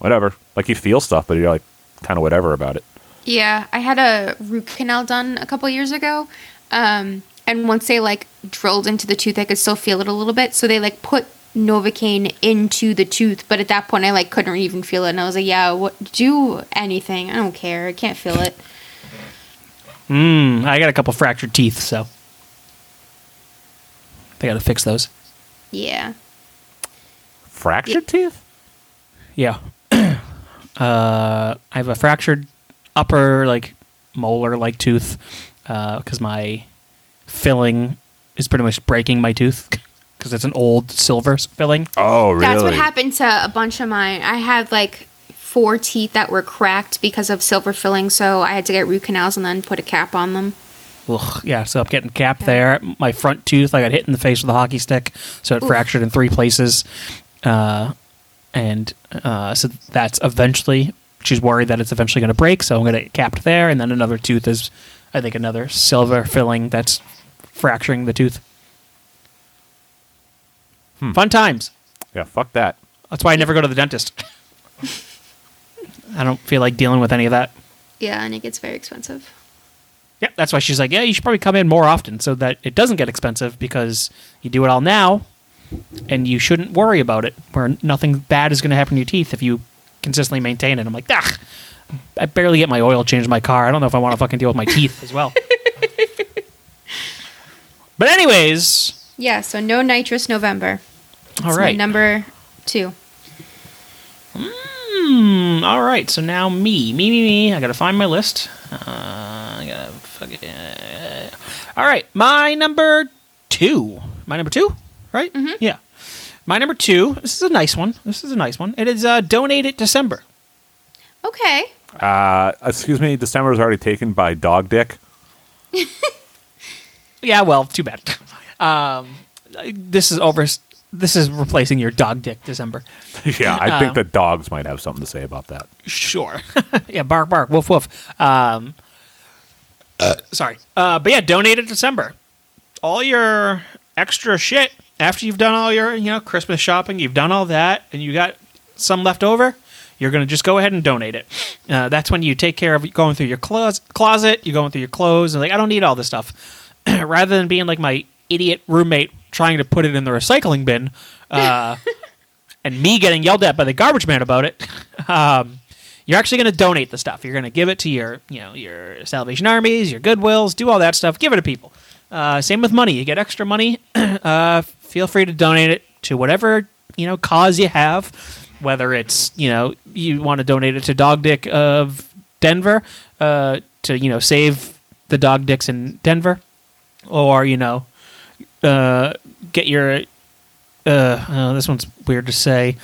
Speaker 1: whatever. Like you feel stuff, but you're like kind of whatever about it.
Speaker 2: Yeah, I had a root canal done a couple years ago. Um, and once they like drilled into the tooth, I could still feel it a little bit. So they like put Novocaine into the tooth, but at that point, I like couldn't even feel it, and I was like, "Yeah, what? Do anything? I don't care. I can't feel it."
Speaker 3: Mm, I got a couple fractured teeth, so they got to fix those.
Speaker 2: Yeah.
Speaker 1: Fractured teeth?
Speaker 3: Yeah. uh, I have a fractured upper like molar like tooth because my filling is pretty much breaking my tooth because it's an old silver s- filling.
Speaker 1: Oh, really?
Speaker 2: That's what happened to a bunch of mine. I had like four teeth that were cracked because of silver filling, so I had to get root canals and then put a cap on them.
Speaker 3: Ugh, yeah, so I'm getting capped there. My front tooth, I got hit in the face with a hockey stick, so it fractured in three places. Uh, and uh, so that's eventually, she's worried that it's eventually going to break, so I'm going to get capped there. And then another tooth is, I think, another silver filling that's fracturing the tooth. Fun times.
Speaker 1: Yeah, fuck that.
Speaker 3: That's why I never go to the dentist. I don't feel like dealing with any of that.
Speaker 2: Yeah, and it gets very expensive.
Speaker 3: Yeah, that's why she's like, yeah, you should probably come in more often so that it doesn't get expensive because you do it all now, and you shouldn't worry about it. Where nothing bad is going to happen to your teeth if you consistently maintain it. I'm like, ah, I barely get my oil changed in my car. I don't know if I want to fucking deal with my teeth as well. but anyways,
Speaker 2: Yeah, so no nitrous November.
Speaker 3: all
Speaker 2: It's my
Speaker 3: right,
Speaker 2: number two.
Speaker 3: Hmm, all right. So now me, me, me, me. I gotta find my list. Uh, I gotta fuck it. uh, All right, my number two. My number two, right? Mm-hmm. Yeah. My number two. This is a nice one. This is a nice one. It is uh, donate it December.
Speaker 2: Okay.
Speaker 1: Uh, excuse me, December was already taken by dog dick.
Speaker 3: Yeah. Well, too bad. um, this is over. This is replacing your dog dick December.
Speaker 1: yeah, I
Speaker 3: Oh.
Speaker 1: think that dogs might have something to say about that.
Speaker 3: Sure. yeah, bark, bark, woof, woof. Um, sorry. Uh, but yeah, donate in December. All your extra shit after you've done all your you know Christmas shopping, you've done all that, and you got some left over. You're gonna just go ahead and donate it. Uh, that's when you take care of going through your clos- closet. You're going through your clothes, and like I don't need all this stuff. Rather than being like my idiot roommate trying to put it in the recycling bin, uh, and me getting yelled at by the garbage man about it, um, you're actually going to donate the stuff. You're going to give it to your, you know, your Salvation Armies, your Goodwills, do all that stuff. Give it to people. Uh, same with money. You get extra money. uh, feel free to donate it to whatever you know cause you have. Whether it's you know you want to donate it to Dog Dick of Denver uh, to you know save the dog dicks in Denver, or you know uh, get your uh, oh, this one's weird to say.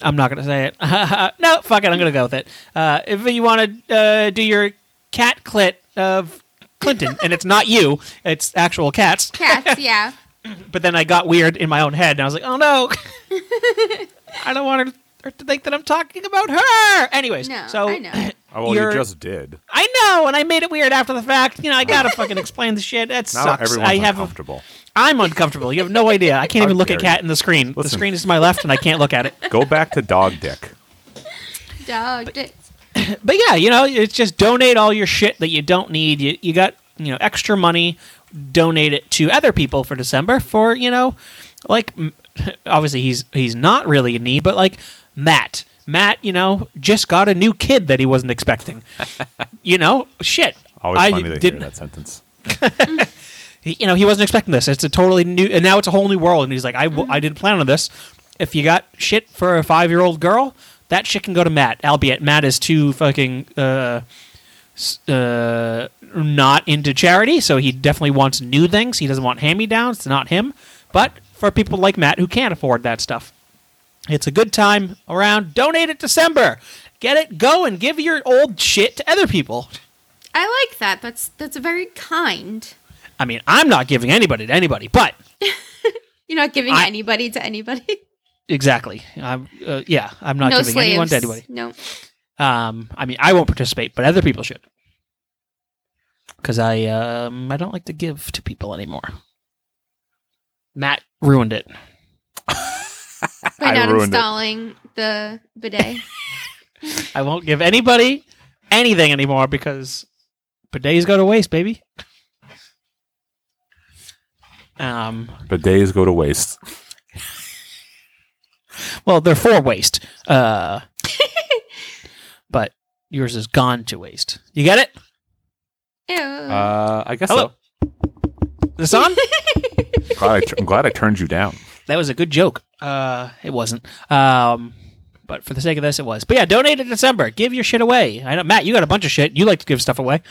Speaker 3: I'm not gonna say it. no, fuck it. I'm gonna go with it. Uh, if you want to uh, do your cat clit of Clinton, and it's not you, it's actual cats.
Speaker 2: Cats, yeah.
Speaker 3: But then I got weird in my own head, and I was like, oh no, I don't want her- her to think that I'm talking about her. Anyways,
Speaker 2: No,
Speaker 3: so
Speaker 2: I know.
Speaker 1: Oh, well,
Speaker 3: You're-
Speaker 1: you just did.
Speaker 3: I know, and I made it weird after the fact. You know, I gotta fucking explain the shit. That
Speaker 1: Now
Speaker 3: sucks.
Speaker 1: everyone's
Speaker 3: I have. A,
Speaker 1: uncomfortable.
Speaker 3: I'm uncomfortable. You have no idea. I can't
Speaker 1: How
Speaker 3: even look
Speaker 1: dare
Speaker 3: at cat
Speaker 1: you.
Speaker 3: in the screen. The
Speaker 1: Listen.
Speaker 3: screen is to my left, and I can't look at it.
Speaker 1: Go back to dog dick.
Speaker 2: Dog dicks.
Speaker 3: but yeah, you know, it's just donate all your shit that you don't need. You, you got, you know, extra money, donate it to other people for December for, you know, like m- obviously he's he's not really in need, but like Matt. Matt, you know, just got a new kid that he wasn't expecting. you know, shit.
Speaker 1: Always
Speaker 3: I
Speaker 1: funny to hear
Speaker 3: didn't-
Speaker 1: that sentence.
Speaker 3: he- you know, he wasn't expecting this. It's a totally new, and now it's a whole new world. And he's like, I, w- I didn't plan on this. If you got shit for a five year old girl, That shit can go to Matt, albeit Matt is too fucking uh, s- uh, not into charity, so he definitely wants new things. He doesn't want hand me downs. It's not him. But for people like Matt who can't afford that stuff, it's a good time around. Donate it December. Get it, go, and give your old shit to other people.
Speaker 2: I like that. That's that's very kind.
Speaker 3: I mean, I'm not giving anybody to anybody, but
Speaker 2: You're not giving
Speaker 3: I-
Speaker 2: anybody to anybody.
Speaker 3: exactly. I'm, uh, yeah, I'm not
Speaker 2: no
Speaker 3: giving
Speaker 2: slaves.
Speaker 3: anyone to anybody.
Speaker 2: No.
Speaker 3: Um, I mean, I won't participate, but other people should. Because I, um, I don't like to give to people anymore. Matt ruined it.
Speaker 2: By
Speaker 1: I
Speaker 2: not
Speaker 1: ruined it.
Speaker 2: installing the bidet.
Speaker 3: I won't give anybody anything anymore because bidets go to waste, baby. Um,
Speaker 1: But days go to waste.
Speaker 3: well, they're for waste. Uh, but yours is gone to waste. You get it?
Speaker 2: Ew.
Speaker 1: Uh, I guess
Speaker 3: Mm. Hello. This on?
Speaker 1: so. Glad I, I'm glad I turned you down.
Speaker 3: That was a good joke. Uh, it wasn't. Um, but for the sake of this, it was. But yeah, donate in December. Give your shit away. I know, Matt, you got a bunch of shit. You like to give stuff away.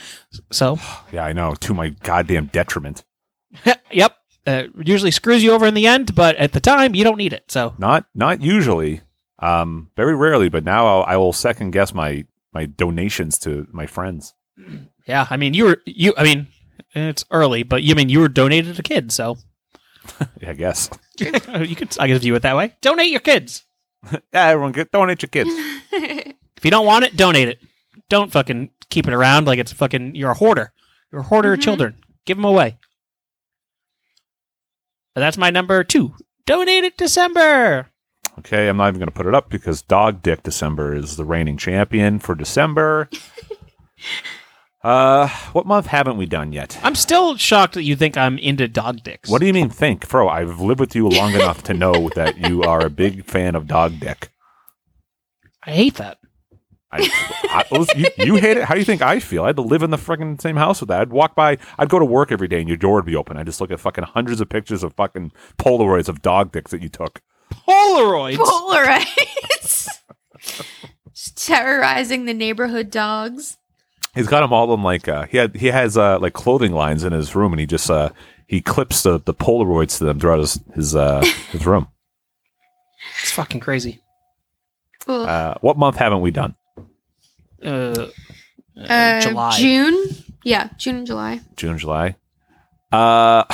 Speaker 3: So,
Speaker 1: Yeah, I know. To my goddamn detriment.
Speaker 3: yep. Uh, usually screws you over in the end, but at the time, you don't need it. So,
Speaker 1: Not not usually. Um, very rarely. But now I'll, I will second guess my my donations to my friends.
Speaker 3: yeah, I mean, you were, you, I mean, it's early, but you mean you were donated to kids. So,
Speaker 1: I guess.
Speaker 3: you could, I guess, view it that way. Donate your kids.
Speaker 1: Yeah, everyone get donate your kids.
Speaker 3: If you don't want it, donate it. Don't fucking keep it around like it's fucking, you're a hoarder. You're a hoarder of
Speaker 2: Mhm.
Speaker 3: children. Give them away. But that's my number two. Donate it December.
Speaker 1: Okay, I'm not even going to put it up because Dog Dick December is the reigning champion for December. uh, what month haven't we done yet?
Speaker 3: I'm still shocked that you think I'm into dog dicks.
Speaker 1: What do you mean think, Fro? I've lived with you long enough to know that you are a big fan of Dog Dick.
Speaker 3: I hate that.
Speaker 1: I, I, listen, you, you hate it. How do you think I feel? I had to live in the freaking same house with that. I'd walk by. I'd go to work every day, and your door would be open. I would just look at fucking hundreds of pictures of fucking Polaroids of dog dicks that you took.
Speaker 3: Polaroids.
Speaker 2: Polaroids. Just terrorizing the neighborhood dogs.
Speaker 1: He's got them all in like uh, he had he has uh, like clothing lines in his room, and he just uh, he clips the, the Polaroids to them throughout his his uh, his room.
Speaker 3: it's fucking crazy.
Speaker 2: Ugh.
Speaker 1: Uh, what month haven't we done?
Speaker 3: Uh, uh,
Speaker 2: Uh,
Speaker 3: July.
Speaker 2: June? Yeah, June and July.
Speaker 1: June, July. Uh,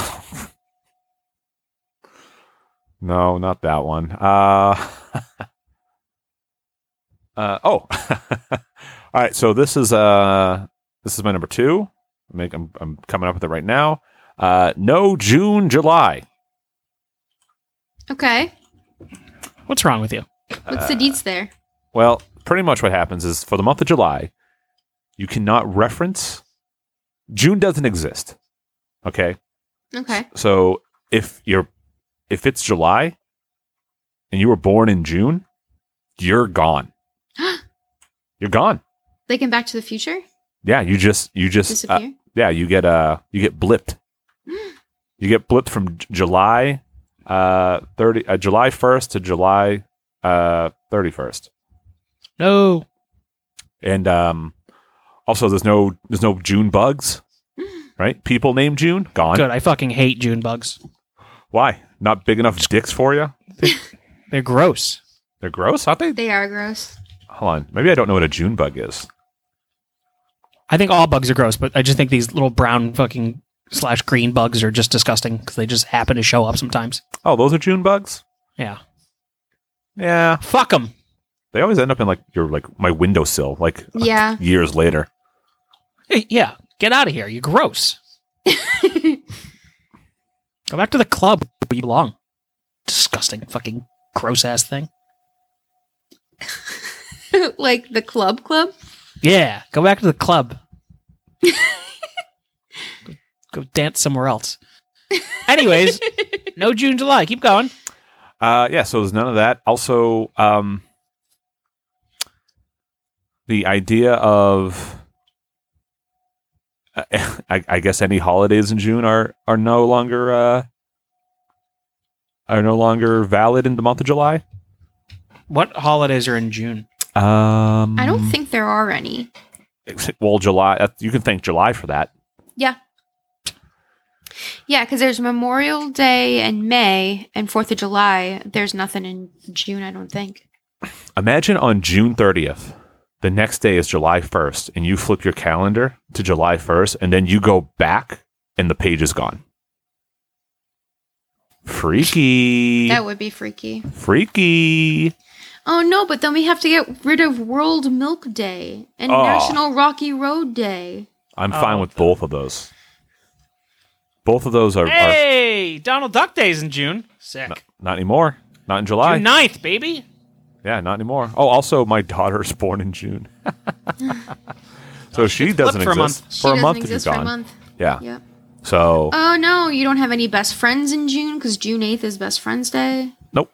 Speaker 1: no, not that one. Uh, uh oh. all right, so this is uh this is my number two. I make I'm I'm coming up with it right now. Uh, no June, July.
Speaker 2: Okay.
Speaker 3: What's wrong with you?
Speaker 2: What's the deets there?
Speaker 1: Uh, Well, pretty much what happens is for the month of July, you cannot reference June doesn't exist. Okay.
Speaker 2: Okay.
Speaker 1: So if you're if it's July and you were born in June, you're gone. you're gone.
Speaker 2: Like in Back to the Future?
Speaker 1: Yeah, you just you just uh,
Speaker 2: Disappear?
Speaker 1: yeah, you get uh you get blipped. you get blipped from J- July uh 30 uh, July 1st to July uh 31st.
Speaker 3: No.
Speaker 1: And um, also, there's no there's no June bugs, right? People named June gone.
Speaker 3: Good. I fucking hate June bugs.
Speaker 1: Why? Not big enough dicks for you?
Speaker 3: They're gross.
Speaker 1: They're gross, aren't they?
Speaker 2: they are gross.
Speaker 1: Hold on, maybe I don't know what a June bug is.
Speaker 3: I think all bugs are gross, but I just think these little brown fucking slash green bugs are just disgusting because they just happen to show up sometimes.
Speaker 1: Oh, those are June bugs.
Speaker 3: Yeah.
Speaker 1: Yeah,
Speaker 3: Fuck them.
Speaker 1: they always end up in like your like my windowsill, like
Speaker 2: Yeah.
Speaker 1: years later.
Speaker 3: Yeah. Get out of here. You're gross. Go back to the club where you belong. Disgusting fucking gross ass thing.
Speaker 2: like the club club?
Speaker 3: Yeah. Go back to the club. go, go dance somewhere else. Anyways, no June, July. Keep going.
Speaker 1: Uh, yeah, so there's none of that. Also, um, the idea of uh, I, I guess any holidays in June are are no longer uh, are no longer valid in the month of July.
Speaker 3: What holidays are in June?
Speaker 1: Um,
Speaker 2: I don't think there are any.
Speaker 1: Well, July. uh, You can thank July for that.
Speaker 2: Yeah. Yeah, because there's Memorial Day in May and 4th of July. There's nothing in June, I don't think.
Speaker 1: Imagine on June 30th, the next day is July 1st, and you flip your calendar to July 1st, and then you go back, and the page is gone. Freaky.
Speaker 2: That would be freaky.
Speaker 1: Freaky.
Speaker 2: Oh, no, but then we have to get rid of World Milk Day and
Speaker 1: Oh.
Speaker 2: National Rocky Road Day.
Speaker 1: I'm fine with both of those. Both of those are, are
Speaker 3: Hey, Donald Duck Day's in June. Sick.
Speaker 1: not anymore. Not in July.
Speaker 3: June 9th, baby.
Speaker 1: Yeah, not anymore. Oh, also, my daughter's born in June, so she doesn't
Speaker 3: flipped for a month.
Speaker 1: exist for a month. if
Speaker 2: exist
Speaker 1: you're
Speaker 2: for
Speaker 1: gone.
Speaker 2: a month.
Speaker 1: Yeah.
Speaker 2: Yeah.
Speaker 1: So
Speaker 2: Oh, no, you don't have any best friends in June because June 8th is Best Friends Day.
Speaker 1: nope.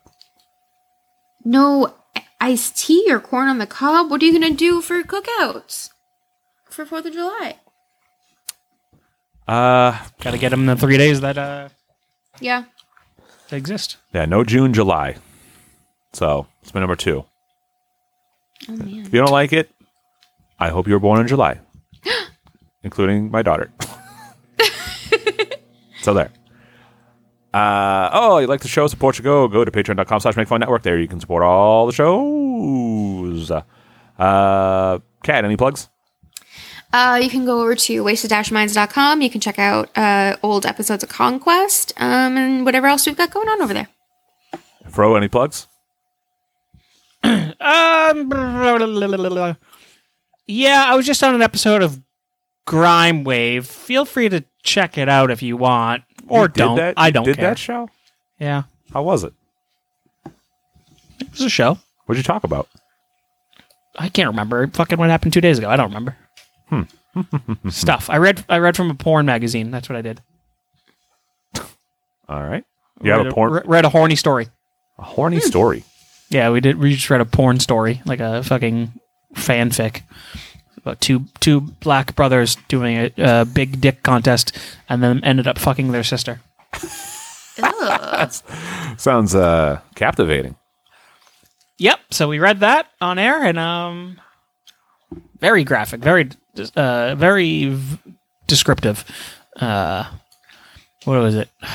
Speaker 2: No iced tea or corn on the cob. What are you going to do for cookouts for 4th of July?
Speaker 1: Uh,
Speaker 3: Got to get them the three days that uh,
Speaker 2: Yeah.
Speaker 3: they exist.
Speaker 1: yeah, no June, July. So it's my number two.
Speaker 2: Oh, man.
Speaker 1: If you don't like it, I hope you were born in July, including my daughter. so there. Uh, oh, you like the show? Support your go. Go to patreon.com slash network. There you can support all the shows. Uh, Kat, any plugs?
Speaker 2: Uh, you can go over to wasted-minds.com. You can check out uh, old episodes of Conquest um, and whatever else we've got going on over there.
Speaker 1: Fro, any plugs?
Speaker 3: Um, yeah, I was just on an episode of Grime Wave. Feel free to check it out if you want, or
Speaker 1: You did
Speaker 3: don't.
Speaker 1: that-
Speaker 3: I
Speaker 1: you
Speaker 3: don't
Speaker 1: Did
Speaker 3: care.
Speaker 1: that show?
Speaker 3: yeah,
Speaker 1: How was it?
Speaker 3: it was a show.
Speaker 1: What'd you talk about?
Speaker 3: I can't remember fucking what happened two days ago. I don't remember.
Speaker 1: Hmm.
Speaker 3: Stuff. I read. I read from a porn magazine. That's what I did.
Speaker 1: All right. You have
Speaker 3: read
Speaker 1: a porn,
Speaker 3: re- read a horny story.
Speaker 1: a horny story.
Speaker 3: Yeah, we did. We just read a porn story, like a fucking fanfic about two two black brothers doing a, a big dick contest, and then ended up fucking their sister.
Speaker 1: Sounds uh, captivating.
Speaker 3: Yep. So we read that on air, and um, very graphic, very uh, very v- descriptive. Uh, what was it?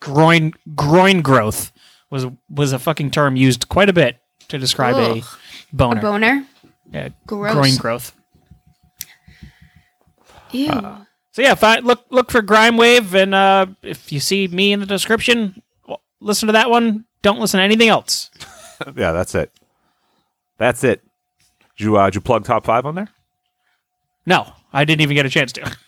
Speaker 3: Groin groin growth was was a fucking term used quite a bit to describe
Speaker 2: Ugh.
Speaker 3: a boner.
Speaker 2: A boner?
Speaker 3: Yeah,
Speaker 2: Gross.
Speaker 3: groin growth.
Speaker 2: Ew.
Speaker 1: uh,
Speaker 3: So yeah, fi- look look for Grime Wave, and uh, if you see me in the description, w- listen to that one. Don't listen to anything else.
Speaker 1: yeah, that's it. That's it. Did you, uh, did you plug top five on there?
Speaker 3: No, I didn't even get a chance to.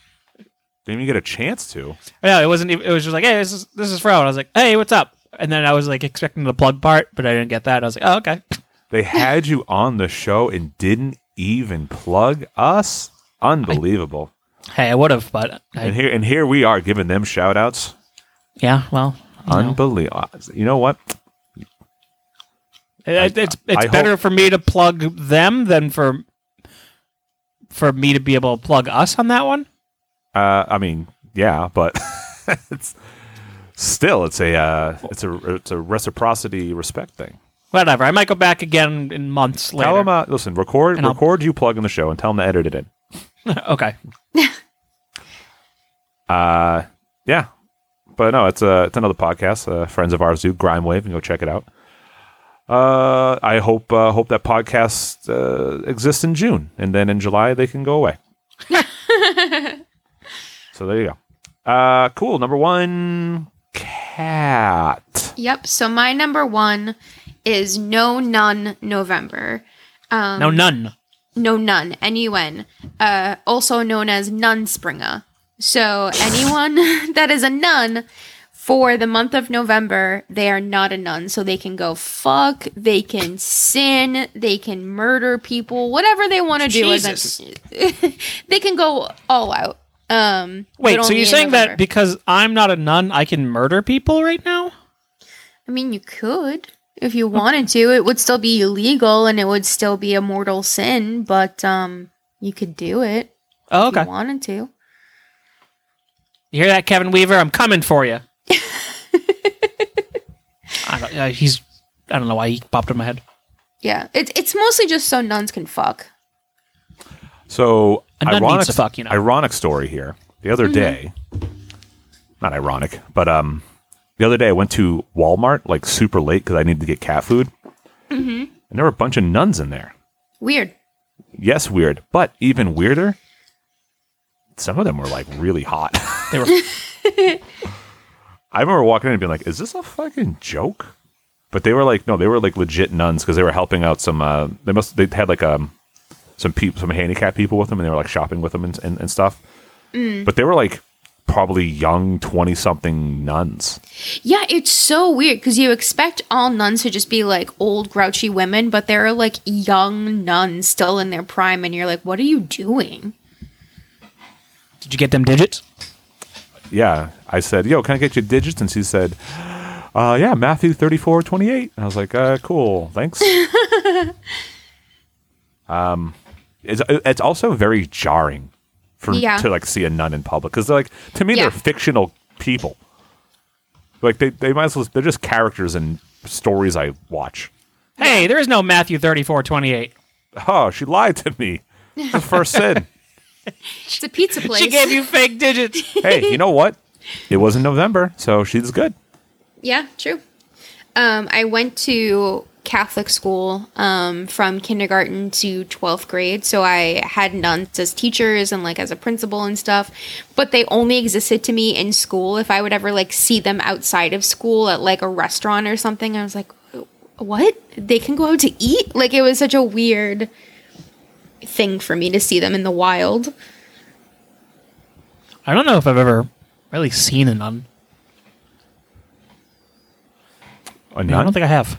Speaker 1: Didn't even get a chance to.
Speaker 3: No, it wasn't. ev- It was just like, hey, this is this is Fro. And I was like, hey, what's up? And then I was like expecting the plug part, but I didn't get that. I was like, oh, okay.
Speaker 1: They had you on the show and didn't even plug us. Unbelievable.
Speaker 3: Hey, I would have, but
Speaker 1: and
Speaker 3: I,
Speaker 1: here and here we are giving them shout outs.
Speaker 3: yeah, well,
Speaker 1: Unbelievable. uh, You know what?
Speaker 3: it, it's it's
Speaker 1: I hope-
Speaker 3: better for me to plug them than for for me to be able to plug us on that one.
Speaker 1: Uh, I mean, yeah, but it's still it's a uh, it's a it's a reciprocity respect thing.
Speaker 3: Whatever. I might go back again in months later.
Speaker 1: Tell them, uh, listen, record
Speaker 3: And I'll-
Speaker 1: record you plugging the show and tell them to edit it in.
Speaker 3: okay.
Speaker 1: Uh, yeah, but no, it's a it's another podcast. Uh, friends of ours do Grime Wave and go check it out. Uh, I hope uh, hope that podcast uh, exists in June and then in July they can go away. so there you go. Uh, cool. Number one, cat.
Speaker 2: Yep. So my number one is No Nun November. Um,
Speaker 3: No, none.
Speaker 2: No Nun, N-U-N, uh, also known as Nun Springer. So anyone that is a nun for the month of November, they are not a nun. So they can go fuck, they can sin, they can murder people, whatever they want to do. as a-
Speaker 4: Jesus.
Speaker 2: they can go all out. Um,
Speaker 3: Wait,
Speaker 2: but
Speaker 3: so
Speaker 2: only
Speaker 3: you're
Speaker 2: in
Speaker 3: saying
Speaker 2: November.
Speaker 3: that because I'm not a nun, I can murder people right now?
Speaker 2: I mean, you could if you wanted to. It would still be illegal and it would still be a mortal sin, but um, you could do it
Speaker 3: Oh,
Speaker 2: if
Speaker 3: okay.
Speaker 2: you wanted to.
Speaker 3: You hear that, Kevin Weaver? I'm coming for you. I don't, uh, he's. I don't know why he popped in my head.
Speaker 2: Yeah, it's it's mostly just so nuns can fuck.
Speaker 1: So
Speaker 3: A nun
Speaker 1: ironic,
Speaker 3: needs to fuck, you know. Mm-hmm.
Speaker 1: ironic story here. The other day, not ironic, but um, the other day I went to Walmart like super late because I needed to get cat food,
Speaker 3: Mm-hmm.
Speaker 1: and there were a bunch of nuns in there.
Speaker 2: Weird.
Speaker 1: Yes, weird, but even weirder, some of them were like really hot.
Speaker 3: They were
Speaker 1: I remember walking in and being like, "Is this a fucking joke?" But they were like, "No, they were like legit nuns because they were helping out some. Uh, they must they had like um some people, some handicapped people with them, and they were like shopping with them and and, and stuff. But they were like probably young twenty something nuns.
Speaker 2: Yeah, it's so weird because you expect all nuns to just be like old grouchy women, but there are like young nuns still in their prime, and you're like, what are you doing?
Speaker 3: Did you get them digits?
Speaker 1: Yeah, I said, "Yo, can I get your digits?" And she said. Uh, yeah, Matthew thirty four twenty eight. And I was like, uh, cool, thanks. um, it's it's also very jarring for
Speaker 2: Yeah.
Speaker 1: to like see a nun in public because they're like to me
Speaker 2: Yeah.
Speaker 1: they're fictional people. Like they they might as well they're just characters in stories I watch.
Speaker 3: Hey, there is no Matthew thirty four twenty eight.
Speaker 1: Oh, she lied to me. The first sin.
Speaker 2: It's a pizza place.
Speaker 6: She gave you fake digits.
Speaker 1: Hey, you know what? It was in November, so she's good.
Speaker 2: Yeah, true. Um, I went to Catholic school um, from kindergarten to 12th grade. So I had nuns as teachers and like as a principal and stuff. But they only existed to me in school. If I would ever like see them outside of school at like a restaurant or something, I was like, what? They can go out to eat? Like it was such a weird thing for me to see them in the wild.
Speaker 3: I don't know if I've ever really seen a nun.
Speaker 1: A
Speaker 3: I don't
Speaker 1: nun?
Speaker 3: think I have.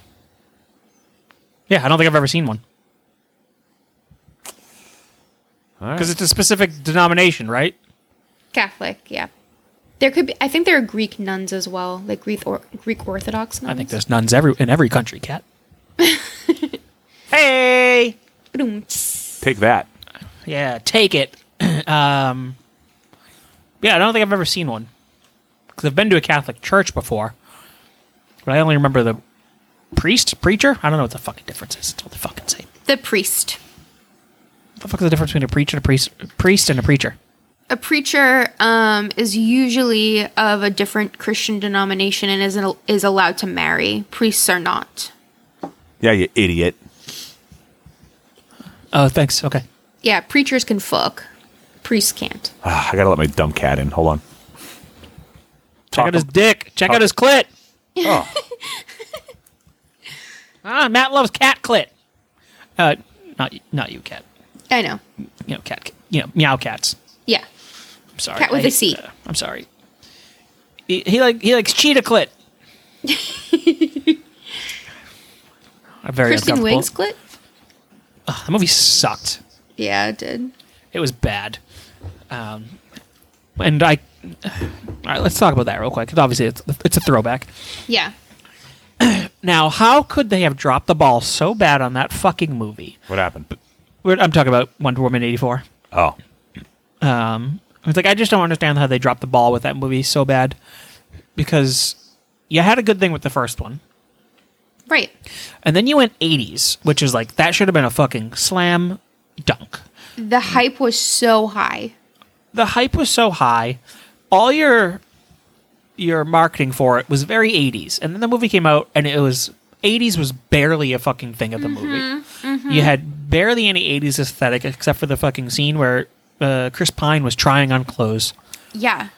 Speaker 3: Yeah, I don't think I've ever seen one. Because it's a specific denomination, right?
Speaker 2: Catholic, yeah. There could be, I think there are Greek nuns as well, like Greek or Greek Orthodox nuns.
Speaker 3: I think there's nuns every in every country, cat.
Speaker 6: hey.
Speaker 2: Boom.
Speaker 1: Take that.
Speaker 3: Yeah, take it. um, yeah, I don't think I've ever seen one because I've been to a Catholic church before, but I only remember the priest, preacher. I don't know what the fucking difference is. It's all the fucking same.
Speaker 2: The priest.
Speaker 3: What the fuck is the difference between a preacher and a priest, priest and a preacher?
Speaker 2: A preacher um, is usually of a different Christian denomination and is is allowed to marry. Priests are not.
Speaker 1: Yeah, you idiot.
Speaker 3: Oh, thanks. Okay.
Speaker 2: Yeah, preachers can fuck. Priests can't.
Speaker 1: Ah, I gotta let my dumb cat in. Hold on.
Speaker 3: Check out his dick. Check out his clit.
Speaker 1: Oh.
Speaker 3: Ah, Matt loves cat clit. Uh, not not you, cat.
Speaker 2: I know.
Speaker 3: You know, cat. You know, meow cats.
Speaker 2: Yeah.
Speaker 3: I'm sorry.
Speaker 2: Cat with
Speaker 3: I
Speaker 2: a
Speaker 3: hate-
Speaker 2: C.
Speaker 3: uh, I'm sorry. He, he like he likes cheetah clit. I'm very
Speaker 2: Kristen
Speaker 3: uncomfortable.
Speaker 2: Wiig's clit.
Speaker 3: Ugh, the movie sucked.
Speaker 2: Yeah, it did.
Speaker 3: It was bad. Um, and I. All right, let's talk about that real quick. 'cause obviously, it's, it's a throwback.
Speaker 2: Yeah.
Speaker 3: Now, how could they have dropped the ball so bad on that fucking movie?
Speaker 1: What happened?
Speaker 3: We're, I'm talking about Wonder Woman '84.
Speaker 1: Oh.
Speaker 3: Um, it's like I just don't understand how they dropped the ball with that movie so bad, because you had a good thing with the first one,
Speaker 2: Right.
Speaker 3: and then you went '80s, which is like that should have been a fucking slam dunk.
Speaker 2: The hype was so high.
Speaker 3: The hype was so high, all your your marketing for it was very '80s, and then the movie came out, and it was '80s was barely a fucking thing of the movie. You had barely any '80s aesthetic except for the fucking scene where uh, Chris Pine was trying on clothes.
Speaker 2: Yeah.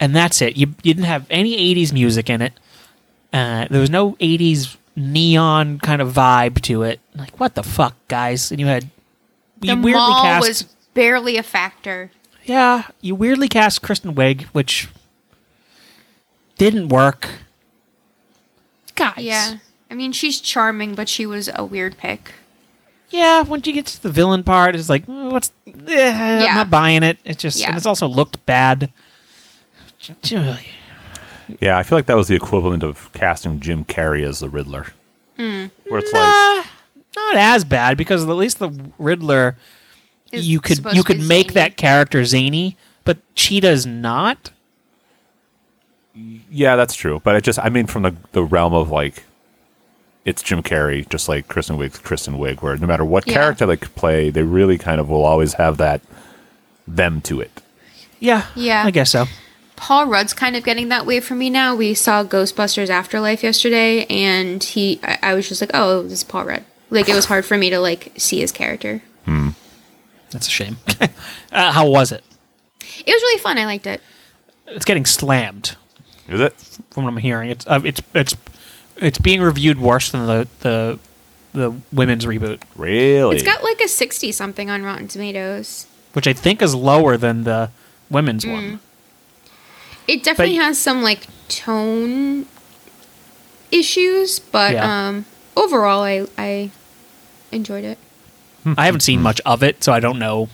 Speaker 3: and that's it. You, you didn't have any '80s music in it. Uh, there was no '80s neon kind of vibe to it. Like what the fuck, guys? And you had
Speaker 2: The
Speaker 3: you weirdly
Speaker 2: mall
Speaker 3: cast
Speaker 2: was barely a factor.
Speaker 3: yeah you weirdly cast Kristen Wiig, which didn't work. Guys,
Speaker 2: Yeah. I mean, she's charming, but she was a weird pick.
Speaker 3: yeah. Once you get to the villain part, it's like mm, what's eh, I'm not buying it. It's just
Speaker 2: Yeah.
Speaker 3: and it's also looked bad.
Speaker 1: Yeah, I feel like that was the equivalent of casting Jim Carrey as the Riddler.
Speaker 2: Hmm.
Speaker 1: Where it's like,
Speaker 3: Uh, not as bad because at least the Riddler,
Speaker 2: Is
Speaker 3: you could
Speaker 2: supposed
Speaker 3: you
Speaker 2: to be
Speaker 3: could make
Speaker 2: zany.
Speaker 3: that character zany, but Cheetah's not.
Speaker 1: yeah, that's true. But it just, I mean, from the, the realm of like it's Jim Carrey, just like Kristen Wiig, Kristen Wiig, where no matter what
Speaker 2: Yeah.
Speaker 1: character they play, they really kind of will always have that them to it.
Speaker 7: Yeah.
Speaker 2: Yeah.
Speaker 7: I guess so.
Speaker 2: Paul Rudd's kind of getting that way for me now. We saw Ghostbusters Afterlife yesterday, and he, I, I was just like, oh, this is Paul Rudd. Like it was hard for me to like see his character.
Speaker 7: That's a shame. uh, how was it?
Speaker 2: It was really fun. I liked it.
Speaker 7: It's getting slammed
Speaker 1: Is it?
Speaker 7: from what I'm hearing. It's uh, it's it's it's being reviewed worse than the the the women's reboot,
Speaker 1: Really?
Speaker 2: It's got like a sixty something on Rotten Tomatoes.
Speaker 7: which I think is lower than the women's
Speaker 2: Mm.
Speaker 7: one.
Speaker 2: It definitely has some like tone issues, but
Speaker 7: Yeah.
Speaker 2: um overall, I I enjoyed it.
Speaker 7: Hmm. I haven't seen much of it, so I don't know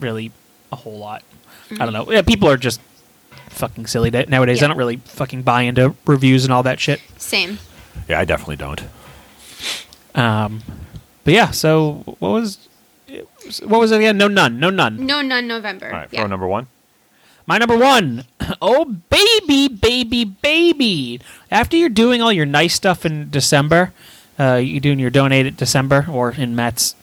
Speaker 7: really a whole lot. I don't know. Yeah, people are just fucking silly da- nowadays.
Speaker 2: Mm. Yeah.
Speaker 7: I don't really fucking buy into reviews and all that shit.
Speaker 2: Same.
Speaker 1: yeah, I definitely don't.
Speaker 7: Um, but yeah, so what was it was- what was it again? No nun, no nun.
Speaker 2: No, none November.
Speaker 1: All right,
Speaker 2: yeah.
Speaker 1: pro number one.
Speaker 7: My number one. Oh baby, baby, baby. After you're doing all your nice stuff in December, uh, you doing your donate at December or in Matt's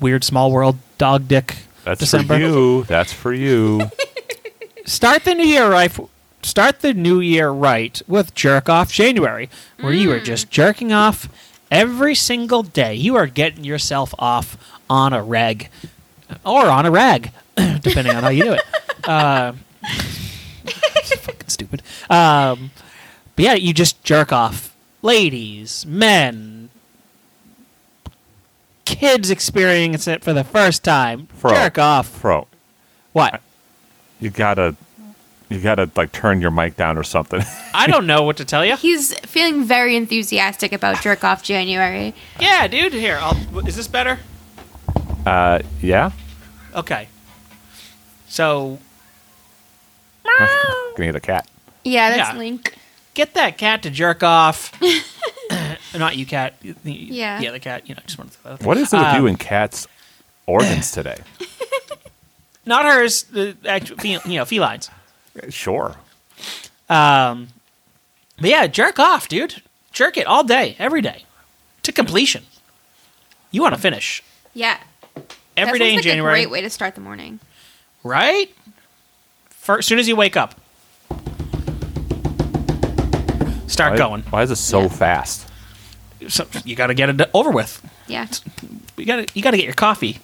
Speaker 7: weird small world dog dick
Speaker 1: That's
Speaker 7: December.
Speaker 1: for you. That's for you.
Speaker 7: start the new year right. Start the new year right with jerk off January, where you are just jerking off every single day. You are getting yourself off on a reg, or on a rag, depending on how you do it. Uh, fucking stupid. Um, but yeah, you just jerk off, ladies, men. Kids experience it for the first time.
Speaker 1: Fro.
Speaker 7: Jerk off.
Speaker 1: Bro,
Speaker 7: What?
Speaker 1: you gotta you gotta like turn your mic down or something.
Speaker 7: I don't know what to tell you.
Speaker 2: He's feeling very enthusiastic about Jerk Off January.
Speaker 3: Yeah, dude. Here, I'll, is this better?
Speaker 1: uh yeah?
Speaker 3: Okay. So
Speaker 1: Gonna get a cat.
Speaker 2: Yeah, that's
Speaker 3: Yeah.
Speaker 2: Link.
Speaker 3: get that cat to jerk off. Not you, cat. Yeah.
Speaker 2: Yeah.
Speaker 3: The other cat. You know, I just wanted to.
Speaker 1: What is it
Speaker 3: Uh,
Speaker 1: with you and cats organs today?
Speaker 3: Not hers. The actual, fe- you know, felines.
Speaker 1: Sure.
Speaker 3: Um, but yeah, jerk off, dude. Jerk it all day, every day, to completion. You want to finish
Speaker 2: Yeah.
Speaker 3: every
Speaker 2: that
Speaker 3: day in
Speaker 2: sounds like
Speaker 3: January,
Speaker 2: A great way to start the morning.
Speaker 3: right? For, as soon as you wake up, start
Speaker 1: Why-
Speaker 3: going.
Speaker 1: Why is it so fast?
Speaker 3: So you got to get it over with.
Speaker 2: Yeah.
Speaker 3: You got to you got to get your coffee.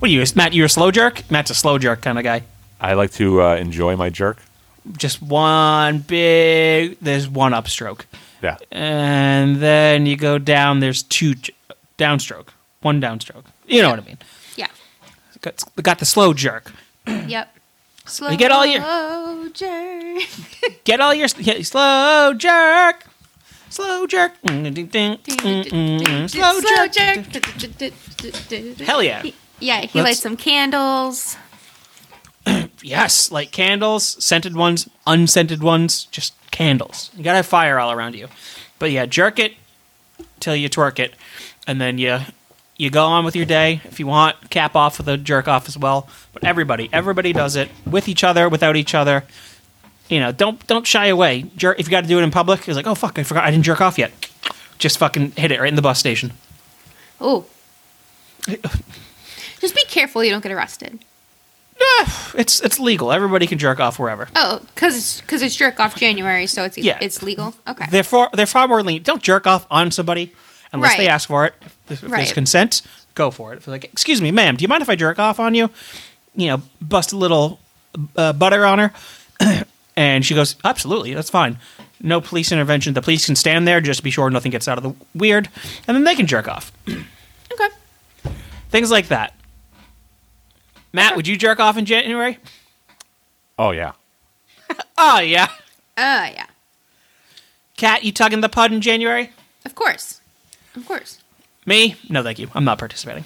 Speaker 3: What are you, Matt? You're a slow jerk. Matt's a slow jerk kind of guy.
Speaker 1: I like to uh, enjoy my jerk.
Speaker 3: Just one big. There's one upstroke.
Speaker 1: Yeah.
Speaker 3: Uh, and then you go down. There's two j- downstroke, one downstroke. You know what I mean?
Speaker 2: Yeah.
Speaker 3: Got, got the slow jerk.
Speaker 2: Yep. Slow
Speaker 3: get all your-
Speaker 2: jerk.
Speaker 3: Get all your yeah, slow jerk, slow jerk, Mm, ding, ding, mm, mm, mm, slow
Speaker 2: Slow
Speaker 3: jerk.
Speaker 2: jerk.
Speaker 3: Hell yeah.
Speaker 2: He- Yeah, he
Speaker 3: Let's-
Speaker 2: lights some candles.
Speaker 3: Yes, like candles, scented ones, unscented ones, just candles. You gotta have fire all around you. But yeah, jerk it till you twerk it, and then you you go on with your day. If you want, cap off with a jerk off as well. But everybody, everybody does it with each other, without each other. You know, don't don't shy away. Jerk if you got to do it in public. It's like, oh fuck, I forgot I didn't jerk off yet. Just fucking hit it right in the bus station.
Speaker 2: Oh. Just be careful you don't get arrested.
Speaker 3: Eh, It's it's legal. Everybody can jerk off wherever.
Speaker 2: Oh, because it's, 'cause it's jerk off January, so it's
Speaker 3: Yeah.
Speaker 2: it's legal. Okay.
Speaker 3: they're far they're far more lenient. Don't jerk off on somebody unless they
Speaker 2: Right.
Speaker 3: ask for it. If, if there's
Speaker 2: Right.
Speaker 3: consent, go for it. If they're like, excuse me, ma'am, do you mind if I jerk off on you? You know, bust a little uh, butter on her, and she goes, absolutely, that's fine. No police intervention. The police can stand there just to be sure nothing gets out of the weird, and then they can jerk off.
Speaker 2: okay.
Speaker 3: Things like that. Matt, would you jerk off in January?
Speaker 1: Oh yeah.
Speaker 3: Oh yeah.
Speaker 2: Oh, yeah.
Speaker 3: Cat, you tugging the pud in January?
Speaker 2: Of course. Of course.
Speaker 3: Me? No, thank you. I'm not participating.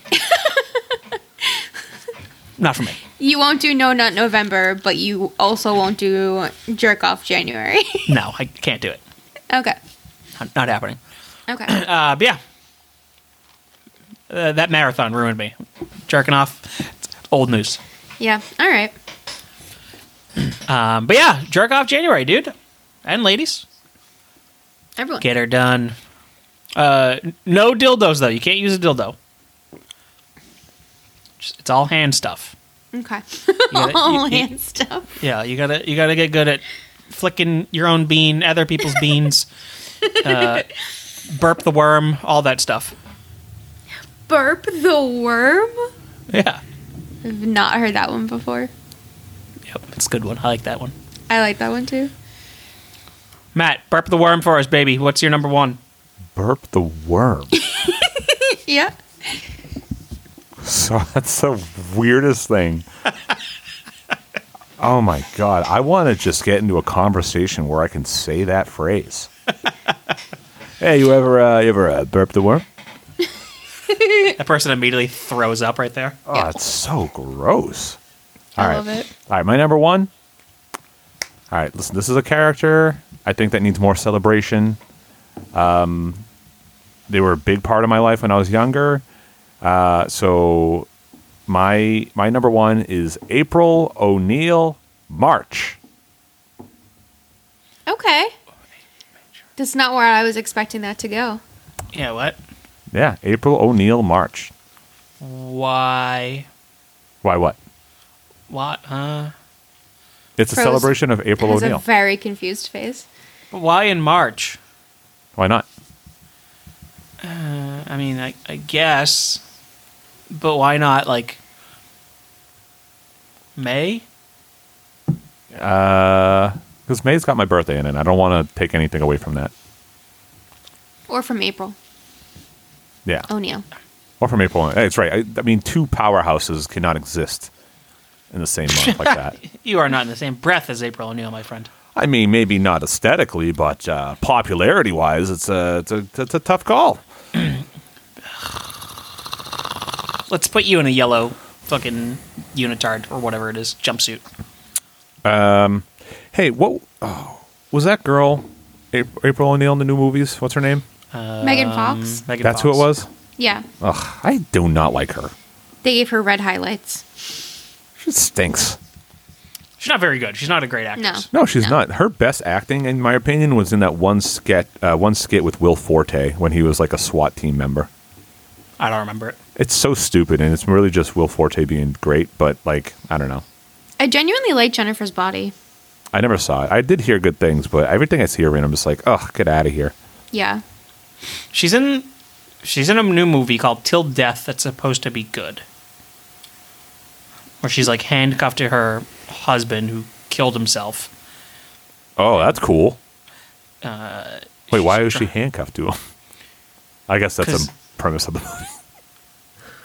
Speaker 3: not for me.
Speaker 2: You won't do No Nut November, but you also won't do Jerk Off January.
Speaker 3: No, I can't do it.
Speaker 2: okay.
Speaker 3: Not, not happening.
Speaker 2: Okay.
Speaker 3: Uh, but yeah, uh, that marathon ruined me. Jerking off, it's old news.
Speaker 2: yeah. All right.
Speaker 3: Um, but yeah, jerk off January, dude. and ladies.
Speaker 2: Everyone.
Speaker 3: Get her done. Uh, n- no dildos though. You can't use a dildo. Just, it's all hand stuff.
Speaker 2: Okay.
Speaker 3: gotta-
Speaker 2: All
Speaker 3: you- you-
Speaker 2: hand stuff.
Speaker 3: Yeah, you gotta you gotta get good at flicking your own bean, other people's beans, uh, burp the worm, all that stuff.
Speaker 2: Burp the worm?
Speaker 3: Yeah,
Speaker 2: I've not heard that one before.
Speaker 3: yep, it's a good one. I like that one.
Speaker 2: I like that one too.
Speaker 3: Matt, burp the worm for us, baby. What's your number one?
Speaker 1: Burp the worm.
Speaker 2: Yeah.
Speaker 1: So that's the weirdest thing. oh my god! I want to just get into a conversation where I can say that phrase. hey, you ever uh, you ever uh, burp the worm?
Speaker 3: That person immediately throws up right there.
Speaker 1: Oh, it's so gross.
Speaker 2: I
Speaker 1: All right.
Speaker 2: love it.
Speaker 1: All right, my number one. All right, listen, this is a character I think that needs more celebration. Um, they were a big part of my life when I was younger. Uh, so my my number one is April O'Neil March.
Speaker 2: Okay. That's not where I was expecting that to go.
Speaker 3: Yeah, what?
Speaker 1: Yeah, April O'Neil March.
Speaker 3: Why?
Speaker 1: Why what?
Speaker 3: What? Huh?
Speaker 1: It's a
Speaker 2: Froze.
Speaker 1: celebration of April
Speaker 2: Has a
Speaker 1: O'Neil.
Speaker 2: very confused face.
Speaker 3: But why in March?
Speaker 1: Why not?
Speaker 3: Uh, I mean, I, I guess, but why not like May?
Speaker 1: Because Uh, May's got my birthday in it. I don't want to take anything away from that.
Speaker 2: Or from April.
Speaker 1: Yeah.
Speaker 2: O'Neill.
Speaker 1: Or from April. That's right. I, I mean, two powerhouses cannot exist in the same month like that.
Speaker 3: You are not in the same breath as April O'Neil, my friend.
Speaker 1: I mean, maybe not aesthetically, but uh, popularity-wise, it's a, it's a it's a tough call.
Speaker 3: Let's put you in a yellow fucking unitard or whatever it is jumpsuit.
Speaker 1: Hey, what oh, was that girl? A- April O'Neil in the new movies. What's her name?
Speaker 3: Um,
Speaker 2: Megan Fox?
Speaker 3: Megan
Speaker 1: That's who
Speaker 3: Fox.
Speaker 1: it was.
Speaker 2: Yeah.
Speaker 1: Ugh, I do not like her.
Speaker 2: They gave her red highlights.
Speaker 1: She stinks.
Speaker 3: She's not very good. She's not a great actress.
Speaker 1: No, she's not. Her best acting, in my opinion, was in that one skit uh, one skit with Will Forte when he was like a SWAT team member.
Speaker 3: I don't remember it.
Speaker 1: It's so stupid, and it's really just Will Forte being great. But like, I don't know.
Speaker 2: I genuinely like Jennifer's body.
Speaker 1: I never saw it. I did hear good things, but everything I see her in, I'm just like, ugh, get out of here.
Speaker 2: Yeah.
Speaker 3: She's in she's in a new movie called Till Death that's supposed to be good. Where she's like handcuffed to her husband who killed himself.
Speaker 1: Oh, that's cool. Wait, why is she handcuffed to him? I guess that's
Speaker 3: 'Cause-
Speaker 1: a premise of the movie.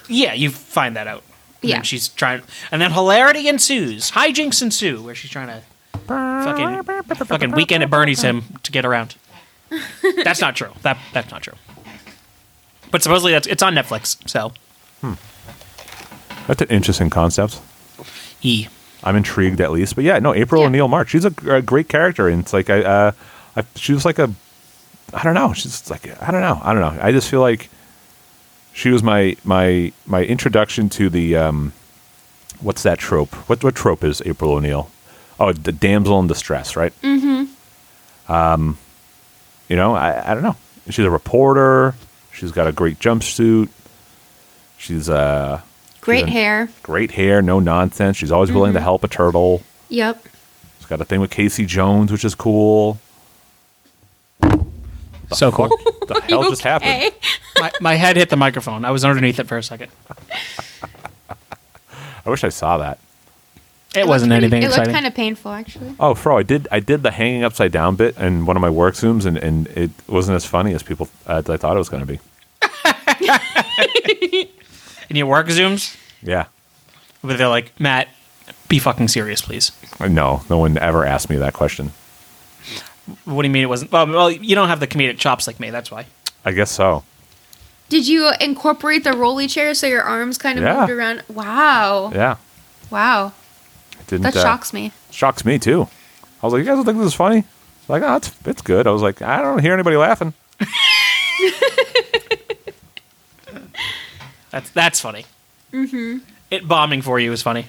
Speaker 3: Yeah, you find that out. And
Speaker 2: Yeah.
Speaker 3: then she's trying and then hilarity ensues. Hijinks ensue where she's trying to fucking fucking weekend at Bernie's him to get around. That's not true. That that's not true. But supposedly that's it's on Netflix, so
Speaker 1: That's an interesting concept.
Speaker 3: E.
Speaker 1: I'm intrigued at least. But yeah, no, April
Speaker 2: Yeah.
Speaker 1: O'Neil March. She's a, a great character, and it's like I, uh, I, she was like a, I don't know. She's like I don't know. I don't know. I just feel like she was my my my introduction to the um, what's that trope? What what trope is April O'Neil? Oh, the damsel in distress, right? Mm-hmm. Um, you know, I I don't know. She's a reporter. She's got a great jumpsuit. She's uh
Speaker 2: Great
Speaker 1: She's in-
Speaker 2: hair.
Speaker 1: great hair, no nonsense. She's always willing to help a turtle.
Speaker 2: Yep.
Speaker 1: She's got a thing with Casey Jones, which is cool.
Speaker 3: So cool.
Speaker 1: What the hell just happened?
Speaker 2: Okay.
Speaker 3: my, my head hit the microphone. I was underneath it for a second.
Speaker 1: I wish I saw that.
Speaker 3: It,
Speaker 2: looked
Speaker 3: wasn't
Speaker 2: pretty-
Speaker 3: anything
Speaker 2: It
Speaker 3: exciting.
Speaker 2: looked kind of painful, actually.
Speaker 1: Oh, Fro, I did I did the hanging upside down bit in one of my work zooms, and, and it wasn't as funny as people uh, as I thought it was going to be.
Speaker 3: In your work zooms,
Speaker 1: Yeah,
Speaker 3: but they're like, Matt, be fucking serious, please.
Speaker 1: no, no one ever asked me that question.
Speaker 3: What do you mean it wasn't? Well, well you don't have the comedic chops like me. That's why.
Speaker 1: I guess so.
Speaker 2: Did you incorporate the rolly chair so your arms kind of
Speaker 1: Yeah.
Speaker 2: moved around? Wow.
Speaker 1: Yeah,
Speaker 2: Wow.
Speaker 1: it didn't.
Speaker 2: That
Speaker 1: uh,
Speaker 2: shocks me.
Speaker 1: Shocks me too. I was like, you guys don't think this is funny? Like, oh, it's it's good. I was like, I don't hear anybody laughing.
Speaker 3: That's that's funny. Mm-hmm. It bombing for you is funny.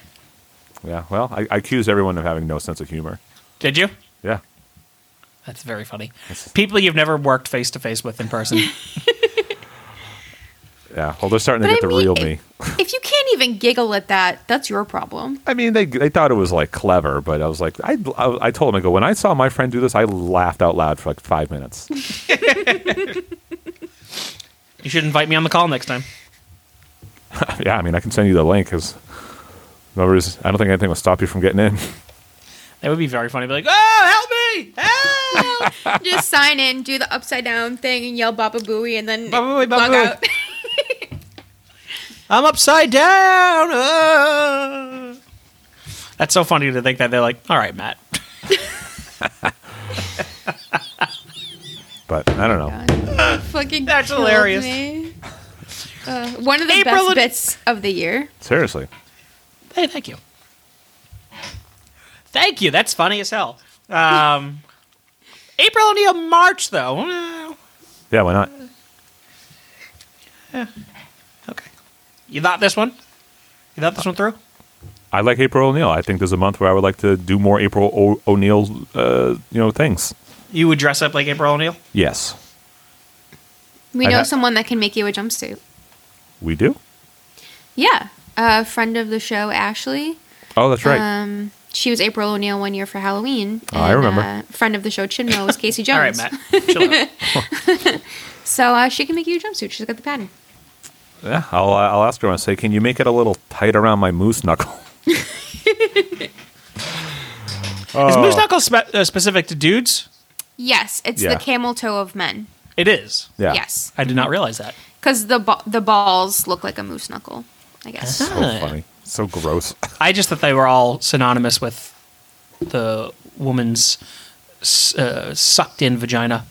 Speaker 1: Yeah, well, I, I accused everyone of having no sense of humor.
Speaker 3: Did you?
Speaker 1: Yeah.
Speaker 3: That's very funny. People you've never worked face to face with in person.
Speaker 1: Yeah. Well, they're starting to
Speaker 2: But
Speaker 1: get the
Speaker 2: I mean,
Speaker 1: real
Speaker 2: if-
Speaker 1: me.
Speaker 2: If you can't even giggle at that, that's your problem.
Speaker 1: I mean, they they thought it was like clever, but I was like, I I, I told him I go when I saw my friend do this, I laughed out loud for like five minutes.
Speaker 3: you should invite me on the call next time.
Speaker 1: yeah, I mean, I can send you the link because nobody's. I don't think anything will stop you from getting in.
Speaker 3: That would be very funny. Be like, oh, help me!
Speaker 2: Just sign in, do the upside down thing, and yell "Baba Booey," and then
Speaker 3: Baba Booey, Baba
Speaker 2: log
Speaker 3: Booey.
Speaker 2: out.
Speaker 3: I'm upside down. ah. That's so funny to think that they're like, all right, Matt.
Speaker 1: But I don't know.
Speaker 2: Oh Fucking
Speaker 3: That's
Speaker 2: killed
Speaker 3: hilarious.
Speaker 2: me. Uh, one of the
Speaker 3: April
Speaker 2: best
Speaker 3: and-
Speaker 2: bits of the year.
Speaker 1: Seriously,
Speaker 3: Hey, thank you. Thank you. That's funny as hell. Um, April O'Neil March, though. Well,
Speaker 1: yeah, why not?
Speaker 3: Okay. You thought this one? You thought this one through?
Speaker 1: I like April O'Neil. I think there's a month where I would like to do more April o- O'Neil, uh, you know, things.
Speaker 3: You would dress up like April O'Neil?
Speaker 1: Yes,
Speaker 2: We
Speaker 1: I
Speaker 2: know
Speaker 1: ha-
Speaker 2: someone that can make you a jumpsuit.
Speaker 1: we do.
Speaker 2: Yeah, a friend of the show, Ashley.
Speaker 1: Oh, that's right.
Speaker 2: Um, she was April O'Neil one year for Halloween.
Speaker 1: Oh, I remember.
Speaker 2: Uh, friend of the show, Chinmo, was Casey
Speaker 3: All right,
Speaker 2: Jones.
Speaker 3: Matt. Chill out.
Speaker 2: So uh, she can make you a jumpsuit. She's got the pattern.
Speaker 1: yeah, I'll uh, I'll ask her and say, can you make it a little tight around my moose knuckle?
Speaker 3: Is Moose Knuckle spe- uh, specific to dudes?
Speaker 2: Yes, it's
Speaker 1: Yeah.
Speaker 2: the camel toe of men.
Speaker 3: It is.
Speaker 1: Yeah.
Speaker 2: Yes,
Speaker 3: I did not realize that.
Speaker 2: because the ba- the balls look like a moose knuckle. I guess.
Speaker 1: So funny. So gross.
Speaker 3: I just thought they were all synonymous with the woman's s- uh, sucked in vagina.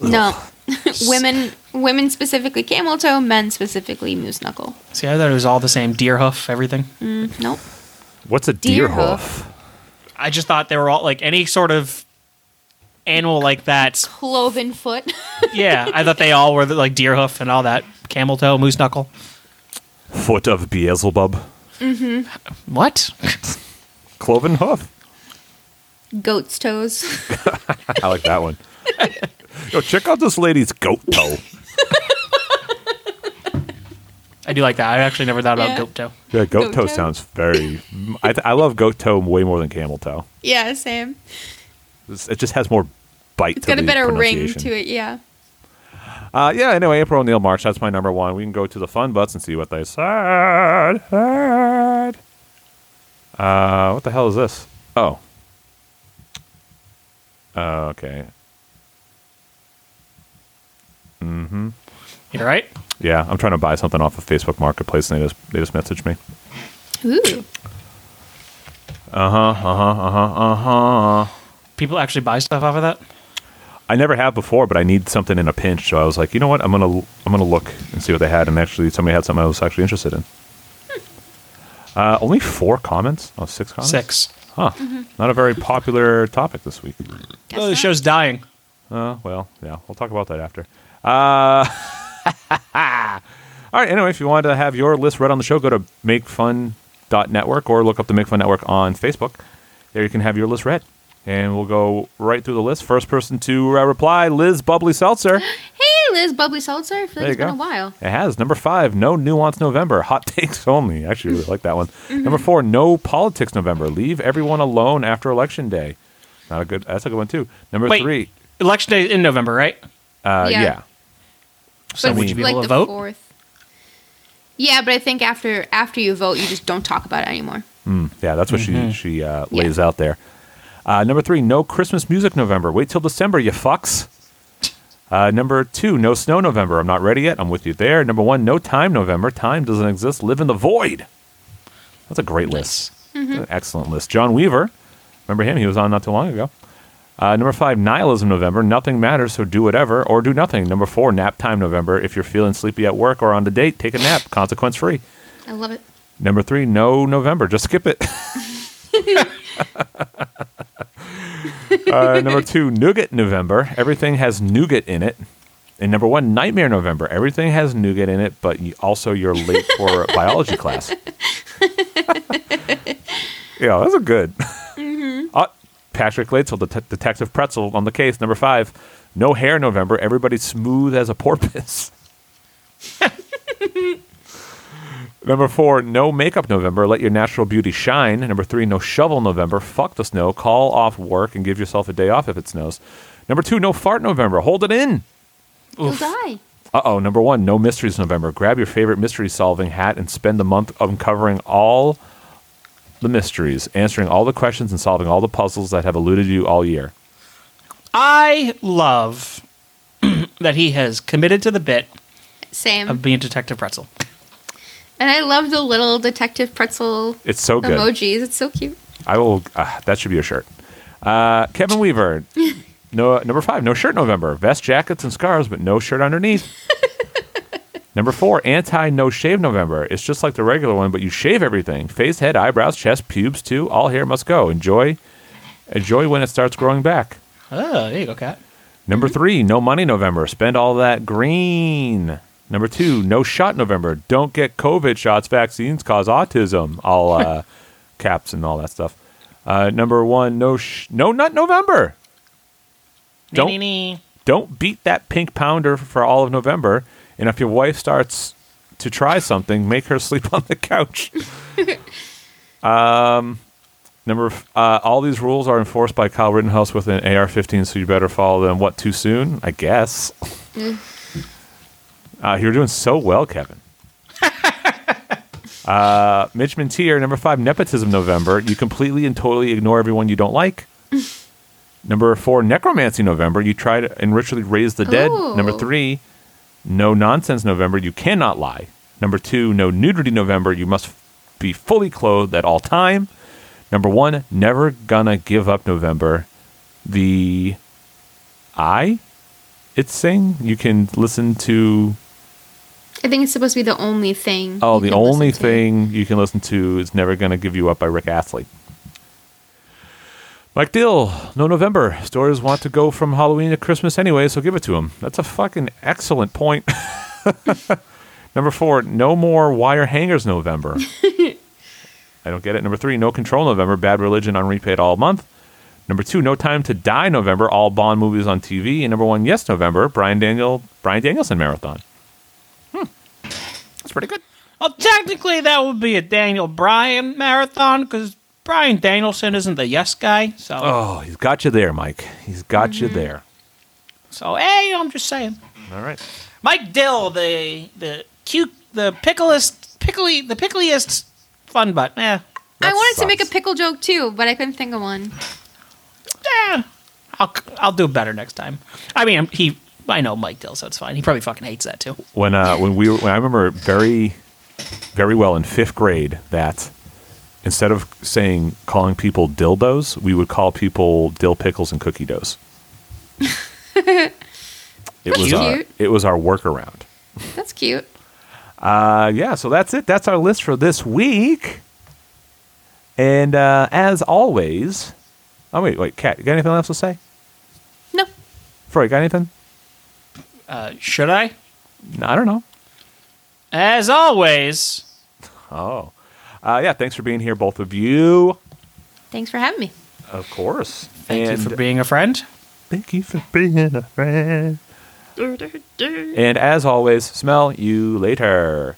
Speaker 2: No, women women specifically camel toe, men specifically moose knuckle.
Speaker 3: See, I thought it was all the same deer hoof, everything.
Speaker 2: Nope.
Speaker 1: What's a deer,
Speaker 2: Deer
Speaker 1: hoof?
Speaker 2: hoof.
Speaker 3: I just thought they were all like any sort of animal like that.
Speaker 2: Cloven foot.
Speaker 3: Yeah, I thought they all were like deer hoof and all that. Camel toe, moose knuckle.
Speaker 1: Foot of Beelzebub.
Speaker 3: What?
Speaker 1: Cloven hoof.
Speaker 2: Goat's toes.
Speaker 1: I like that one. Yo, check out this lady's goat toe.
Speaker 3: I do like that. I actually never thought about
Speaker 2: Yeah.
Speaker 3: goat toe.
Speaker 1: Yeah, goat,
Speaker 2: Goat
Speaker 1: toe,
Speaker 2: toe?
Speaker 1: sounds very. I, th- I love goat toe way more than camel toe.
Speaker 2: yeah, same.
Speaker 1: It's- it just has more bite.
Speaker 2: It's
Speaker 1: to
Speaker 2: got a
Speaker 1: the
Speaker 2: better ring
Speaker 1: pronunciation.
Speaker 2: to it. Yeah.
Speaker 1: Uh, yeah. Anyway, April O'Neil March. That's my number one. We can go to the fun butts and see what they said. Said. Uh, what the hell is this? Oh. Uh, okay.
Speaker 3: You're right.
Speaker 1: Yeah, I'm trying to buy something off of Facebook Marketplace, and they just they just messaged me.
Speaker 2: Ooh.
Speaker 3: People actually buy stuff off of that.
Speaker 1: Uh-huh. I never have before, but I need something in a pinch. So I was like, you know what? I'm gonna I'm gonna look and see what they had. And actually, somebody had something I was actually interested in. Uh, only four comments. Oh, six comments.
Speaker 3: Six.
Speaker 1: Huh. Not a very popular topic this week.
Speaker 2: Guess
Speaker 3: Oh, the
Speaker 2: not.
Speaker 3: show's dying.
Speaker 1: Uh, well, yeah, we'll talk about that after. Uh, all right. Anyway, if you want to have your list read on the show, go to makefun.network or look up the Make Fun Network on Facebook. There you can have your list read. And we'll go right through the list. First person to uh, reply, Liz Bubbly Seltzer.
Speaker 2: Hey, Liz, bubbly seltzer. I feel
Speaker 1: There
Speaker 2: like
Speaker 1: you
Speaker 2: it's been
Speaker 1: go.
Speaker 2: a while.
Speaker 1: It has. Number five, no nuance November. Hot takes only. I Actually, really like that one. Number four, no politics November. Leave everyone alone after election day. Not a good. That's a good one too. Number
Speaker 3: Wait.
Speaker 1: three,
Speaker 3: Election day in November, right?
Speaker 1: uh, yeah.
Speaker 2: Yeah.
Speaker 3: So
Speaker 2: But
Speaker 3: would
Speaker 2: it's
Speaker 3: you be
Speaker 2: like
Speaker 3: able to
Speaker 2: the
Speaker 3: vote?
Speaker 2: Fourth. Yeah, but I think after after you vote, you just don't talk about it anymore.
Speaker 1: Mm, yeah, that's what she she uh, lays out there. Uh, number three, no Christmas music November. Wait till December, you fucks. Uh, number two, no snow November. I'm not ready yet. I'm with you there. Number one, no time November. Time doesn't exist. Live in the void. That's a great list. An excellent list. John Weaver, remember him? He was on not too long ago. Uh, number five, nihilism November. Nothing matters, so do whatever or do nothing. Number four, nap time November. If you're feeling sleepy at work or on the date, take a nap. Consequence free.
Speaker 2: I love it.
Speaker 1: Number three, no November. Just skip it. uh, number two, nougat November. Everything has nougat in it. And number one, nightmare November. Everything has nougat in it, but you, also you're late for biology class. yeah, those are good. Uh, Patrick Latzel, Det- Detective Pretzel on the case, number five. No hair November. Everybody smooth as a porpoise. Number four, no makeup November. Let your natural beauty shine. Number three, no shovel November. Fuck the snow. Call off work and give yourself a day off if it snows. Number two, no fart November. Hold it in.
Speaker 2: You'll die.
Speaker 1: Uh oh. Number one, no mysteries November. Grab your favorite mystery solving hat and spend the month uncovering all the mysteries, answering all the questions, and solving all the puzzles that have eluded you all year.
Speaker 3: I love that he has committed to the bit
Speaker 2: Same.
Speaker 3: of being Detective Pretzel.
Speaker 2: and I love the little detective pretzel
Speaker 1: It's so good.
Speaker 2: emojis. It's so cute.
Speaker 1: I will. Uh, that should be a shirt. Uh, Kevin Weaver. No number five. No shirt November. Vest, jackets, and scarves, but no shirt underneath. number four. Anti no shave November. It's just like the regular one, but you shave everything: face, head, eyebrows, chest, pubes too. All hair must go. Enjoy, enjoy when it starts growing back.
Speaker 3: Oh, there you go, Cat.
Speaker 1: Number three, no money November. Spend all that green. Number two, no shot November. Don't get COVID shots. Vaccines cause autism. All uh, caps and all that stuff. Uh, number one, no sh- no nut November. Don't don't beat that pink pounder for all of November. And if your wife starts to try something, make her sleep on the couch. um, number f- uh, all these rules are enforced by Kyle Rittenhouse with an AR-15, so you better follow them. What too soon? I guess. uh, you're doing so well, Kevin. uh, Mitch Mintier, number five, nepotism November. You completely and totally ignore everyone you don't like. Number four, necromancy November. You try to and ritually raise the dead.
Speaker 2: Ooh.
Speaker 1: Number three, no nonsense November. You cannot lie. Number two, no nudity November. You must be fully clothed at all time. Number one, never gonna give up November. The I, it's saying you can listen to.
Speaker 2: I think it's supposed to be the only thing.
Speaker 1: Oh,
Speaker 2: you
Speaker 1: the
Speaker 2: can listen
Speaker 1: only
Speaker 2: to.
Speaker 1: thing you can listen to is "Never Gonna Give You Up" by Rick Astley. Mike Dill, no November. Stores want to go from Halloween to Christmas anyway, so give it to them. That's a fucking excellent point. Number four, no more wire hangers November. I don't get it. Number three, no control November. Bad religion on repeat all month. Number two, no time to die November. All Bond movies on TV. And number one, yes November. Brian Daniel, Brian Danielson marathon.
Speaker 3: It's pretty good. Well, technically, that would be a Daniel Bryan marathon because Brian Danielson isn't the yes guy. So,
Speaker 1: Oh, he's got you there, Mike. He's got you
Speaker 2: Mm-hmm.
Speaker 1: there.
Speaker 3: so hey, I'm just saying.
Speaker 1: All right.
Speaker 3: Mike Dill, the the cute, the picklest, pickly, the pickliest fun butt. Eh,
Speaker 2: I
Speaker 1: That
Speaker 2: wanted to make a
Speaker 1: sucks.
Speaker 2: pickle joke too, but I couldn't think of one.
Speaker 3: eh, I'll I'll do better next time. I mean, he, I know Mike Dill, so it's fine. He probably fucking hates that too.
Speaker 1: when uh, when we were, when I remember very very well in fifth grade that instead of saying calling people dildos, we would call people dill pickles and cookie doughs. it was
Speaker 2: That's
Speaker 1: our
Speaker 2: cute.
Speaker 1: it was our workaround.
Speaker 2: That's cute.
Speaker 1: Uh, yeah, so that's it. That's our list for this week. And uh, as always, oh wait, wait, Kat, you got anything else to say?
Speaker 2: No,
Speaker 1: Freud, got anything?
Speaker 3: Uh, should I?
Speaker 1: No, I don't know.
Speaker 3: As always,
Speaker 1: Oh, uh, yeah. Thanks for being here, both of you.
Speaker 2: thanks for having me.
Speaker 1: Of course.
Speaker 3: thank
Speaker 1: and
Speaker 3: you for being a friend.
Speaker 1: thank you for being a friend. And as always, smell you later.